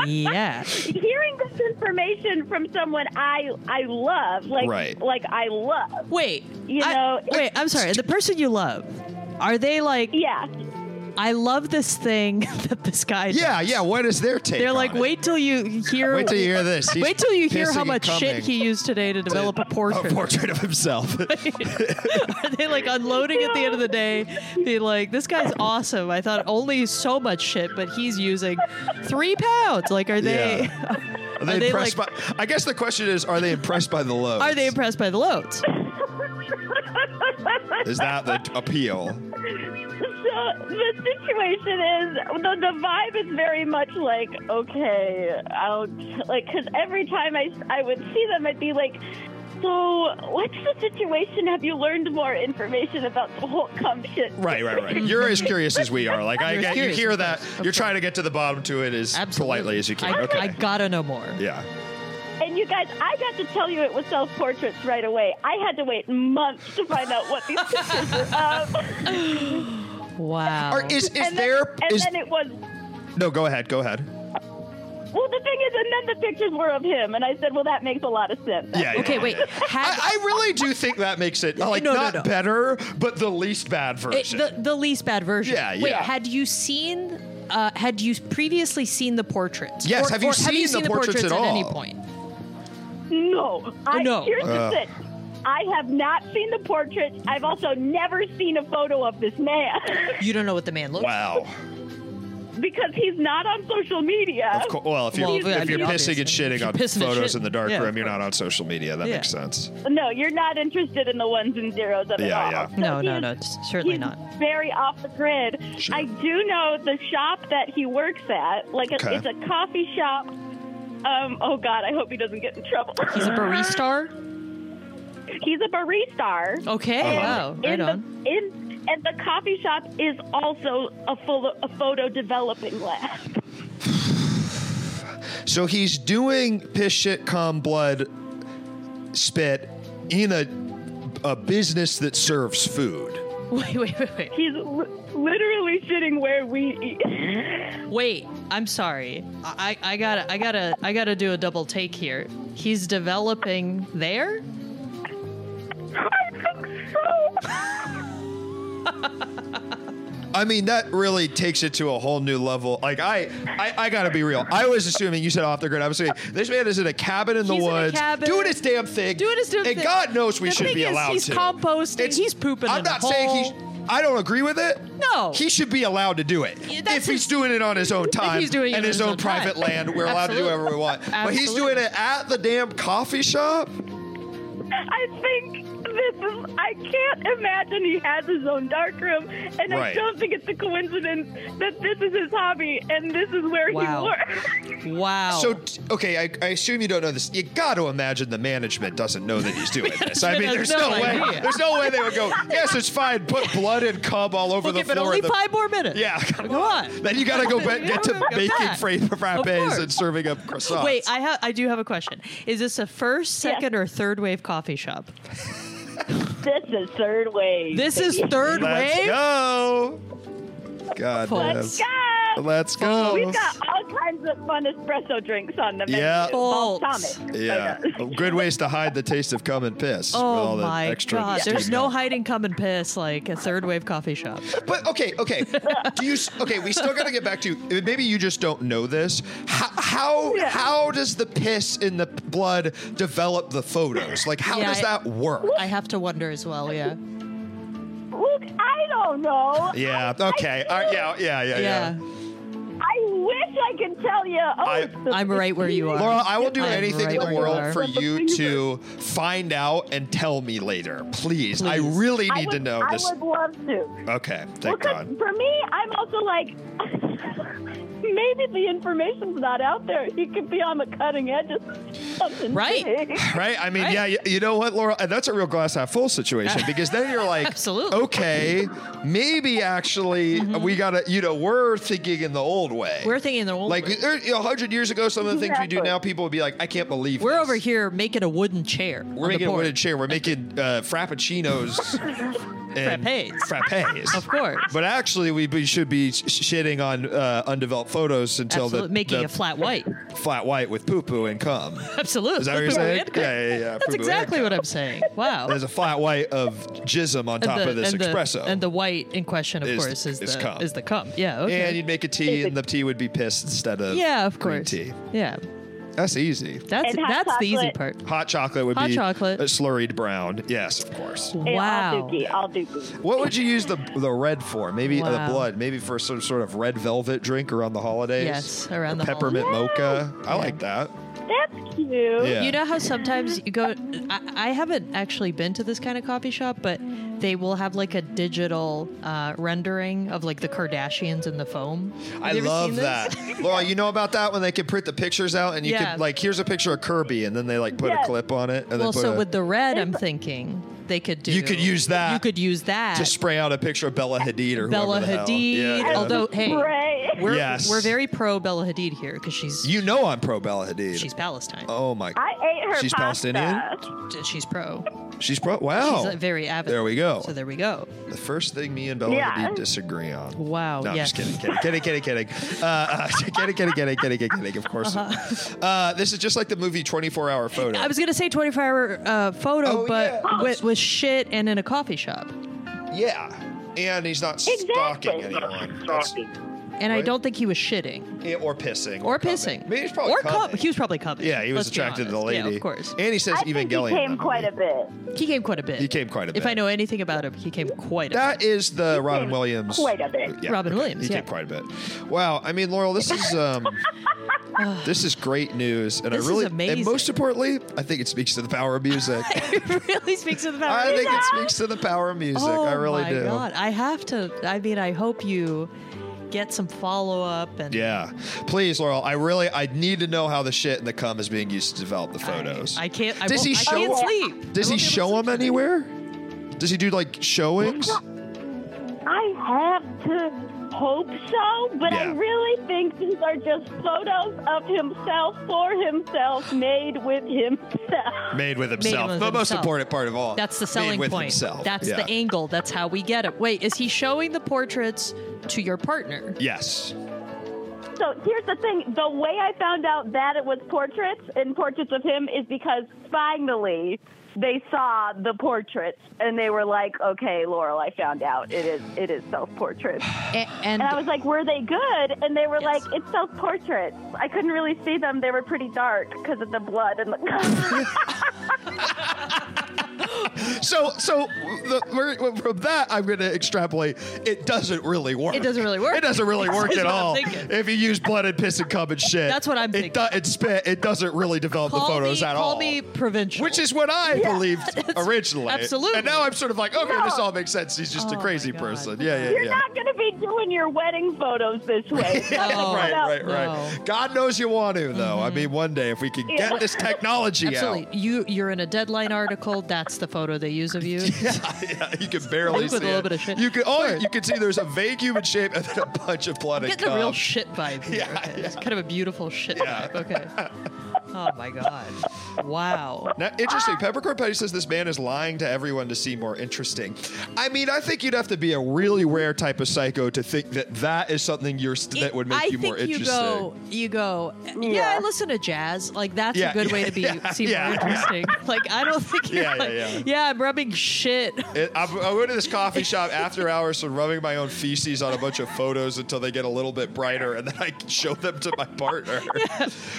Speaker 2: Yeah.
Speaker 6: Hearing this information from someone I I love, like
Speaker 1: Right.
Speaker 6: like I love,
Speaker 2: Wait.
Speaker 6: You
Speaker 2: I-
Speaker 6: know,
Speaker 2: wait, I'm sorry. The person you love, are they like,
Speaker 6: yeah. *laughs*
Speaker 2: I love this thing *laughs* that this guy does?
Speaker 1: Yeah, yeah. What is their take?
Speaker 2: They're
Speaker 1: on
Speaker 2: like,
Speaker 1: it?
Speaker 2: wait till you hear.
Speaker 1: Wait till you hear this. He's
Speaker 2: wait till you hear
Speaker 1: pissing Oh.
Speaker 2: how
Speaker 1: and
Speaker 2: much shit
Speaker 1: cumming.
Speaker 2: he used today to
Speaker 1: *laughs*
Speaker 2: develop a portrait.
Speaker 1: A portrait of himself.
Speaker 2: *laughs* Are they like unloading at the end of the day? They like this guy's awesome. I thought only so much shit, but he's using three pounds. Like, are they?
Speaker 1: Are
Speaker 2: Are
Speaker 1: they
Speaker 2: they
Speaker 1: impressed
Speaker 2: like-
Speaker 1: by? I guess the question is, are they impressed by the load?
Speaker 2: *laughs* Are they impressed by the loads?
Speaker 1: Is that the appeal?
Speaker 6: So the situation is the, the vibe is very much like okay, I'll like because every time I I would see them, I'd be like. So, what's the situation? Have you learned more information about the whole cum shit?
Speaker 1: Right, right, right. You're as curious as we are. Like I
Speaker 2: You're as
Speaker 1: get, you
Speaker 2: curious,
Speaker 1: hear
Speaker 2: of
Speaker 1: that.
Speaker 2: course, of
Speaker 1: You're trying to get to the bottom to it as
Speaker 2: Absolutely.
Speaker 1: politely as you can.
Speaker 2: I,
Speaker 1: okay.
Speaker 2: I gotta know more.
Speaker 1: yeah.
Speaker 6: And you guys, I got to tell you it was self portraits right away. I had to wait months to find out what these *laughs* pictures were of.
Speaker 2: Wow.
Speaker 1: Or *laughs* is is
Speaker 6: and
Speaker 1: there
Speaker 6: then, and
Speaker 1: is-
Speaker 6: then it was
Speaker 1: no? Go ahead. Go ahead.
Speaker 6: well the thing is and then the pictures were of him and I said, Well that makes a lot of sense.
Speaker 1: Yeah. yeah,
Speaker 2: okay, wait.
Speaker 1: yeah.
Speaker 2: Had,
Speaker 1: *laughs* I, I really do think that makes it like
Speaker 2: No, no,
Speaker 1: not
Speaker 2: no.
Speaker 1: better, but the least bad
Speaker 2: it-
Speaker 1: version.
Speaker 2: the, the least bad version.
Speaker 1: Yeah,
Speaker 2: Wait,
Speaker 1: yeah.
Speaker 2: had you seen? Uh, had you previously seen the portraits?
Speaker 1: Yes,
Speaker 2: Or-
Speaker 1: have you
Speaker 2: or
Speaker 1: seen the portraits at
Speaker 2: any
Speaker 1: all?
Speaker 2: point?
Speaker 6: No. I,
Speaker 2: No.
Speaker 6: Here's
Speaker 1: Uh.
Speaker 6: the thing. I have not seen the portrait. I've also never seen a photo of this man *laughs*
Speaker 2: You don't know what the man looks.
Speaker 1: wow.
Speaker 6: because he's not on social media.
Speaker 1: Of course. Well, if you're
Speaker 2: Well, yeah,
Speaker 1: if you're
Speaker 2: obviously.
Speaker 1: pissing and
Speaker 2: If
Speaker 1: shitting
Speaker 2: you're
Speaker 1: on
Speaker 2: pissing and
Speaker 1: photos
Speaker 2: shitting.
Speaker 1: in the dark
Speaker 2: Yeah.
Speaker 1: room, you're not on social media. That
Speaker 2: Yeah.
Speaker 1: makes sense.
Speaker 6: No, you're not interested in the ones and zeros of it
Speaker 1: Yeah,
Speaker 6: all.
Speaker 1: yeah.
Speaker 6: So
Speaker 2: No, no,
Speaker 6: he's-
Speaker 2: no, it's certainly
Speaker 6: he's
Speaker 2: not.
Speaker 6: Very off the grid.
Speaker 1: Sure.
Speaker 6: I do know the shop that he works at. Like
Speaker 1: Okay.
Speaker 6: a, it's a coffee shop. Um, oh God, I hope he doesn't get in trouble. *laughs*
Speaker 2: He's a barista.
Speaker 6: He's a barista.
Speaker 2: Okay.
Speaker 1: Uh-huh.
Speaker 2: Wow. Oh, Right
Speaker 6: in
Speaker 2: on. *laughs*
Speaker 6: the in and the coffee shop is also a full a photo developing lab.
Speaker 1: So he's doing piss shit cum blood spit in a a business that serves food.
Speaker 2: Wait, wait, wait, wait.
Speaker 6: He's li- literally sitting where we eat. *laughs*
Speaker 2: Wait. I'm sorry. I, I I gotta, I gotta, I gotta do a double take here. He's developing there.
Speaker 6: I think so.
Speaker 1: I mean, that really takes it to a whole new level. Like, I, I, I gotta be real. I was assuming you said off the grid. I was saying this man is in a cabin in the
Speaker 2: He's in a
Speaker 1: woods,
Speaker 2: cabin,
Speaker 1: doing his damn thing,
Speaker 2: doing his damn
Speaker 1: and
Speaker 2: thing.
Speaker 1: God knows we
Speaker 2: The
Speaker 1: should
Speaker 2: thing
Speaker 1: be
Speaker 2: is,
Speaker 1: allowed
Speaker 2: he's
Speaker 1: to.
Speaker 2: composting. He's pooping
Speaker 1: I'm
Speaker 2: in a
Speaker 1: not saying
Speaker 2: hole.
Speaker 1: he. I don't agree with it.
Speaker 2: No.
Speaker 1: he should be allowed to do it
Speaker 2: Yeah, that's
Speaker 1: if he's
Speaker 2: his-
Speaker 1: doing it on his
Speaker 2: *laughs*
Speaker 1: own time
Speaker 2: he's doing it
Speaker 1: and
Speaker 2: on
Speaker 1: his
Speaker 2: his
Speaker 1: own
Speaker 2: own time.
Speaker 1: private land. We're allowed to do whatever
Speaker 2: Absolutely.
Speaker 1: we want, but he's doing
Speaker 2: Absolutely.
Speaker 1: it at the damn coffee shop.
Speaker 6: I think this is. I can't imagine he has his own darkroom, and
Speaker 1: Right.
Speaker 6: I don't think it's a coincidence that this is his hobby and this is where
Speaker 2: Wow.
Speaker 6: he works.
Speaker 2: Wow.
Speaker 1: So t- okay, I, I assume you don't know this. You got to imagine the management doesn't know that he's doing this.
Speaker 2: *laughs*
Speaker 1: I mean,
Speaker 2: has
Speaker 1: there's no,
Speaker 2: no
Speaker 1: way.
Speaker 2: idea.
Speaker 1: There's no way they would go. Yes, it's fine. Put blood and cum all over
Speaker 2: we'll
Speaker 1: the
Speaker 2: give it
Speaker 1: floor.
Speaker 2: only
Speaker 1: of the-
Speaker 2: five more
Speaker 1: *laughs*
Speaker 2: minutes.
Speaker 1: yeah, come
Speaker 2: Come on.
Speaker 1: Then you got to go back, get to
Speaker 2: Go
Speaker 1: baking
Speaker 2: back.
Speaker 1: fra-
Speaker 2: course.
Speaker 1: frappes and serving up croissants.
Speaker 2: Wait, I ha- I do have a question. Is this a first,
Speaker 6: Yes.
Speaker 2: second, or third wave coffee shop?
Speaker 6: *laughs* This is third wave.
Speaker 2: This is third
Speaker 1: let's
Speaker 2: wave.
Speaker 1: go. God,
Speaker 2: Let's
Speaker 1: yes.
Speaker 6: Guys,
Speaker 1: let's go.
Speaker 6: We've got all kinds of fun espresso drinks on the menu.
Speaker 1: Yeah.
Speaker 2: Bolts.
Speaker 6: Balsamic. *laughs*
Speaker 1: yeah, good ways to hide the taste of cum and piss. with all
Speaker 2: Oh
Speaker 1: the
Speaker 2: my
Speaker 1: extra
Speaker 2: god!
Speaker 1: steam
Speaker 2: There's no
Speaker 1: milk.
Speaker 2: hiding, come and piss like a third wave coffee shop.
Speaker 1: But okay, okay. Do you okay? We still got to get back to maybe you just don't know this. How how,
Speaker 6: Yeah.
Speaker 1: how does the piss in the blood develop the photos? Like how
Speaker 2: Yeah,
Speaker 1: does
Speaker 2: I-
Speaker 1: that work?
Speaker 2: I have to wonder as well. Yeah.
Speaker 6: Look, I don't know.
Speaker 1: Yeah. Okay. Uh, yeah, yeah. Yeah. Yeah.
Speaker 2: Yeah.
Speaker 6: I wish I could tell you. Oh,
Speaker 1: I-
Speaker 6: it's the-
Speaker 2: I'm right where you are.
Speaker 1: Laura, I will do
Speaker 2: I'm
Speaker 1: anything
Speaker 2: right
Speaker 1: in the
Speaker 2: where you
Speaker 1: world
Speaker 2: are.
Speaker 1: for you to find out and tell me later. Please. I
Speaker 2: Please.
Speaker 1: really
Speaker 6: I
Speaker 1: need to
Speaker 6: would-
Speaker 1: know
Speaker 6: I
Speaker 1: this.
Speaker 6: would love to.
Speaker 1: Okay. Thank
Speaker 6: Because
Speaker 1: God.
Speaker 6: For me, I'm also like, *laughs* maybe the information's not out there. He could be on the cutting edge of something.
Speaker 2: Right.
Speaker 6: big. *laughs*
Speaker 1: Right? I mean,
Speaker 2: Right.
Speaker 1: yeah, you, you know what, Laura? That's a real glass half full
Speaker 2: *laughs*
Speaker 1: situation because then you're like,
Speaker 2: Absolutely. Mm-hmm.
Speaker 1: okay, maybe actually we got to, you know, we're thinking in the old way.
Speaker 2: We're thinking the old
Speaker 1: like
Speaker 2: way.
Speaker 1: there- you know, 100 years ago, some of the things we do
Speaker 6: Exactly.
Speaker 1: now, people would be like, I can't believe
Speaker 2: We're
Speaker 1: this.
Speaker 2: over here making a wooden chair.
Speaker 1: We're making a wooden chair. We're making uh, frappuccinos
Speaker 2: *laughs*
Speaker 1: and
Speaker 2: Frappes.
Speaker 1: Frappes.
Speaker 2: Of course.
Speaker 1: But actually, we be, should be sh- shitting on uh, undeveloped photos until the,
Speaker 2: Absolutely. Making
Speaker 1: the
Speaker 2: a flat white.
Speaker 1: flat white with poo poo and cum.
Speaker 2: Absolutely.
Speaker 1: Is that what you're
Speaker 2: *laughs*
Speaker 1: saying? Yeah, yeah, yeah.
Speaker 2: That's
Speaker 1: Poo-poo and
Speaker 2: exactly
Speaker 1: cum.
Speaker 2: what I'm saying. Wow.
Speaker 1: There's a flat white of jism on
Speaker 2: And
Speaker 1: top
Speaker 2: the-
Speaker 1: of this
Speaker 2: and the-
Speaker 1: espresso.
Speaker 2: and the white in question, of
Speaker 1: Is-
Speaker 2: course, is,
Speaker 1: is
Speaker 2: the
Speaker 1: cum.
Speaker 2: is the cum. Yeah. Okay.
Speaker 1: And you'd make a tea, and the tea would be pissed instead of
Speaker 2: yeah, of
Speaker 1: green
Speaker 2: course.
Speaker 1: tea.
Speaker 2: Yeah.
Speaker 1: That's easy.
Speaker 2: That's
Speaker 6: And hot
Speaker 2: that's the easy
Speaker 6: chocolate.
Speaker 2: part.
Speaker 1: Hot chocolate would
Speaker 2: Hot
Speaker 1: be
Speaker 2: chocolate.
Speaker 1: a slurried brown. Yes, of course.
Speaker 6: Hey, All
Speaker 2: Wow.
Speaker 6: dookie. All dookie.
Speaker 1: What would you use the the red for? Maybe uh,
Speaker 2: Wow.
Speaker 1: the blood. Maybe for some sort of red velvet drink around the holidays.
Speaker 2: Yes, around
Speaker 1: Or
Speaker 2: the
Speaker 1: peppermint mocha. I like that.
Speaker 6: That's cute.
Speaker 1: Yeah.
Speaker 2: You know how sometimes you go. I, I haven't actually been to this kind of coffee shop, but they will have like a digital uh, rendering of like the Kardashians in the foam. Have
Speaker 1: I
Speaker 2: you ever
Speaker 1: love
Speaker 2: seen this?
Speaker 1: that,
Speaker 2: *laughs*
Speaker 1: Laura. You know about that when they can print the pictures out and you
Speaker 2: Yeah.
Speaker 1: can like here's a picture of Kirby and then they like put a
Speaker 6: Yes.
Speaker 1: clip on it and then
Speaker 2: well,
Speaker 1: put
Speaker 2: so
Speaker 1: a,
Speaker 2: with the red, I'm thinking they could do.
Speaker 1: You could use that
Speaker 2: You could use that.
Speaker 1: to spray out a picture of Bella Hadid or
Speaker 2: Bella
Speaker 1: whoever the hell.
Speaker 2: Hadid,
Speaker 1: Yeah, yeah.
Speaker 2: although- hey.
Speaker 6: Right.
Speaker 2: We're,
Speaker 1: Yes.
Speaker 2: we're very pro Bella Hadid here because she's
Speaker 1: You know I'm pro Bella Hadid.
Speaker 2: she's Palestine.
Speaker 1: oh my.
Speaker 6: I ate her
Speaker 1: She's
Speaker 6: pasta.
Speaker 1: Palestinian?
Speaker 2: She's pro.
Speaker 1: She's pro. Wow.
Speaker 2: She's like, very avid.
Speaker 1: Oh. There we go.
Speaker 2: So there we go.
Speaker 1: the first thing me and Bella
Speaker 6: Yeah.
Speaker 1: Hadid disagree on.
Speaker 2: Wow,
Speaker 1: No, I'm
Speaker 2: yes.
Speaker 1: just kidding. Kidding, kidding, kidding,
Speaker 2: *laughs*
Speaker 1: kidding. Uh, uh, kidding, kidding, kidding, kidding, kidding, kidding. Of course. not. Uh, this is just like the movie 24 Hour Photo.
Speaker 2: Uh-huh. I was gonna say 24 hour uh, photo,
Speaker 1: Oh,
Speaker 2: but
Speaker 1: yeah.
Speaker 2: with, with shit and in a coffee shop.
Speaker 1: yeah. And he's not
Speaker 6: Exactly.
Speaker 1: stalking anyone. That's-
Speaker 2: And I
Speaker 1: Right.
Speaker 2: don't think he was shitting
Speaker 1: yeah, or pissing.
Speaker 2: or
Speaker 1: coming.
Speaker 2: pissing.
Speaker 1: Maybe he's probably
Speaker 2: or
Speaker 1: coming.
Speaker 2: he was probably coming.
Speaker 1: yeah, he was
Speaker 2: Let's be
Speaker 1: attracted to the
Speaker 2: honest.
Speaker 1: lady.
Speaker 2: Yeah, of course.
Speaker 1: And he says
Speaker 6: I think
Speaker 1: Evangelion.
Speaker 6: he came quite a bit.
Speaker 2: He came quite a bit.
Speaker 1: He came quite a
Speaker 2: If
Speaker 1: bit.
Speaker 2: I know anything about him, he came quite a bit.
Speaker 1: That is the Robin
Speaker 6: came
Speaker 1: Williams.
Speaker 6: quite a bit.
Speaker 2: Robin Williams,
Speaker 1: He
Speaker 2: yeah.
Speaker 1: came quite a bit. Wow. I mean, Laurel, this is um,
Speaker 2: *laughs*
Speaker 1: this is great news, and I
Speaker 2: This is
Speaker 1: really, and
Speaker 2: amazing.
Speaker 1: most importantly, I think it speaks to the power of *laughs* music.
Speaker 2: *laughs* it really speaks to the power.
Speaker 1: I
Speaker 2: of
Speaker 1: think
Speaker 2: music.
Speaker 1: it speaks to the power of music.
Speaker 2: Oh
Speaker 1: I really
Speaker 2: my
Speaker 1: do.
Speaker 2: god! I have to. I mean, I hope you get some follow up and
Speaker 1: Yeah, please, Laurel. I really, I need to know how the shit and the cum is being used to develop the photos.
Speaker 2: I can't. I
Speaker 1: Does
Speaker 2: won't-
Speaker 1: he
Speaker 2: I
Speaker 1: show
Speaker 2: can't
Speaker 1: up?
Speaker 2: sleep.
Speaker 1: Does
Speaker 2: I
Speaker 1: he
Speaker 2: won't be able to
Speaker 1: show
Speaker 2: sleep
Speaker 1: them
Speaker 2: tonight.
Speaker 1: anywhere? Does he do like showings?
Speaker 6: I have to hope so, but I
Speaker 1: Yeah.
Speaker 6: really think these are just photos of himself for himself, made with himself.
Speaker 1: Made with
Speaker 2: with
Speaker 1: himself. the most
Speaker 2: himself.
Speaker 1: important part of all.
Speaker 2: That's the
Speaker 1: Made
Speaker 2: selling
Speaker 1: with
Speaker 2: point.
Speaker 1: Himself.
Speaker 2: That's
Speaker 1: Yeah.
Speaker 2: the angle. That's how we get it. Wait, is he showing the portraits to your partner?
Speaker 1: Yes.
Speaker 6: So here's the thing: the way I found out that it was portraits and portraits of him is because finally they saw the portraits and they were like, "Okay, Laurel, I found out it is it is self portraits."
Speaker 2: And,
Speaker 6: And I was like, "Were they good?" And they were
Speaker 2: Yes.
Speaker 6: like, "It's self portraits." I couldn't really see them; they were pretty dark because of the blood and the. *laughs*
Speaker 1: So, so the, we're, from that, I'm going to extrapolate. It doesn't really work.
Speaker 2: It doesn't really work.
Speaker 1: It doesn't really work
Speaker 2: *laughs* That's
Speaker 1: at
Speaker 2: what I'm
Speaker 1: all.
Speaker 2: thinking.
Speaker 1: If you use blood and piss and cum and shit,
Speaker 2: That's what I'm
Speaker 1: it,
Speaker 2: thinking.
Speaker 1: do, it spit. It doesn't really develop
Speaker 2: call
Speaker 1: the photos
Speaker 2: me,
Speaker 1: at
Speaker 2: call
Speaker 1: all.
Speaker 2: me provincial.
Speaker 1: Which is what I
Speaker 2: *laughs*
Speaker 1: believed originally.
Speaker 2: absolutely.
Speaker 1: And now I'm sort of like, okay,
Speaker 6: No.
Speaker 1: this all makes sense. He's just
Speaker 2: Oh
Speaker 1: a
Speaker 2: my
Speaker 1: crazy
Speaker 2: God.
Speaker 1: person. Yeah, yeah,
Speaker 6: You're
Speaker 1: yeah.
Speaker 6: not going to be doing your wedding photos this way.
Speaker 1: *laughs*
Speaker 2: No.
Speaker 1: right,
Speaker 6: No.
Speaker 1: right, right. God knows you want to, though. I mean, one day if we could
Speaker 6: Yeah.
Speaker 1: get this technology
Speaker 2: Mm-hmm. absolutely.
Speaker 1: out,
Speaker 2: You you're in a deadline article. That's the photo they use of
Speaker 1: *laughs*
Speaker 2: you.
Speaker 1: yeah, you can barely
Speaker 2: With
Speaker 1: see
Speaker 2: a little
Speaker 1: it.
Speaker 2: bit of shit.
Speaker 1: You can, oh, you can see there's a vague human shape and then a bunch of blood
Speaker 2: I'm
Speaker 1: and
Speaker 2: getting a real
Speaker 1: cum.
Speaker 2: shit vibe here.
Speaker 1: Yeah,
Speaker 2: okay.
Speaker 1: yeah.
Speaker 2: It's kind of a beautiful shit
Speaker 1: Yeah.
Speaker 2: vibe.
Speaker 1: *laughs*
Speaker 2: Okay. Oh my god. Wow.
Speaker 1: Now, interesting. Peppercorn Patty says this man is lying to everyone to seem more interesting. I mean, I think you'd have to be a really rare type of psycho to think that that is something you're st- that
Speaker 2: It-
Speaker 1: would make
Speaker 2: I
Speaker 1: you more
Speaker 2: think
Speaker 1: interesting.
Speaker 2: go, you go, yeah.
Speaker 6: Yeah.
Speaker 2: I listen to jazz. Like that's
Speaker 1: Yeah,
Speaker 2: a good way
Speaker 1: yeah,
Speaker 2: to be
Speaker 1: yeah,
Speaker 2: seem
Speaker 1: yeah.
Speaker 2: more interesting. Like I don't think
Speaker 1: *laughs*
Speaker 2: you're
Speaker 1: Yeah, yeah,
Speaker 2: like,
Speaker 1: yeah.
Speaker 2: I'm rubbing shit.
Speaker 1: It, I, I went to this coffee shop after hours, so rubbing my own feces on a bunch of photos until they get a little bit brighter, and then I show them to my
Speaker 2: *laughs*
Speaker 1: partner.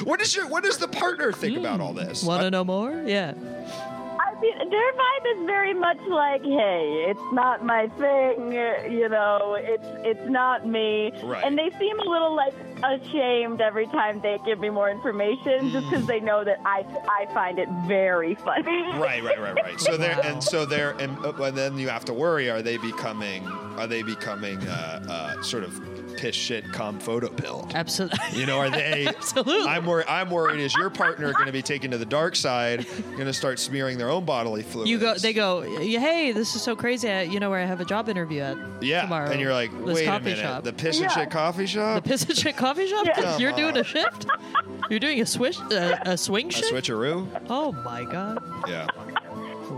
Speaker 1: What is your What does the partner think
Speaker 2: Mm.
Speaker 1: about all this?
Speaker 2: Want
Speaker 1: I-
Speaker 2: to know more? Yeah.
Speaker 6: I mean, their vibe is very much like, "Hey, it's not my thing. uh, You know, it's it's not me."
Speaker 1: Right.
Speaker 6: And they seem a little like ashamed every time they give me more information,
Speaker 1: Mm.
Speaker 6: just because they know that I I find it very funny.
Speaker 1: right, right, right, right. So they're
Speaker 2: Wow.
Speaker 1: and so they're and, and then you have to worry: are they becoming are they becoming uh, uh, sort of piss shit com photo pill?
Speaker 2: Absolutely.
Speaker 1: You know, are they?
Speaker 2: Absolutely.
Speaker 1: I'm worried. I'm worried. Is your partner going to be taken to the dark side? Going to start smearing their own bodily fluids?
Speaker 2: *laughs* You go. They go. "Yeah, Hey, this is so crazy. I, you know where I have a job interview at
Speaker 1: Yeah,
Speaker 2: tomorrow.
Speaker 1: and you're like,
Speaker 2: this
Speaker 1: wait a
Speaker 2: coffee
Speaker 1: minute,
Speaker 2: shop.
Speaker 1: the piss and
Speaker 6: Yeah.
Speaker 1: shit coffee
Speaker 2: *laughs* The
Speaker 1: shop,
Speaker 2: piss and shit coffee shop.
Speaker 1: Yeah.
Speaker 2: *laughs* You're doing a shift. You're doing a swish, uh, a swing
Speaker 1: a
Speaker 2: shift.
Speaker 1: switcheroo.
Speaker 2: Oh my god!
Speaker 1: Yeah,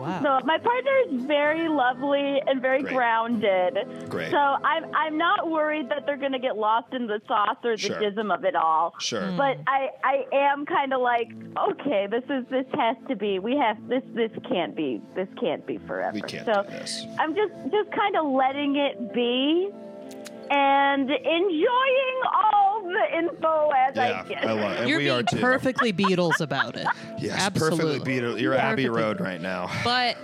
Speaker 2: Wow.
Speaker 6: So my partner is very lovely and very
Speaker 1: Great.
Speaker 6: grounded.
Speaker 1: Great.
Speaker 6: So I'm I'm not worried that they're going to get lost in the sauce or the
Speaker 1: Sure.
Speaker 6: jism of it all.
Speaker 1: Sure. Mm.
Speaker 6: But I I am kind of like okay, this is this has to be. We have this this can't be this can't be forever.
Speaker 1: we can't
Speaker 6: so
Speaker 1: do this.
Speaker 6: I'm just just kind of letting it be. And enjoying all the info as
Speaker 1: Yeah,
Speaker 6: I get.
Speaker 1: I love, and
Speaker 2: you're
Speaker 1: we
Speaker 2: being
Speaker 1: are too.
Speaker 2: perfectly Beatles about it.
Speaker 1: *laughs* Yes,
Speaker 2: Absolutely.
Speaker 1: perfectly beat. You're Abbey
Speaker 2: Perfectly.
Speaker 1: Road right now.
Speaker 2: But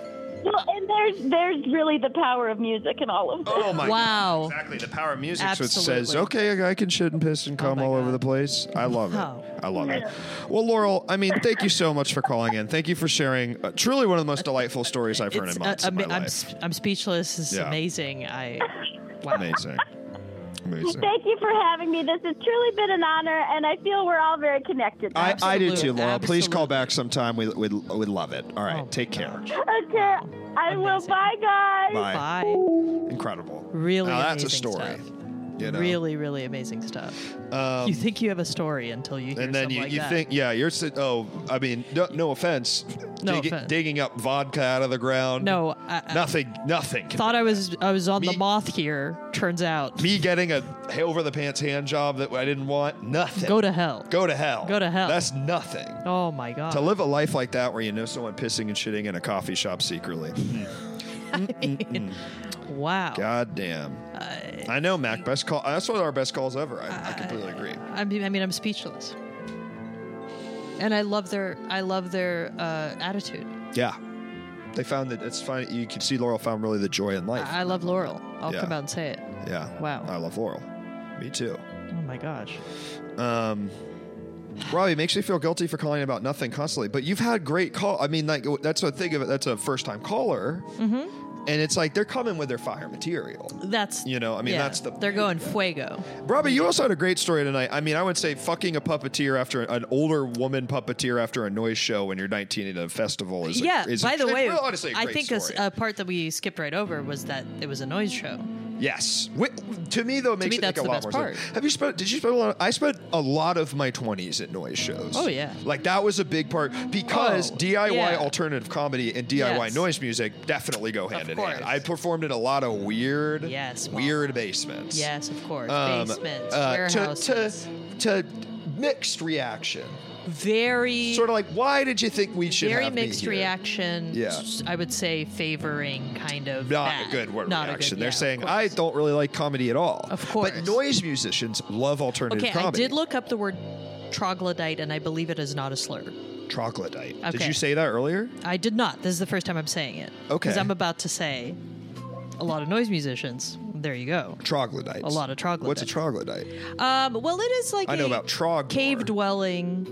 Speaker 6: Well, and there's there's really the power of music and all of this.
Speaker 1: Oh my!
Speaker 2: Wow.
Speaker 1: Exactly, the power of music. So it says,
Speaker 2: Absolutely.
Speaker 1: okay, I can shit and piss and
Speaker 2: Oh
Speaker 1: cum
Speaker 2: my
Speaker 1: all over
Speaker 2: God.
Speaker 1: the place. I love
Speaker 2: Wow.
Speaker 1: it. I love it. Well, Laurel, I mean, thank you so much for calling in. Thank you for sharing. Uh, truly, one of the most delightful stories I've heard
Speaker 2: It's-
Speaker 1: in months.
Speaker 2: uh,
Speaker 1: of my
Speaker 2: ama- I'm,
Speaker 1: life.
Speaker 2: sp- I'm speechless. It's
Speaker 1: Yeah.
Speaker 2: amazing. I wow.
Speaker 1: Amazing. Amazing.
Speaker 6: Thank you for having me. This has truly been an honor, and I feel we're all very connected.
Speaker 1: I, I do too,
Speaker 2: Absolutely,
Speaker 1: Laurel. Please call
Speaker 2: absolutely.
Speaker 1: back sometime. We we we love it. All right,
Speaker 2: Oh my
Speaker 1: take care.
Speaker 6: okay, I will.
Speaker 2: Amazing.
Speaker 6: Bye, guys.
Speaker 1: Bye.
Speaker 2: Bye.
Speaker 1: Incredible.
Speaker 2: Really
Speaker 1: Now that's a
Speaker 2: amazing
Speaker 1: story.
Speaker 2: stuff.
Speaker 1: You know?
Speaker 2: Really, really amazing stuff.
Speaker 1: Um,
Speaker 2: you think you have a story until you hear
Speaker 1: and then
Speaker 2: something
Speaker 1: you,
Speaker 2: like
Speaker 1: you
Speaker 2: that.
Speaker 1: think, yeah, you're. si- Oh, I mean, no, no offense.
Speaker 2: No
Speaker 1: Digging-
Speaker 2: offense.
Speaker 1: Digging up vodka out of the ground.
Speaker 2: no, I, I
Speaker 1: nothing. Nothing.
Speaker 2: thought I was I was on
Speaker 1: Me-
Speaker 2: the moth here. Turns out,
Speaker 1: Me getting a over the pants hand job that I didn't want. Nothing.
Speaker 2: go to hell.
Speaker 1: Go to hell.
Speaker 2: Go to hell.
Speaker 1: That's nothing.
Speaker 2: Oh my god.
Speaker 1: To live a life like that, where you know someone pissing and shitting in a coffee shop secretly.
Speaker 2: wow.
Speaker 1: God damn. I know, Mac. Best call. That's one of our best calls ever. I, I completely agree.
Speaker 2: I mean, I mean, I'm speechless. And I love their I love their uh, attitude.
Speaker 1: Yeah. They found that it's fine. You can see Laurel found really the joy in life.
Speaker 2: I, I love Laurel. I'll
Speaker 1: Yeah.
Speaker 2: come out and say it.
Speaker 1: yeah.
Speaker 2: Wow.
Speaker 1: I love Laurel. Me too.
Speaker 2: Oh my gosh.
Speaker 1: Um, Robbie it makes me feel guilty for calling about nothing constantly, but you've had great call. I mean, like that's a thing of it. That's a first time caller,
Speaker 2: Mm-hmm.
Speaker 1: and it's like they're coming with their fire material.
Speaker 2: That's
Speaker 1: You know, I mean, that's the-
Speaker 2: they're going fuego.
Speaker 1: Robbie, you also had a great story tonight. I mean, I would say fucking a puppeteer after an older woman puppeteer after a noise show when you're 19 at a festival is a-
Speaker 2: yeah.
Speaker 1: is a-
Speaker 2: by the
Speaker 1: it's
Speaker 2: way,
Speaker 1: real- honestly, a
Speaker 2: I
Speaker 1: great
Speaker 2: think a, s-
Speaker 1: story.
Speaker 2: a part that we skipped right over was that it was a noise show.
Speaker 1: Yes. Wi- to me, though, it makes
Speaker 2: me,
Speaker 1: it make
Speaker 2: that's
Speaker 1: a
Speaker 2: the
Speaker 1: lot
Speaker 2: best
Speaker 1: more sense.
Speaker 2: part.
Speaker 1: Have you spent? Did you spend a lot? I spent a lot of my twenties at noise shows.
Speaker 2: Oh, yeah.
Speaker 1: Like that was a big part because
Speaker 2: Oh,
Speaker 1: DIY
Speaker 2: yeah.
Speaker 1: alternative comedy and DIY
Speaker 2: Yes.
Speaker 1: noise music definitely go hand in hand.
Speaker 2: course.
Speaker 1: I performed in a lot of weird,
Speaker 2: Yes, Mom.
Speaker 1: weird basements.
Speaker 2: Yes, of course.
Speaker 1: Um,
Speaker 2: Basements,
Speaker 1: uh, to, to
Speaker 2: warehouses.
Speaker 1: to mixed reaction.
Speaker 2: very
Speaker 1: Sort of like, why did you think we should
Speaker 2: very
Speaker 1: have me
Speaker 2: mixed
Speaker 1: here?
Speaker 2: reaction.
Speaker 1: Yeah.
Speaker 2: s- I would say favoring kind of
Speaker 1: not
Speaker 2: that.
Speaker 1: a good word
Speaker 2: Not a
Speaker 1: reaction.
Speaker 2: good-
Speaker 1: They're
Speaker 2: yeah, of
Speaker 1: saying
Speaker 2: course.
Speaker 1: I don't really like comedy at all.
Speaker 2: Of course.
Speaker 1: but noise musicians love alternative
Speaker 2: Okay,
Speaker 1: comedy.
Speaker 2: I did look up the word troglodyte, and I believe it is not a slur.
Speaker 1: troglodyte. Did
Speaker 2: Okay.
Speaker 1: you say that earlier?
Speaker 2: I did not. This is the first time I'm saying it.
Speaker 1: Okay.
Speaker 2: Because I'm about to say a lot of noise musicians. There you go.
Speaker 1: Troglodytes.
Speaker 2: A lot of troglodytes.
Speaker 1: What's a troglodyte?
Speaker 2: Um, well, it is like
Speaker 1: I know
Speaker 2: a
Speaker 1: about trog.
Speaker 2: cave dwelling.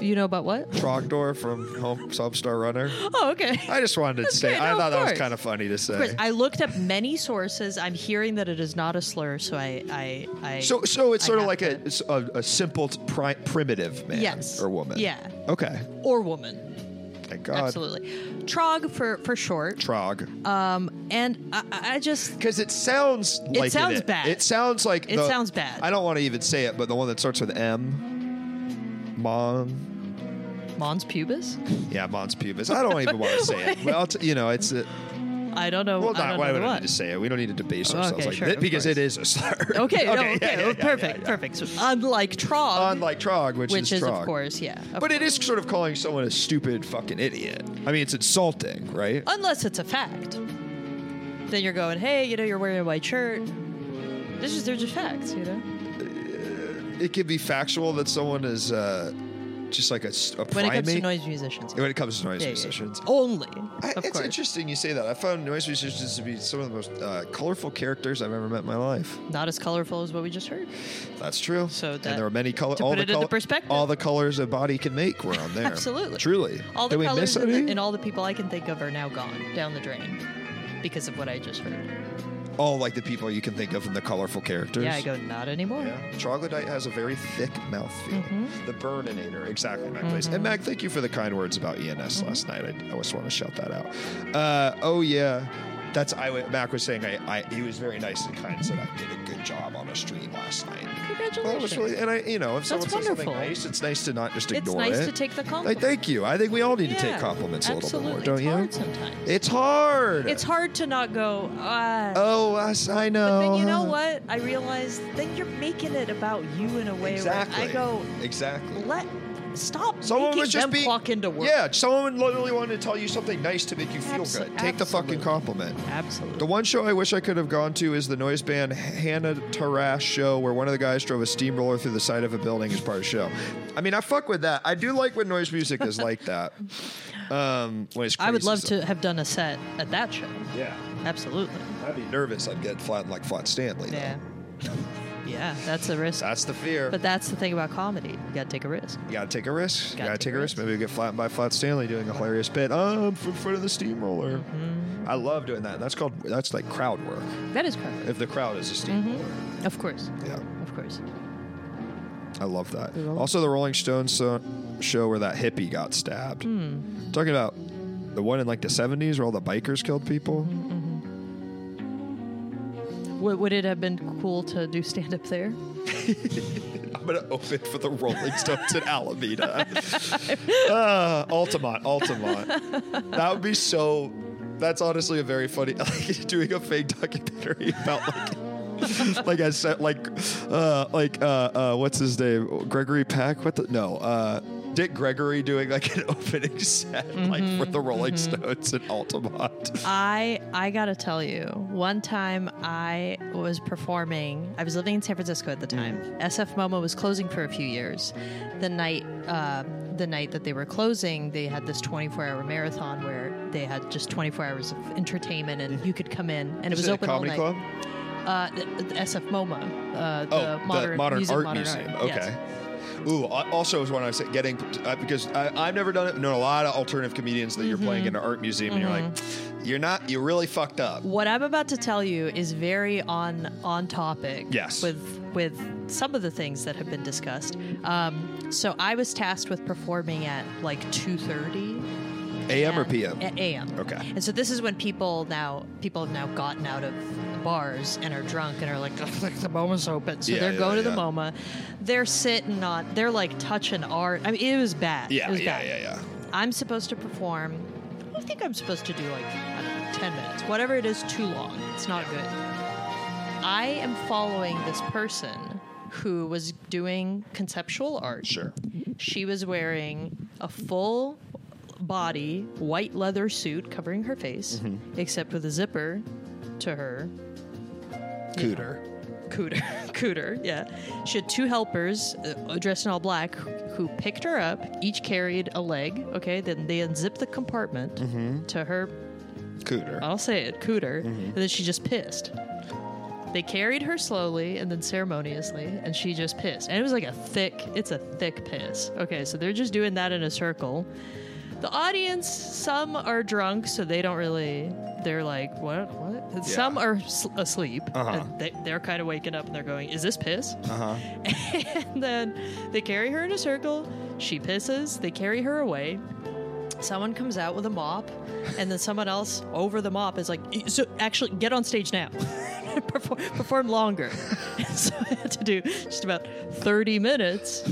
Speaker 2: You know about what? *laughs*
Speaker 1: Trogdor from Home Substar Runner.
Speaker 2: Oh, okay.
Speaker 1: I just wanted to
Speaker 2: That's
Speaker 1: say.
Speaker 2: great.
Speaker 1: I
Speaker 2: No,
Speaker 1: thought
Speaker 2: of
Speaker 1: that was
Speaker 2: course.
Speaker 1: kind of funny to
Speaker 2: Of course,
Speaker 1: say.
Speaker 2: I looked up many sources. I'm hearing that it is not a slur, so I, I, I
Speaker 1: so, so it's
Speaker 2: I
Speaker 1: sort of
Speaker 2: have
Speaker 1: like a,
Speaker 2: to-
Speaker 1: it's a a simple t- pri- primitive man
Speaker 2: Yes.
Speaker 1: or woman. Uh,
Speaker 2: Yeah.
Speaker 1: Okay.
Speaker 2: or woman,
Speaker 1: Thank God.
Speaker 2: absolutely. Trog for for short.
Speaker 1: Trog.
Speaker 2: Um, and I, I I just
Speaker 1: Because it sounds like
Speaker 2: sounds
Speaker 1: it.
Speaker 2: bad.
Speaker 1: It sounds like
Speaker 2: It
Speaker 1: the-
Speaker 2: sounds bad.
Speaker 1: I don't want to even say it, but the one that starts with M, Mon.
Speaker 2: Mons pubis.
Speaker 1: Yeah, Mon's pubis. I don't even want to say
Speaker 2: *laughs*
Speaker 1: it. Well, t- you know, it's a,
Speaker 2: I don't know.
Speaker 1: well,
Speaker 2: I
Speaker 1: not
Speaker 2: don't
Speaker 1: why
Speaker 2: know
Speaker 1: would
Speaker 2: the
Speaker 1: I
Speaker 2: what.
Speaker 1: need to say it? We don't need to debase
Speaker 2: Oh,
Speaker 1: ourselves
Speaker 2: okay,
Speaker 1: like
Speaker 2: sure,
Speaker 1: that
Speaker 2: of
Speaker 1: because it
Speaker 2: course.
Speaker 1: is a slur. *laughs*
Speaker 2: Okay,
Speaker 1: yeah,
Speaker 2: no, okay,
Speaker 1: yeah,
Speaker 2: oh,
Speaker 1: yeah, yeah,
Speaker 2: perfect,
Speaker 1: yeah.
Speaker 2: perfect. So unlike Trog,
Speaker 1: Unlike trog, which,
Speaker 2: which is,
Speaker 1: trog.
Speaker 2: of course, yeah. of
Speaker 1: But it
Speaker 2: course.
Speaker 1: is sort of calling someone a stupid fucking idiot. I mean, it's insulting, right?
Speaker 2: unless it's a fact. Then you're going, hey, you know, you're wearing a white shirt. This is they're just facts, you know.
Speaker 1: It could be factual that someone is uh, just like a, s- a
Speaker 2: When it comes to
Speaker 1: primate.
Speaker 2: noise musicians,
Speaker 1: when it comes to noise
Speaker 2: Yeah, yeah, yeah.
Speaker 1: musicians.
Speaker 2: only.
Speaker 1: I,
Speaker 2: of
Speaker 1: it's
Speaker 2: course.
Speaker 1: interesting you say that. I found noise musicians to be some of the most uh, colorful characters I've ever met in my life.
Speaker 2: Not as colorful as what we just heard.
Speaker 1: That's true.
Speaker 2: So that-
Speaker 1: and there are many colors.
Speaker 2: to
Speaker 1: all
Speaker 2: put
Speaker 1: the
Speaker 2: it into
Speaker 1: colo-
Speaker 2: perspective.
Speaker 1: all the colors a body can make were on there.
Speaker 2: *laughs* Absolutely.
Speaker 1: Truly.
Speaker 2: All
Speaker 1: Did
Speaker 2: the
Speaker 1: we
Speaker 2: colors
Speaker 1: miss
Speaker 2: and, the-
Speaker 1: any?
Speaker 2: and all the people I can think of are now gone down the drain because of what I just heard.
Speaker 1: all like the people you can think of in the colorful characters.
Speaker 2: Yeah, I go not anymore.
Speaker 1: Yeah. Troglodyte has a very thick mouthfeel.
Speaker 2: Mm-hmm.
Speaker 1: The Burninator, exactly my place. And Mac, thank you for the kind words about ENS last
Speaker 2: Mm-hmm.
Speaker 1: night. I, I just want to shout that out. Uh, oh yeah, that's I. w- Mac was saying I, I. He was very nice and kind. Said I did a good job on a stream last night. Well, it
Speaker 2: Congratulations.
Speaker 1: was really, and I, you know, if someone says something
Speaker 2: wonderful.
Speaker 1: nice, it's nice to not just
Speaker 2: it's
Speaker 1: ignore
Speaker 2: nice
Speaker 1: it.
Speaker 2: to take the
Speaker 1: like,
Speaker 2: compliment.
Speaker 1: thank you. I think we all need to take
Speaker 2: Yeah,
Speaker 1: compliments a little bit more,
Speaker 2: absolutely.
Speaker 1: don't
Speaker 2: it's
Speaker 1: you?
Speaker 2: Hard sometimes.
Speaker 1: It's hard.
Speaker 2: It's hard to not go. Uh,
Speaker 1: Oh, I, s- I know.
Speaker 2: But then you know
Speaker 1: huh?"
Speaker 2: what? I realized then you're making it about you in a way
Speaker 1: Exactly.
Speaker 2: where I go,
Speaker 1: Exactly.
Speaker 2: let stop
Speaker 1: Someone
Speaker 2: making
Speaker 1: was just
Speaker 2: them
Speaker 1: being
Speaker 2: walk into work.
Speaker 1: Yeah, someone literally wanted to tell you something nice to make you feel
Speaker 2: Abso-
Speaker 1: good. Take the fucking
Speaker 2: absolutely.
Speaker 1: compliment.
Speaker 2: Absolutely.
Speaker 1: The one show I wish I could have gone to is the noise band Hannah Tarash show, where one of the guys drove a steamroller through the side of a building as part of the show. I mean, I fuck with that. I do like when noise music is like that. Um, when it's
Speaker 2: I would
Speaker 1: crazy
Speaker 2: love
Speaker 1: stuff.
Speaker 2: to have done a set at that show.
Speaker 1: Yeah,
Speaker 2: Absolutely.
Speaker 1: I'd be nervous. I'd get flat like Flat Stanley. though.
Speaker 2: Yeah. *laughs* yeah, that's a risk.
Speaker 1: That's the fear.
Speaker 2: but that's the thing about comedy. You gotta take a risk.
Speaker 1: You gotta take a risk. You
Speaker 2: Gotta
Speaker 1: gotta take a risk. Maybe we get flattened by Flat Stanley doing a hilarious bit. I'm from front of the steamroller. I love doing that. That's called that's like crowd work.
Speaker 2: That is correct.
Speaker 1: If the crowd is a steamroller,
Speaker 2: Of course.
Speaker 1: yeah,
Speaker 2: Of course.
Speaker 1: I love that. Also, the Rolling Stones so- show where that hippie got stabbed. Talking about Mm-hmm. the one in like the '70s where all the bikers killed people.
Speaker 2: W- would it have been cool to do stand up there?
Speaker 1: I'm going to open for the Rolling Stones in
Speaker 2: *laughs*
Speaker 1: Alameda. uh, Altamont, Altamont. That would be so. That's honestly a very funny, *laughs* like doing a fake documentary about like, *laughs* like I said, like, uh, like uh, uh, what's his name, Gregory Peck? What the no, uh, Dick Gregory doing like an *laughs* opening set like for the Rolling
Speaker 2: Mm-hmm.
Speaker 1: Stones in Altamont.
Speaker 2: I I gotta tell you, one time I was performing. I was living in San Francisco at the
Speaker 1: Mm.
Speaker 2: time. SF MoMA was closing for a few years. The night uh, the night that they were closing, they had this 24 hour marathon where they had just 24 hours of entertainment, and you could come in, and it
Speaker 1: Is
Speaker 2: was
Speaker 1: it a
Speaker 2: open all
Speaker 1: comedy
Speaker 2: night.
Speaker 1: club?
Speaker 2: Uh, the, the SF MoMA, uh,
Speaker 1: Oh,
Speaker 2: the modern, Museum of
Speaker 1: art
Speaker 2: Modern
Speaker 1: museum.
Speaker 2: Art. Yes.
Speaker 1: Okay. Ooh, I- also is when I said getting uh, because I, I've never done it. Known a lot of alternative comedians that
Speaker 2: Mm-hmm.
Speaker 1: you're playing in an art museum, and you're like, you're not, you really fucked up.
Speaker 2: What I'm about to tell you is very on on topic.
Speaker 1: Yes.
Speaker 2: With with some of the things that have been discussed. Um, so I was tasked with performing at like 2:30
Speaker 1: AM or
Speaker 2: and-
Speaker 1: PM?
Speaker 2: a- a.m.
Speaker 1: Okay.
Speaker 2: And so this is when people now people have now gotten out of bars and are drunk and are like, *laughs* "Ugh, the MoMA's open. So
Speaker 1: Yeah,
Speaker 2: they're
Speaker 1: yeah,
Speaker 2: going to
Speaker 1: yeah.
Speaker 2: the MoMA. They're sitting on. They're like touching art. I mean, it was bad.
Speaker 1: Yeah,
Speaker 2: It was
Speaker 1: yeah,
Speaker 2: bad.
Speaker 1: yeah, yeah.
Speaker 2: I'm supposed to perform. I think I'm supposed to do like I don't know, ten minutes. Whatever it is, too long. It's not good. I am following this person who was doing conceptual art.
Speaker 1: Sure.
Speaker 2: She was wearing a full body white leather suit covering her face, except with a zipper to her
Speaker 1: Cooter.
Speaker 2: cooter *laughs* cooter yeah she had two helpers uh, dressed in all black who picked her up each carried a leg okay then they unzipped the compartment to her
Speaker 1: Cooter. Mm-hmm.
Speaker 2: i'll say it cooter and then she just pissed they carried her slowly and then ceremoniously and she just pissed and it was like a thick it's a thick piss okay so they're just doing that in a circle the audience some are drunk so they don't really they're like what what And
Speaker 1: Yeah.
Speaker 2: some are s- asleep
Speaker 1: Uh-huh.
Speaker 2: and they, they're kind of waking up and they're going is this piss uh-huh. *laughs* and then they carry her in a circle she pisses they carry her away someone comes out with a mop and then someone else over the mop is like "Y- so actually get on stage now *laughs* perform, perform longer *laughs* so i had to do just about 30 minutes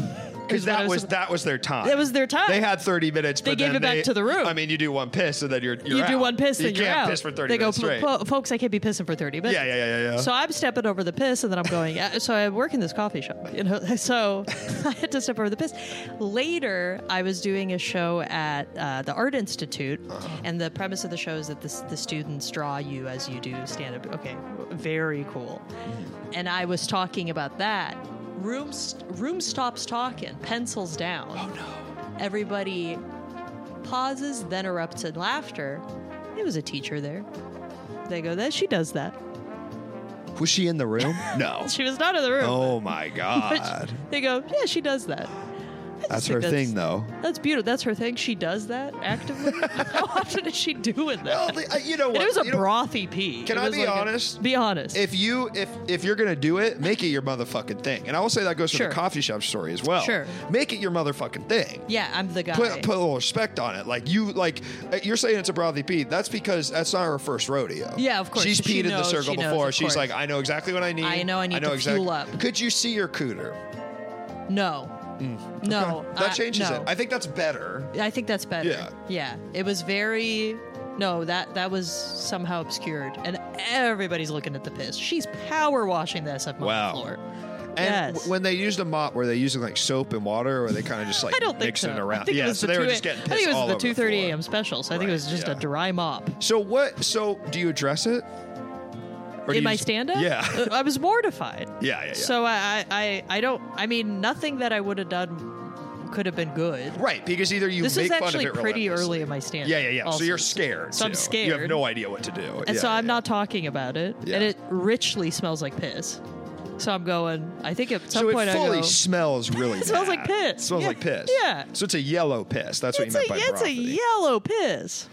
Speaker 1: Because that was that was their time.
Speaker 2: That was their time.
Speaker 1: They had 30 minutes. But
Speaker 2: They gave
Speaker 1: then
Speaker 2: it back
Speaker 1: they-
Speaker 2: to the room.
Speaker 1: I mean, you do one piss and then you're, you're
Speaker 2: you do
Speaker 1: out.
Speaker 2: one piss,
Speaker 1: You
Speaker 2: then you're
Speaker 1: can't
Speaker 2: out.
Speaker 1: piss for 30
Speaker 2: they
Speaker 1: minutes
Speaker 2: go,
Speaker 1: straight.
Speaker 2: "Fo- folks, I can't be pissing for 30 minutes.
Speaker 1: Yeah, yeah, yeah, yeah, yeah.
Speaker 2: So I'm stepping over the piss, and then I'm going, uh, so I work in this coffee shop, *laughs* you know, so I had to step over the piss. Later, I was doing a show at uh, the Art Institute, and the premise of the show is that the, s- the students draw you as you do stand up. Okay, very cool. And I was talking about that. Room, st- room stops talking, pencils down. Oh, no. Everybody pauses, then erupts in laughter. It was a teacher there. They go, that she does that.
Speaker 1: was she in the
Speaker 2: *laughs*
Speaker 1: room? No.
Speaker 2: She was not in the room.
Speaker 1: oh my
Speaker 2: *laughs* But *laughs*
Speaker 1: God.
Speaker 2: They go, yeah, she does that.
Speaker 1: That's her
Speaker 2: think that's-
Speaker 1: thing, though.
Speaker 2: That's beautiful. That's her thing. She does that
Speaker 1: *laughs*
Speaker 2: actively. *laughs* How often is she doing
Speaker 1: Well,
Speaker 2: that?
Speaker 1: the- uh, you know
Speaker 2: And
Speaker 1: what?
Speaker 2: it was a
Speaker 1: You know-
Speaker 2: brothy pee.
Speaker 1: Can
Speaker 2: It
Speaker 1: I
Speaker 2: was
Speaker 1: be
Speaker 2: like a-
Speaker 1: honest?
Speaker 2: be honest.
Speaker 1: if you if if you're gonna do it, make it your motherfucking thing. And I will say that goes for
Speaker 2: Sure.
Speaker 1: the coffee shop story as well.
Speaker 2: Sure.
Speaker 1: Make it your motherfucking thing.
Speaker 2: yeah, I'm the guy.
Speaker 1: Put, put a little respect on it. Like you, like uh, you're saying it's a brothy pee. That's because that's not her first rodeo.
Speaker 2: Yeah, of course.
Speaker 1: She's
Speaker 2: She
Speaker 1: peed in the
Speaker 2: knows-
Speaker 1: circle
Speaker 2: she knows,
Speaker 1: before.
Speaker 2: of
Speaker 1: She's
Speaker 2: course.
Speaker 1: like, I know exactly what I need.
Speaker 2: I know I need to
Speaker 1: exact-
Speaker 2: fuel up.
Speaker 1: Could you see your cooter?
Speaker 2: no. No.
Speaker 1: Mm, That
Speaker 2: I-
Speaker 1: changes
Speaker 2: Uh, no.
Speaker 1: it. I think that's better.
Speaker 2: I think that's better.
Speaker 1: Yeah.
Speaker 2: Yeah. It was very no, that that was somehow obscured. And everybody's looking at the piss. She's power washing this up on
Speaker 1: Wow.
Speaker 2: the floor.
Speaker 1: And
Speaker 2: Yes.
Speaker 1: w- when they used a mop, were they using like soap and water, or were they kind of just like
Speaker 2: *laughs* I don't think
Speaker 1: mixing
Speaker 2: so.
Speaker 1: it around?
Speaker 2: I think
Speaker 1: yeah,
Speaker 2: it was
Speaker 1: so
Speaker 2: the
Speaker 1: they were
Speaker 2: two-
Speaker 1: just getting
Speaker 2: I think
Speaker 1: pissed
Speaker 2: it was
Speaker 1: all
Speaker 2: the
Speaker 1: over
Speaker 2: two thirty
Speaker 1: floor.
Speaker 2: a.m. special, so I think
Speaker 1: Right,
Speaker 2: it was just
Speaker 1: yeah.
Speaker 2: a dry mop.
Speaker 1: So what? So do you address it? Or do
Speaker 2: in
Speaker 1: you
Speaker 2: my
Speaker 1: just-
Speaker 2: stand up?
Speaker 1: Yeah.
Speaker 2: *laughs* I was mortified.
Speaker 1: *laughs* Yeah, yeah, yeah.
Speaker 2: So I, I, I I don't, I mean, nothing that I would have done could have been good.
Speaker 1: right, because either you
Speaker 2: This
Speaker 1: make
Speaker 2: is
Speaker 1: fun of
Speaker 2: actually
Speaker 1: it
Speaker 2: pretty
Speaker 1: relentlessly.
Speaker 2: early in my stand
Speaker 1: Yeah, yeah, yeah. So you're scared.
Speaker 2: So I'm
Speaker 1: too.
Speaker 2: scared.
Speaker 1: You have no idea what to do.
Speaker 2: And
Speaker 1: Yeah,
Speaker 2: so
Speaker 1: yeah,
Speaker 2: I'm
Speaker 1: yeah.
Speaker 2: not talking about it.
Speaker 1: Yeah.
Speaker 2: And it richly smells like piss. So I'm going, I think at some
Speaker 1: So
Speaker 2: point
Speaker 1: it fully
Speaker 2: I go, *laughs*
Speaker 1: smells really.
Speaker 2: It smells
Speaker 1: bad.
Speaker 2: like piss.
Speaker 1: It smells
Speaker 2: Yeah.
Speaker 1: like piss.
Speaker 2: Yeah.
Speaker 1: So it's a yellow piss. That's what
Speaker 2: it's
Speaker 1: you meant
Speaker 2: a,
Speaker 1: by
Speaker 2: it's a
Speaker 1: brothy.
Speaker 2: yellow piss.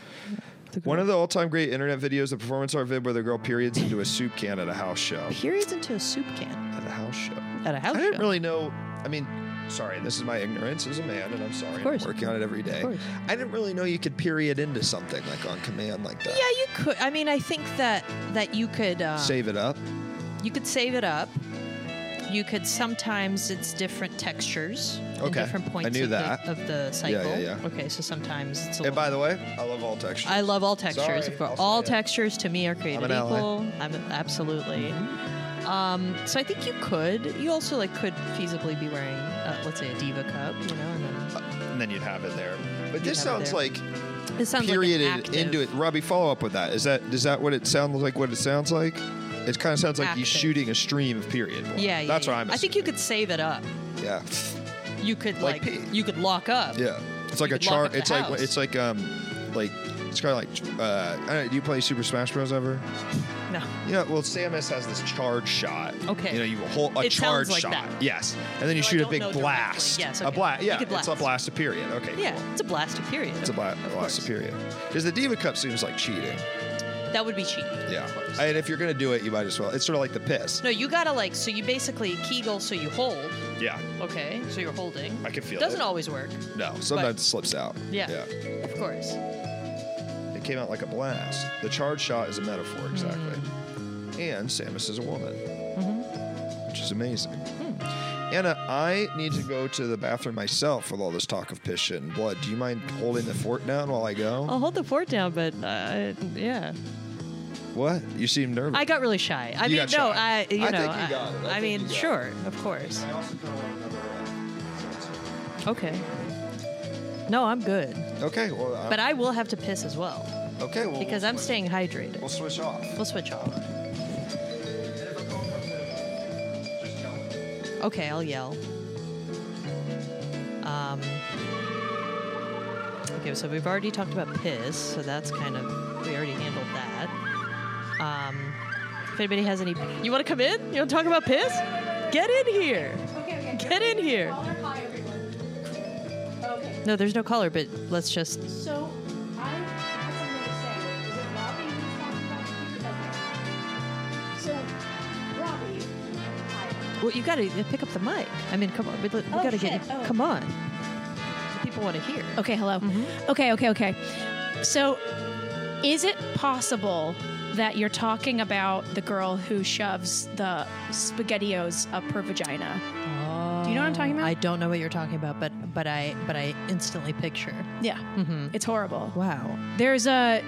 Speaker 1: One of the all-time great internet videos, the performance art vid where the girl periods into a soup can at a house show.
Speaker 2: Periods into a soup can
Speaker 1: At a house show.
Speaker 2: at a house
Speaker 1: I
Speaker 2: show.
Speaker 1: didn't really know. I mean, sorry, this is my ignorance as a man, and I'm sorry.
Speaker 2: Of course.
Speaker 1: I'm working on it every day.
Speaker 2: course.
Speaker 1: I didn't really know you could period into something like on command like that.
Speaker 2: yeah, you could. I mean, I think that that you could. Um,
Speaker 1: Save it up.
Speaker 2: You could save it up. You could sometimes it's different textures and
Speaker 1: Okay.
Speaker 2: different
Speaker 1: I
Speaker 2: points
Speaker 1: knew
Speaker 2: of,
Speaker 1: that.
Speaker 2: The, of the cycle.
Speaker 1: yeah.
Speaker 2: Okay, so sometimes it's a
Speaker 1: And
Speaker 2: little
Speaker 1: by the way, I love all textures.
Speaker 2: I love all textures.
Speaker 1: Sorry,
Speaker 2: of course.
Speaker 1: I'll say
Speaker 2: All
Speaker 1: it.
Speaker 2: textures to me are created
Speaker 1: an ally. Mm-hmm.
Speaker 2: equal. I'm absolutely. Um, so I think you could. You also like could feasibly be wearing, uh, let's say, a diva cup. You know, and then
Speaker 1: and then you'd have it there. But this
Speaker 2: have it
Speaker 1: sounds
Speaker 2: there.
Speaker 1: like
Speaker 2: it sounds
Speaker 1: perioded
Speaker 2: like an active,
Speaker 1: into it. Robbie, follow up with that. Is that is that what it sounds like? What it sounds like? It kind of sounds like
Speaker 2: Active.
Speaker 1: he's shooting a stream of period. blood.
Speaker 2: Yeah, yeah.
Speaker 1: that's
Speaker 2: yeah.
Speaker 1: what I'm.
Speaker 2: I think you
Speaker 1: assuming.
Speaker 2: could save it up.
Speaker 1: Yeah,
Speaker 2: You could
Speaker 1: Like
Speaker 2: like,
Speaker 1: pee.
Speaker 2: you could lock up.
Speaker 1: yeah. It's like a
Speaker 2: could lock
Speaker 1: char.
Speaker 2: up the
Speaker 1: It's like
Speaker 2: house.
Speaker 1: it's like um, like it's kind of like uh. I don't know, do you play Super Smash Bros. ever?
Speaker 2: No.
Speaker 1: You know, well, Samus has this charge shot.
Speaker 2: Okay.
Speaker 1: You know, you hold a
Speaker 2: It
Speaker 1: charge
Speaker 2: sounds like
Speaker 1: shot.
Speaker 2: that.
Speaker 1: Yes, and then you
Speaker 2: So I
Speaker 1: shoot a
Speaker 2: don't
Speaker 1: big
Speaker 2: know directly.
Speaker 1: blast.
Speaker 2: Yes,
Speaker 1: a
Speaker 2: okay.
Speaker 1: blast.
Speaker 2: You
Speaker 1: Yeah,
Speaker 2: could
Speaker 1: it's a
Speaker 2: blast.
Speaker 1: blast of period. Okay.
Speaker 2: Yeah,
Speaker 1: cool.
Speaker 2: it's a blast of period.
Speaker 1: It's a bla-
Speaker 2: Of
Speaker 1: blast of
Speaker 2: course.
Speaker 1: period. Because the Diva Cup seems like cheating.
Speaker 2: That would be cheating.
Speaker 1: Yeah.
Speaker 2: Of course.
Speaker 1: And if you're going to do it, you might as well. It's sort of like the piss.
Speaker 2: no, you gotta like so you basically kegel so you hold.
Speaker 1: Yeah.
Speaker 2: Okay, so you're holding.
Speaker 1: I can feel
Speaker 2: Doesn't
Speaker 1: it.
Speaker 2: always work,
Speaker 1: No, sometimes it slips out.
Speaker 2: Yeah. of course.
Speaker 1: It came out like a blast. The charge shot is a metaphor, exactly.
Speaker 2: Mm-hmm.
Speaker 1: And Samus is a woman, which is amazing.
Speaker 2: Hmm.
Speaker 1: Anna, I need to go to the bathroom myself with all this talk of piss shit and blood. Do you mind holding the fort down while I go?
Speaker 2: I'll hold the fort down, but uh, yeah,
Speaker 1: What? You seem nervous.
Speaker 2: I got really shy. I
Speaker 1: You
Speaker 2: mean,
Speaker 1: got
Speaker 2: no,
Speaker 1: shy.
Speaker 2: I you
Speaker 1: I
Speaker 2: know,
Speaker 1: think you got it. I think
Speaker 2: mean,
Speaker 1: you got it.
Speaker 2: sure, of course.
Speaker 1: I also kinda want another, uh, so
Speaker 2: Okay. No, I'm good,
Speaker 1: it's- Okay, well, uh,
Speaker 2: but I will have to piss as well
Speaker 1: okay, well,
Speaker 2: because
Speaker 1: we'll
Speaker 2: I'm
Speaker 1: switch-
Speaker 2: staying hydrated.
Speaker 1: We'll switch off.
Speaker 2: We'll switch off. Okay, I'll yell. Um. Okay, so we've already talked about piss, so that's kind of we already handled that. Um, if anybody has any, you want to come in? You want to talk about piss? Get in here. Get in here.
Speaker 7: Hi, everyone. Okay,
Speaker 2: No, there's no caller, but let's just.
Speaker 7: so I have something to say. Is it Robbie who's talking about you? Okay. So, Robbie. Hi.
Speaker 2: Well, you gotta pick up the mic. I mean, come on, we, we
Speaker 7: Oh,
Speaker 2: gotta get.
Speaker 7: shit.
Speaker 2: You,
Speaker 7: Oh.
Speaker 2: Come on. People want to hear.
Speaker 7: Okay, hello. Okay, okay, okay. So, is it possible that you're talking about the girl who shoves the spaghettios up her vagina? Do you know what I'm talking about?
Speaker 2: Um, I don't know what you're talking about, but but I but I instantly picture. Um,
Speaker 7: yeah. It's horrible.
Speaker 2: Wow.
Speaker 7: There's a.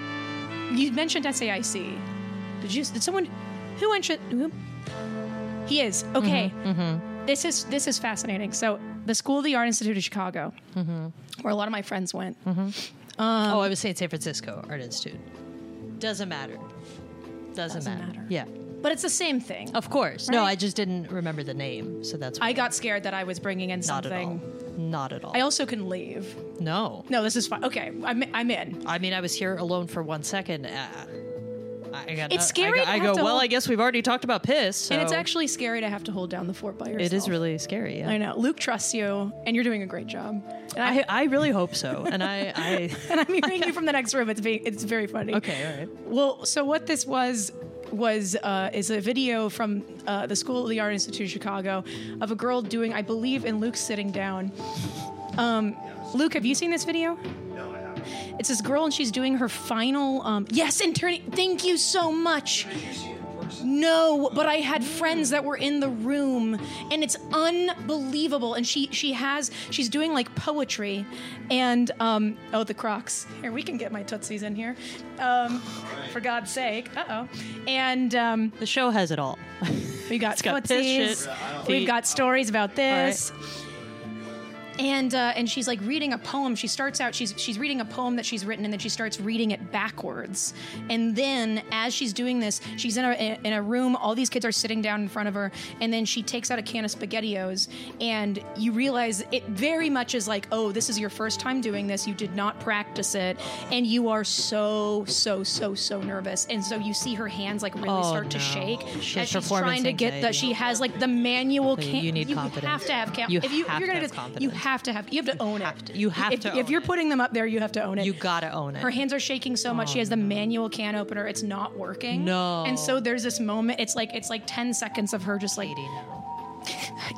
Speaker 7: You mentioned SAIC. Did you? Did someone? Who mentioned? Who? He is okay. This is this is fascinating. So the School of the Art Institute of Chicago, where a lot of my friends went.
Speaker 2: oh, I was saying San Francisco Art Institute. Doesn't matter. Doesn't,
Speaker 7: Doesn't
Speaker 2: matter.
Speaker 7: matter.
Speaker 2: Yeah.
Speaker 7: But it's the same thing.
Speaker 2: Of course. No,
Speaker 7: Right?
Speaker 2: I just didn't remember the name, so that's why.
Speaker 7: I got scared that I was bringing in
Speaker 2: not
Speaker 7: something.
Speaker 2: at all. Not at all.
Speaker 7: I also can leave.
Speaker 2: no.
Speaker 7: No, this is fine. Okay, I'm I'm in.
Speaker 2: I mean, I was here alone for one second. Uh, I I got.
Speaker 7: It's
Speaker 2: no-
Speaker 7: scary
Speaker 2: I
Speaker 7: to
Speaker 2: go. I
Speaker 7: have
Speaker 2: go
Speaker 7: to
Speaker 2: well,
Speaker 7: hold-
Speaker 2: I guess we've already talked about piss. So
Speaker 7: And it's actually scary to have to hold down the fort by yourself.
Speaker 2: It is really scary. Yeah.
Speaker 7: I know. Luke trusts you, and you're doing a great job. *laughs* And I,
Speaker 2: I, I really hope so. And I,
Speaker 7: *laughs*
Speaker 2: I
Speaker 7: and I'm hearing you from the next room. It's ve- it's very funny.
Speaker 2: okay, all right.
Speaker 7: Well, so what this was was uh, is a video from uh, the School of the Art Institute of Chicago of a girl doing, I believe, in Luke sitting down. Um, Luke, have you seen this video? It's this girl and she's doing her final. Um, yes, intern. Thank you so much. No, but I had friends that were in the room, and it's unbelievable. And she she has she's doing like poetry, and um oh the Crocs. Here we can get my tootsies in here, um, for God's sake. Uh oh. And um,
Speaker 2: The show has it all.
Speaker 7: we got,
Speaker 2: It's got piss
Speaker 7: tootsies.
Speaker 2: shit,
Speaker 7: We've
Speaker 2: feet.
Speaker 7: got stories about this. And uh, and she's like reading a poem. She starts out she's she's reading a poem that she's written, and then she starts reading it backwards. And then as she's doing this, she's in a in a room. All these kids are sitting down in front of her, and then she takes out a can of SpaghettiOs, and you realize it very much is like, oh, this is your first time doing this. You did not practice it, and you are so so so so nervous. And so you see her hands like really
Speaker 2: Oh,
Speaker 7: start to
Speaker 2: no.
Speaker 7: shake
Speaker 2: She has
Speaker 7: as she's
Speaker 2: performance
Speaker 7: trying to get that
Speaker 2: anxiety.
Speaker 7: she has like the manual
Speaker 2: So
Speaker 7: can
Speaker 2: you need
Speaker 7: you
Speaker 2: confidence.
Speaker 7: have to have cam-
Speaker 2: You
Speaker 7: if you,
Speaker 2: have
Speaker 7: are
Speaker 2: to
Speaker 7: gonna
Speaker 2: have
Speaker 7: just you
Speaker 2: confidence.
Speaker 7: have to have you have to own it
Speaker 2: to- you have
Speaker 7: if,
Speaker 2: to
Speaker 7: if
Speaker 2: own
Speaker 7: you're
Speaker 2: it.
Speaker 7: putting them up there you have to own it
Speaker 2: You gotta own it. Oh,
Speaker 7: her hands are shaking so much she has the manual can opener it's not working
Speaker 2: No.
Speaker 7: and so there's this moment it's like it's like 10 seconds of her just like
Speaker 2: Katie, no.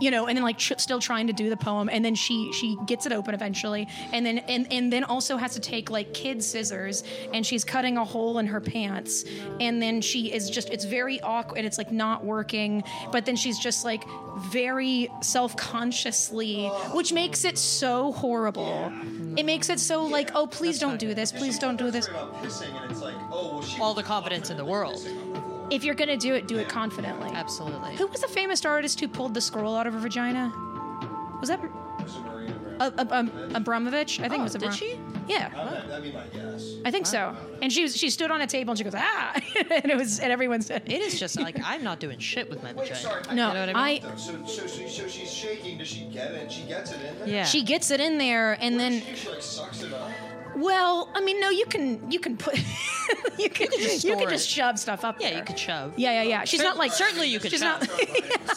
Speaker 7: you know, and then like tr- still trying to do the poem, and then she she gets it open eventually, and then and and then also has to take like kid scissors, and she's cutting a hole in her pants, and then she is just it's very awkward, and it's like not working, but then she's just like very self consciously, which makes it so horrible. It makes it so like, oh, please don't do this, please don't do this.
Speaker 2: All the confidence in the world.
Speaker 7: If you're gonna do it, do it confidently.
Speaker 2: Absolutely.
Speaker 7: Who was the famous artist who pulled the scroll out of her vagina? Was that uh, uh, um, Abramovich? I think it
Speaker 2: Oh,
Speaker 7: was
Speaker 2: did
Speaker 7: Abram-
Speaker 2: she?
Speaker 7: Yeah. I think so. And she was, she stood on a table and she goes ah, *laughs* and it was and everyone said
Speaker 2: It is just like I'm not doing shit with my vagina.
Speaker 7: no.
Speaker 2: You know what I mean?
Speaker 1: So, so, so, so she's shaking. Does she get it? She gets it in there.
Speaker 2: yeah.
Speaker 7: she gets it in there and then
Speaker 1: She like sucks it up.
Speaker 7: well I mean no you can you can put *laughs* you can you can just,
Speaker 2: store it.
Speaker 7: shove stuff up
Speaker 2: yeah,
Speaker 7: there.
Speaker 2: you could shove.
Speaker 7: yeah yeah yeah she's
Speaker 2: Cer-
Speaker 7: not like
Speaker 2: certainly you could
Speaker 7: she's
Speaker 2: shove.
Speaker 7: not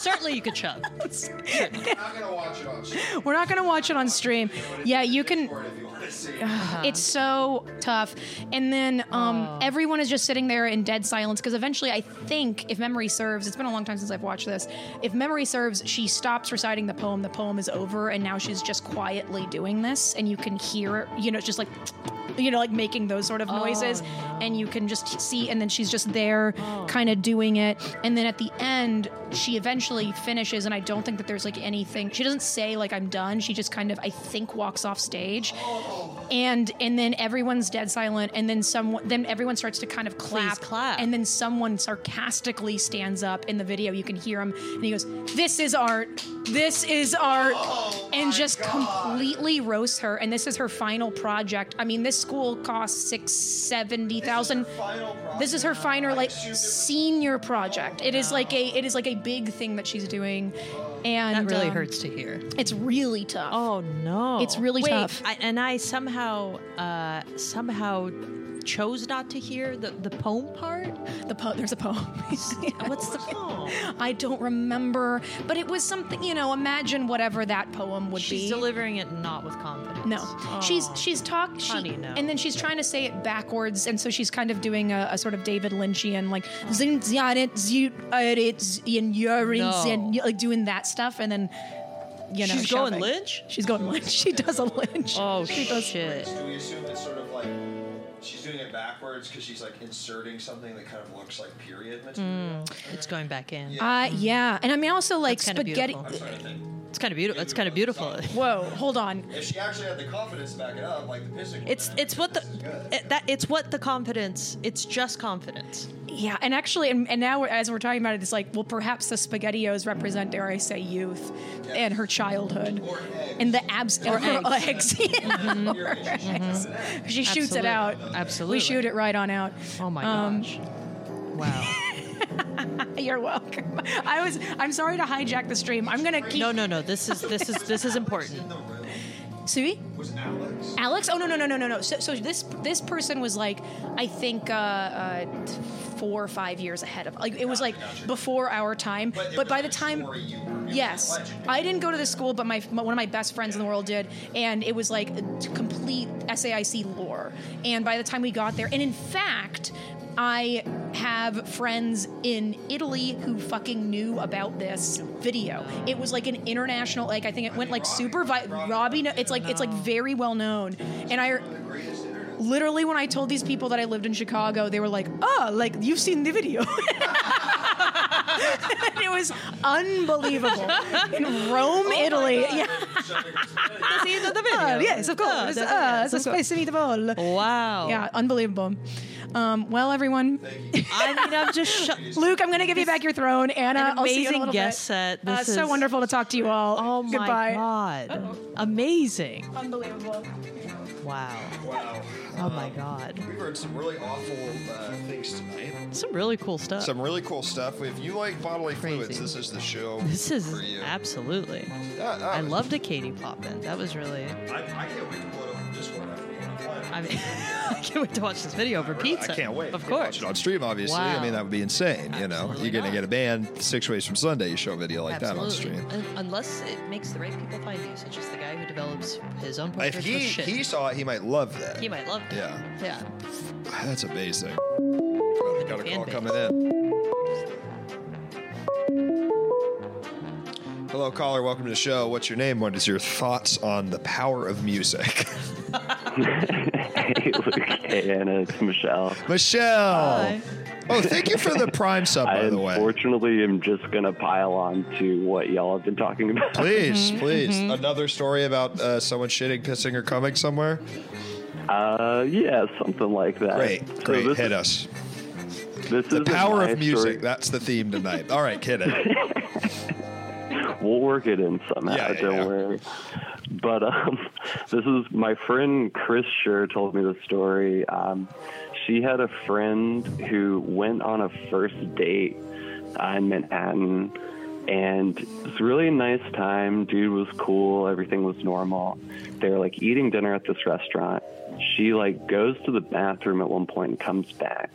Speaker 2: *laughs* Certainly you could chub.
Speaker 1: I'm not gonna watch it
Speaker 2: *laughs*
Speaker 1: on. stream.
Speaker 7: *laughs* we're not gonna watch it on stream yeah you can
Speaker 1: If you want to see it.
Speaker 7: It's so tough. And then um, everyone is just sitting there in dead silence because eventually, I think, if memory serves, it's been a long time since I've watched this. If memory serves, she stops reciting the poem. The poem is over, and now she's just quietly doing this, and you can hear, you know, just like. You know, like making those sort of noises, and you can just see, and then she's just there, kind of doing it. And then at the end, she eventually finishes, and I don't think that there's like anything. She doesn't say like I'm done. She just kind of, I think, walks off stage, and and then everyone's dead silent and then someone then everyone starts to kind of clap
Speaker 2: clap.
Speaker 7: and then someone sarcastically stands up in the video you can hear him and he goes this is art this is art and just completely roasts her and this is her final project i mean this school costs six seventy thousand this is her final like senior project it is like a it is like a big thing that she's doing and
Speaker 2: That really
Speaker 7: um,
Speaker 2: hurts to hear.
Speaker 7: it's really tough
Speaker 2: Oh no,
Speaker 7: It's really
Speaker 2: Wait,
Speaker 7: tough.
Speaker 2: I, and I somehow, uh, somehow chose not to hear the the poem part.
Speaker 7: the po- there's a poem *laughs*
Speaker 2: What's *laughs* the poem?
Speaker 7: I don't remember, but it was something, you know, imagine whatever that poem would
Speaker 2: She's
Speaker 7: be.
Speaker 2: delivering it not with confidence.
Speaker 7: no, she's she's talk, she,
Speaker 2: Honey, no.
Speaker 7: and then she's trying to say it backwards, and so she's kind of doing a, a sort of David Lynchian like "Zin, zian, it, zi, er, it, zi, and yer, it,
Speaker 2: No.
Speaker 7: zin," like doing that stuff, and then you know
Speaker 2: she's going
Speaker 7: shoving.
Speaker 2: Lynch.
Speaker 7: She's going lynch. *laughs* She does a lynch.
Speaker 2: Oh
Speaker 7: she does-
Speaker 2: shit!
Speaker 1: Do we assume it's sort of like she's doing it backwards because she's like inserting something that kind of looks like
Speaker 2: Mm.
Speaker 1: period material?
Speaker 2: It's going back in.
Speaker 7: Uh, yeah, and I mean also like
Speaker 2: That's kinda
Speaker 7: spaghetti.
Speaker 2: beautiful.
Speaker 1: I'm trying to think.
Speaker 2: It's kind of beautiful. It's kind of beautiful.
Speaker 7: Whoa, hold on.
Speaker 1: If she actually had the confidence to back it up, like the physical.
Speaker 2: It's it's what the it, that it's what the confidence. It's just confidence.
Speaker 7: Yeah, and actually, and, and now we're- as we're talking about it, it's like, well, perhaps the SpaghettiOs represent, dare I say, youth and her childhood,
Speaker 1: Or eggs.
Speaker 7: and the abs or her *laughs*
Speaker 2: *laughs*
Speaker 7: eggs. Yeah. She shoots it
Speaker 2: Mm-hmm. Absolutely.
Speaker 7: out.
Speaker 2: Absolutely.
Speaker 7: we shoot it right on out.
Speaker 2: Oh my
Speaker 7: Um,
Speaker 2: gosh! Wow.
Speaker 7: You're welcome. I was. I'm sorry to hijack the stream. I'm gonna keep.
Speaker 2: No, no, no. This is this is this is
Speaker 7: *laughs*
Speaker 2: important.
Speaker 7: Sui?
Speaker 1: was Alex.
Speaker 7: Alex? Oh no no no no no no. So, so this this person was like, I think uh, uh, t- four or five years ahead of. Like it was like before our time. But,
Speaker 1: it was
Speaker 7: by
Speaker 1: like
Speaker 7: the
Speaker 1: a
Speaker 7: time,
Speaker 1: story you were- it was
Speaker 7: yes,
Speaker 1: legendary.
Speaker 7: I didn't go to this school, but my, my one of my best friends in the world did, and it was like t- complete SAIC lore. And by the time we got there, and in fact. I have friends in Italy who fucking knew about this video. It was like an international, like I think it went like super. Vi- Robbie, kno- it's like it's like very well known. And I literally when I told these people that I lived in Chicago, they were like, "Oh, like you've seen the video." *laughs* it was unbelievable
Speaker 2: *laughs*
Speaker 7: in Rome, Italy. Yeah. Oh, *laughs* yes, of course.
Speaker 2: Oh,
Speaker 7: it's,
Speaker 2: that-
Speaker 7: uh,
Speaker 2: yes,
Speaker 7: it's a
Speaker 2: of course.
Speaker 7: spicy meatball.
Speaker 2: Oh, Wow.
Speaker 7: Yeah, unbelievable. Um, well, everyone,
Speaker 2: I mean, I'm just sho-
Speaker 7: *laughs* Luke, I'm going to give you back your throne. Anna,
Speaker 2: an
Speaker 7: I'll see you in
Speaker 2: amazing
Speaker 7: a little
Speaker 2: guest
Speaker 7: bit.
Speaker 2: set.
Speaker 7: Uh,
Speaker 2: This
Speaker 7: So
Speaker 2: is-
Speaker 7: wonderful to talk to you all.
Speaker 2: Oh my
Speaker 7: Goodbye.
Speaker 2: god. Amazing.
Speaker 7: Unbelievable.
Speaker 2: Wow.
Speaker 1: Wow. Um,
Speaker 2: Oh my god.
Speaker 1: We've heard some really awful uh, things tonight.
Speaker 2: Some really cool stuff.
Speaker 1: Some really cool stuff. If you like bodily
Speaker 2: Uh, Crazy.
Speaker 1: fluids, this is the show.
Speaker 2: *laughs* this is
Speaker 1: for you.
Speaker 2: absolutely.
Speaker 1: That- that
Speaker 2: I
Speaker 1: was-
Speaker 2: loved a Katie Poppin. That was really.
Speaker 1: I, I can't wait to pull it up just one after one.
Speaker 2: I mean, *laughs* I can't wait to watch this video over pizza.
Speaker 1: I can't wait.
Speaker 2: Of
Speaker 1: We'll watch
Speaker 2: course.
Speaker 1: it on stream, obviously. I
Speaker 2: Wow.
Speaker 1: mean, that would be insane. you know,
Speaker 2: Absolutely
Speaker 1: you're going to
Speaker 2: not.
Speaker 1: get a band six ways from Sunday. You show a video like that on
Speaker 2: Absolutely.
Speaker 1: stream.
Speaker 2: Un- Unless it makes the right people find you, such as the guy who develops his own
Speaker 1: If
Speaker 2: portraits
Speaker 1: he
Speaker 2: with shit.
Speaker 1: he saw it, he might love that.
Speaker 2: he might love that.
Speaker 1: Yeah,
Speaker 2: Yeah.
Speaker 1: that's amazing. Got a- Got a
Speaker 2: Fan
Speaker 1: call
Speaker 2: base.
Speaker 1: coming in. Hello, caller. Welcome to the show. What's your name? What is your thoughts on the power of music? *laughs*
Speaker 3: *laughs* hey, Luke. Hey, Anna. It's Michelle.
Speaker 1: Michelle.
Speaker 7: Hi.
Speaker 1: Oh, thank you for the prime sub,
Speaker 3: I
Speaker 1: by the way.
Speaker 3: unfortunately am just going to pile on to what y'all have been talking about.
Speaker 1: Please, please. Another story about uh, someone shitting, pissing, or coming somewhere.
Speaker 3: Uh, yeah, something like that.
Speaker 1: Great,
Speaker 3: Uh, So
Speaker 1: great.
Speaker 3: this,
Speaker 1: Hit us.
Speaker 3: This
Speaker 1: The
Speaker 3: isn't
Speaker 1: power
Speaker 3: my
Speaker 1: of music.
Speaker 3: story.
Speaker 1: That's the theme tonight. All right, kid
Speaker 3: *laughs*
Speaker 1: it.
Speaker 3: We'll work it in somehow.
Speaker 1: Yeah, yeah,
Speaker 3: don't
Speaker 1: yeah.
Speaker 3: worry. But um, *laughs* this is my friend Chris Scher told me the story. Um, she had a friend who went on a first date uh, in Manhattan, and it was a really nice time. Dude was cool. Everything was normal. They were like eating dinner at this restaurant. She like goes to the bathroom at one point and comes back